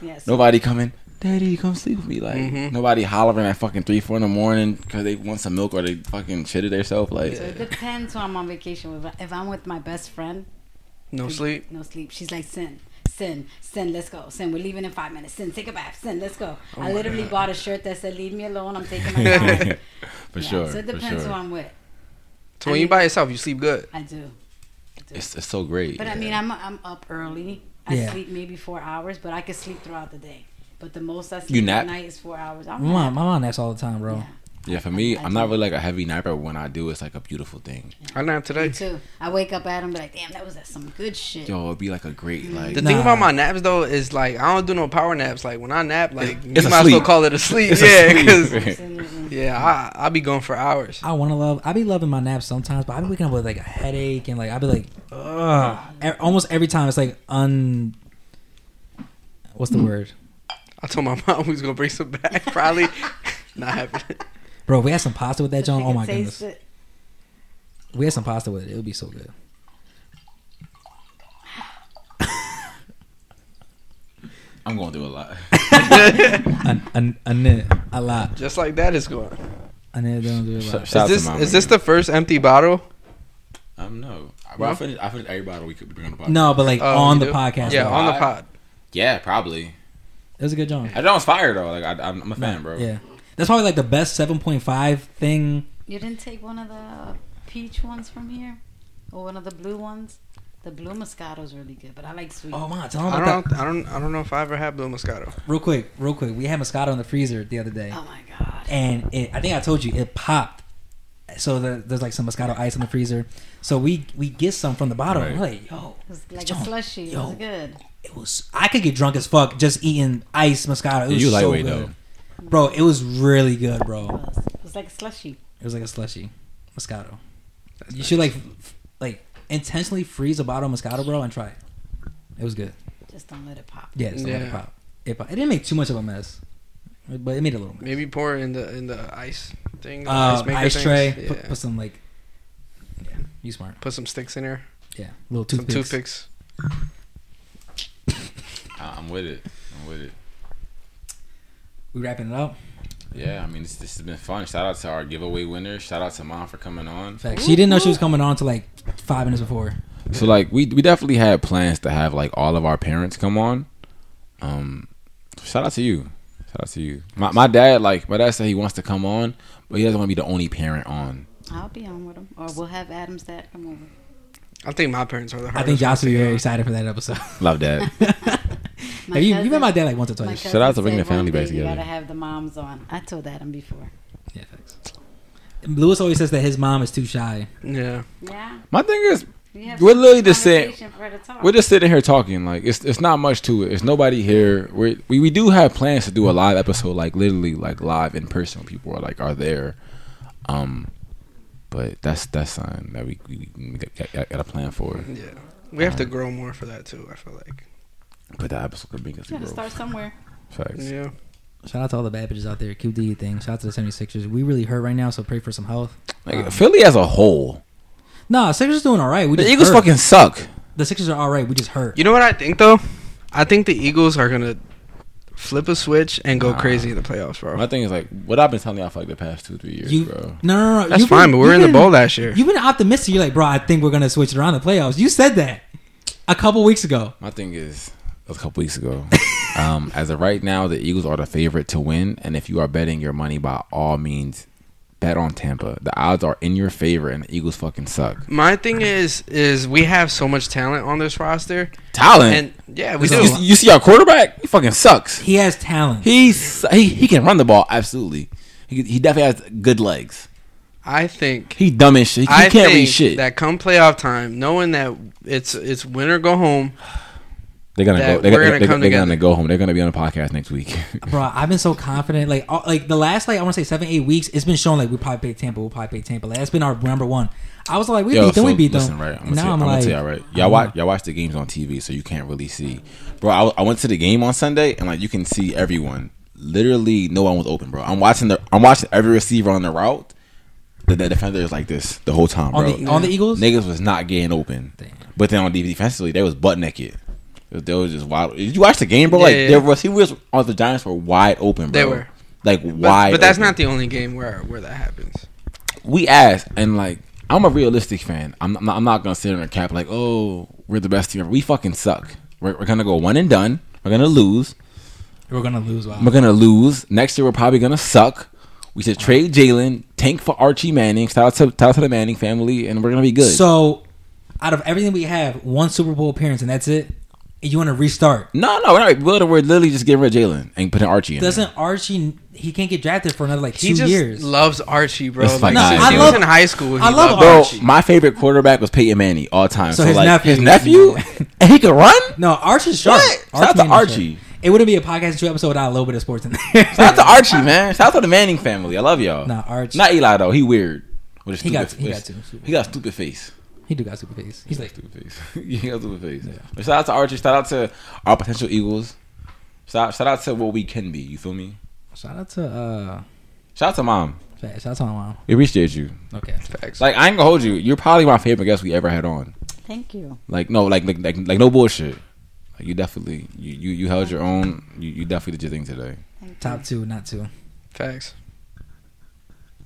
Speaker 4: Yes.
Speaker 3: Nobody coming. Daddy, come sleep with me. Like
Speaker 2: Mhm.
Speaker 3: nobody hollering at fucking three, four in the morning because they want some milk or they fucking shitted themselves. Like
Speaker 4: So it depends who I'm on vacation with. If I'm with my best friend,
Speaker 2: no sleep.
Speaker 4: no sleep. She's like, Sin, Sin, Sin, let's go. Sin, we're leaving in five minutes. Sin, take a bath. Sin, let's go.
Speaker 3: Oh
Speaker 4: I literally bought a shirt that said, Leave me alone.
Speaker 3: [laughs]
Speaker 4: I'm taking my bath.
Speaker 3: for
Speaker 4: Yeah,
Speaker 3: sure.
Speaker 4: So it
Speaker 3: for
Speaker 4: depends
Speaker 3: sure.
Speaker 4: who I'm with.
Speaker 2: So when you by yourself, you sleep good.
Speaker 4: I do.
Speaker 3: It's, it's so great.
Speaker 4: But I mean, I'm, I'm up early. I
Speaker 1: Yeah.
Speaker 4: sleep maybe four hours, but I can sleep throughout the day. But the most I sleep
Speaker 3: You nap?
Speaker 4: at night is four hours. I'm
Speaker 1: my mom, my mom naps all the time, bro.
Speaker 4: Yeah.
Speaker 3: yeah, for me,
Speaker 4: I
Speaker 3: I'm not
Speaker 4: do.
Speaker 3: really like a heavy napper. When I do, it's like a beautiful thing.
Speaker 2: I nap
Speaker 4: Me
Speaker 2: today.
Speaker 4: too. I wake up at him be like, damn, that was uh, some good shit.
Speaker 3: Yo, it'd be like a
Speaker 4: Mm.
Speaker 3: great like.
Speaker 2: The thing
Speaker 1: Nah.
Speaker 2: about my naps though is like I don't do no power naps. Like when I nap, like you might
Speaker 3: a
Speaker 2: as well
Speaker 3: sleep.
Speaker 2: call it a sleep.
Speaker 3: It's a
Speaker 2: yeah,
Speaker 3: sleep.
Speaker 2: 'cause-
Speaker 4: Absolutely.
Speaker 2: yeah, I I be going for hours.
Speaker 1: I want to love. I be loving my naps sometimes, but I be waking up with like a headache and like I be like, ugh. E- Almost every time it's like un. What's the word,
Speaker 2: I told my [laughs] mom we was gonna bring some
Speaker 1: [laughs]
Speaker 2: back. Probably not happening.
Speaker 1: bro? If we had some pasta with that,
Speaker 4: So
Speaker 1: John.
Speaker 4: she
Speaker 1: Oh
Speaker 4: can
Speaker 1: my
Speaker 4: taste
Speaker 1: goodness,
Speaker 4: it.
Speaker 1: If we had some pasta with it. It would be so good.
Speaker 3: [laughs] I'm going through a [laughs] lot.
Speaker 1: An, an, an, it, a lot.
Speaker 2: Just like that is going.
Speaker 1: An, it, don't do a lot.
Speaker 3: Shout out to
Speaker 2: is this
Speaker 3: mama,
Speaker 2: is this
Speaker 3: man.
Speaker 2: the first empty bottle?
Speaker 3: Um, no.
Speaker 2: Well, I
Speaker 3: finished. I finished every bottle we could bring on the podcast.
Speaker 1: No, but like
Speaker 2: Oh,
Speaker 1: on
Speaker 2: you
Speaker 1: the
Speaker 2: do?
Speaker 1: podcast.
Speaker 2: Yeah,
Speaker 1: though.
Speaker 2: on the pod.
Speaker 3: Yeah, probably.
Speaker 1: it was a good John.
Speaker 3: That was fire though. Like I, I'm I'm a fan, bro.
Speaker 1: Yeah, that's probably like the best seven point five thing.
Speaker 4: You didn't take one of the peach ones from here? Or one of the blue ones? The blue Moscato's really good, but I like sweet.
Speaker 1: Oh my, tell them
Speaker 2: I
Speaker 1: about that.
Speaker 2: don't I don't I don't know if I ever had blue moscato.
Speaker 1: Real quick, real quick. We had Moscato in the freezer the other day.
Speaker 4: Oh my God.
Speaker 1: and it, I think I told you it popped. So the, there's like some Moscato ice in the freezer. So we we get some from the bottle.
Speaker 3: Right.
Speaker 1: We're like, yo,
Speaker 4: It was like
Speaker 1: John,
Speaker 4: a slushy. It
Speaker 1: yo,
Speaker 4: was good.
Speaker 1: it was. I could get drunk as fuck just eating ice Moscato. It was
Speaker 3: You
Speaker 1: so
Speaker 3: lightweight,
Speaker 1: good. bro. It was really good,
Speaker 4: It
Speaker 1: bro.
Speaker 4: was, it was like a slushy.
Speaker 1: It was like a slushy Moscato. you should like f- like intentionally freeze a bottle of Moscato, bro, and try it. It was good.
Speaker 4: Just don't let it pop.
Speaker 1: Yeah, just let it
Speaker 2: Yeah.
Speaker 1: pop. It, pop. it didn't make too much of a mess, but it made a little mess.
Speaker 2: Maybe pour it in the in the ice thing. the
Speaker 1: Uh,
Speaker 2: maker
Speaker 1: ice
Speaker 2: things.
Speaker 1: tray.
Speaker 2: Yeah.
Speaker 1: Put,
Speaker 2: Put,
Speaker 1: put some like. Yeah, you smart.
Speaker 2: some sticks in there.
Speaker 1: Yeah, little
Speaker 2: Some
Speaker 1: toothpicks.
Speaker 2: toothpicks.
Speaker 3: I- I'm with it. I'm with it.
Speaker 1: We wrapping it up.
Speaker 3: Yeah, I mean, this, this has been fun. Shout out to our giveaway winner. Shout out to mom for coming on.
Speaker 1: Facts. She didn't know she was coming on to like five minutes before.
Speaker 3: So like we we definitely had plans to have like all of our parents come on. Um, shout out to you. Shout out to you. My my dad like my dad said he wants to come on, but he doesn't want to be the only parent on.
Speaker 4: I'll be on with him. Or we'll have Adam's dad come over.
Speaker 2: I think my parents are the
Speaker 1: I
Speaker 2: hardest.
Speaker 1: think Josh will
Speaker 2: ones
Speaker 1: be
Speaker 2: to
Speaker 1: very
Speaker 2: get
Speaker 1: excited for that episode. [laughs]
Speaker 3: Love
Speaker 4: [laughs]
Speaker 3: that.
Speaker 4: My
Speaker 1: Have you, you
Speaker 4: cousin-
Speaker 1: met my dad like once or
Speaker 4: my
Speaker 1: twice.
Speaker 3: Shout out to
Speaker 4: cousin
Speaker 3: bringing the
Speaker 4: said one
Speaker 3: family back
Speaker 4: day You
Speaker 3: together.
Speaker 4: gotta have the moms on. I told Adam before.
Speaker 1: Yeah, facts. Lewis always says that his mom is too shy.
Speaker 2: on. Yeah.
Speaker 4: Yeah.
Speaker 3: my thing is
Speaker 4: We have
Speaker 3: We're literally just
Speaker 4: conversation for her to talk.
Speaker 3: We're just sitting here talking. Like it's it's not much to it. It's nobody here. We're, we we do have plans to do a live episode, like literally, like live in person. When people are like are there, um, but that's that's something that we we, we got, got, got a plan for.
Speaker 2: Yeah. We have to grow more for that too, I feel like.
Speaker 3: But that episode could bring us to
Speaker 4: You gotta
Speaker 3: growth.
Speaker 4: start somewhere.
Speaker 3: Facts.
Speaker 2: Yeah.
Speaker 1: Shout out to all the bad bitches out there. Keep doing your thing. Shout out to the 76ers. We really hurt right now, so pray for some health.
Speaker 3: Like,
Speaker 2: Um,
Speaker 3: Philly as a whole,
Speaker 1: Nah, Sixers doing all right. We
Speaker 3: the
Speaker 1: just
Speaker 3: Eagles
Speaker 1: hurt.
Speaker 3: fucking suck.
Speaker 1: The Sixers are all right. We just hurt.
Speaker 2: You know what I think though? I think the Eagles are gonna flip a switch and go
Speaker 3: Nah.
Speaker 2: crazy in the playoffs, bro.
Speaker 3: My thing is like what I've been telling y'all for like the past two three years,
Speaker 1: You-
Speaker 3: bro.
Speaker 1: no, no, no, no.
Speaker 2: That's
Speaker 1: You've been-
Speaker 2: fine, but we we're in
Speaker 1: you've
Speaker 2: the
Speaker 1: been-
Speaker 2: bowl last year.
Speaker 1: You've been optimistic. You're like, bro, I think we're gonna switch it around the playoffs. You said that a couple weeks ago.
Speaker 3: My thing is that was a couple
Speaker 2: [laughs]
Speaker 3: weeks ago. um, as of right now, the Eagles are the favorite to win, and if you are betting your money, by all means, bet on Tampa. The odds are in your favor, and the Eagles fucking suck.
Speaker 2: My thing is, is we have so much talent on this roster,
Speaker 3: Talent.
Speaker 2: and yeah, we
Speaker 1: So-
Speaker 2: do.
Speaker 3: you, you see our quarterback? He fucking sucks.
Speaker 1: He has talent.
Speaker 3: He's he, he can run the ball absolutely. He, he definitely has good legs.
Speaker 2: I think
Speaker 3: He dumb as shit. He,
Speaker 2: I
Speaker 3: can't
Speaker 2: think
Speaker 3: read shit.
Speaker 2: that come playoff time, knowing that it's it's win or go home.
Speaker 3: they're gonna
Speaker 2: that
Speaker 3: go. They're,
Speaker 2: we're
Speaker 3: gonna,
Speaker 2: gonna
Speaker 3: they're,
Speaker 2: come
Speaker 3: they're
Speaker 2: together.
Speaker 3: gonna go home. They're gonna be on a podcast next week. [laughs]
Speaker 1: Bro, I've been so confident. Like, all, like the last like I want to say seven, eight weeks, it's been shown like we probably beat Tampa. We'll probably beat Tampa. Like, that's been our number one. I was like, we beat them, we beat
Speaker 3: listen,
Speaker 1: them.
Speaker 3: Right, I'm
Speaker 1: And
Speaker 3: gonna, tell,
Speaker 1: now I'm,
Speaker 3: I'm
Speaker 1: like,
Speaker 3: gonna tell y'all right. Y'all watch, y'all watch the games on TV, so you can't really see. Bro, I, I went to the game on Sunday, and like you can see everyone. Literally, no one was open, bro. I'm watching the, I'm watching every receiver on the route. The, the defender is like this the whole time,
Speaker 1: on
Speaker 3: bro.
Speaker 1: the on the Eagles.
Speaker 3: Niggas was not getting open,
Speaker 1: Damn.
Speaker 3: but then on DB defensively, they was butt naked. They was just wild. Did you watch the game, bro?
Speaker 2: Yeah,
Speaker 3: like
Speaker 2: yeah,
Speaker 3: their
Speaker 2: yeah.
Speaker 3: receivers on the Giants were wide open, bro.
Speaker 2: They were.
Speaker 3: like
Speaker 2: But,
Speaker 3: wide.
Speaker 2: but that's
Speaker 3: open.
Speaker 2: not the only game where where that happens.
Speaker 3: we asked, and like, I'm a realistic fan. I'm not, I'm not gonna sit in a cap like, oh, we're the best team ever. We fucking suck. We're, we're gonna go one and done. We're gonna lose.
Speaker 1: We're gonna lose. Wow.
Speaker 3: We're gonna lose next year. We're probably gonna suck. We should trade Jalen, tank for Archie Manning, shout out, to, shout out to the Manning family, and we're gonna be good.
Speaker 1: So, out of everything we have, one Super Bowl appearance and that's it. And you want to restart?
Speaker 3: no, no, we're not rebuilding. We're literally just getting rid of Jalen and putting Archie in. there.
Speaker 1: Doesn't Archie? He can't get drafted for another like
Speaker 2: He
Speaker 1: two
Speaker 2: just
Speaker 1: years.
Speaker 2: loves Archie, bro.
Speaker 3: That's
Speaker 2: Like,
Speaker 3: fucking
Speaker 2: since
Speaker 3: nice.
Speaker 2: he
Speaker 3: I
Speaker 2: was
Speaker 1: love-
Speaker 2: in high school, he
Speaker 1: I love
Speaker 2: loved
Speaker 3: Bro,
Speaker 2: Archie.
Speaker 3: my favorite quarterback was Peyton Manning all time.
Speaker 1: So
Speaker 3: So,
Speaker 1: his
Speaker 3: like,
Speaker 1: nephew.
Speaker 3: his nephew, and he could run.
Speaker 1: no, Archie's sharp.
Speaker 3: What? Shout out to
Speaker 1: Manning is
Speaker 3: Archie.
Speaker 1: sharp. It wouldn't be a podcast two episode without a little bit of sports in there. [laughs]
Speaker 3: Shout out to Archie, man. Shout out to the Manning family. I love y'all.
Speaker 1: Nah, Archie.
Speaker 3: Not Eli though. He weird. With his
Speaker 1: He got-
Speaker 3: stupid
Speaker 1: he got
Speaker 3: face.
Speaker 1: to.
Speaker 3: He got a stupid face.
Speaker 1: he do got super face. He's like,
Speaker 3: Stupid face. [laughs] he got a stupid face. But shout out to Archie. Shout out to our potential Eagles. Shout, shout out to what we can be. You feel me?
Speaker 1: shout out to uh,
Speaker 3: Shout out to mom.
Speaker 1: shout out to my mom.
Speaker 3: We appreciate you.
Speaker 1: Okay.
Speaker 2: Facts.
Speaker 3: Like I ain't gonna hold you. You're probably my favorite guest we ever had on.
Speaker 4: Thank you.
Speaker 3: Like no, like like like, like no bullshit. Like you definitely you you, you held your own. You, you definitely did your thing today.
Speaker 4: Thank
Speaker 1: Top two, not two.
Speaker 2: Facts.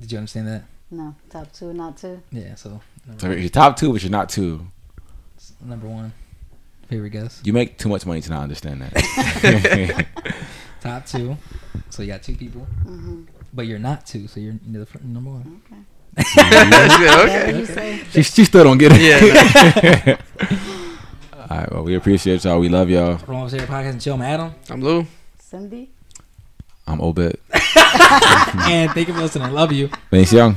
Speaker 1: Did you understand that?
Speaker 4: you. No, top two, not two.
Speaker 1: Yeah. So
Speaker 3: So you're top two, but you're not two.
Speaker 1: number one, favorite guest.
Speaker 3: You make too much money to not
Speaker 1: [laughs]
Speaker 3: understand that. [laughs]
Speaker 1: Top two. So you got two people,
Speaker 4: Mm-hmm.
Speaker 1: but you're not two. So you're you're the fir- number one.
Speaker 4: Okay.
Speaker 2: [laughs] That's good,
Speaker 4: Yeah,
Speaker 2: okay.
Speaker 4: you say.
Speaker 3: she, she still don't get it.
Speaker 1: [laughs]
Speaker 3: [laughs]
Speaker 2: Yeah.
Speaker 3: All right. Well, we appreciate y'all. We love y'all.
Speaker 1: From Officer Podcast and Chill, I'm Adam.
Speaker 2: I'm Lou.
Speaker 4: Cindy.
Speaker 3: I'm Obed.
Speaker 1: and thank you for listening. Love you.
Speaker 3: Thanks, Young.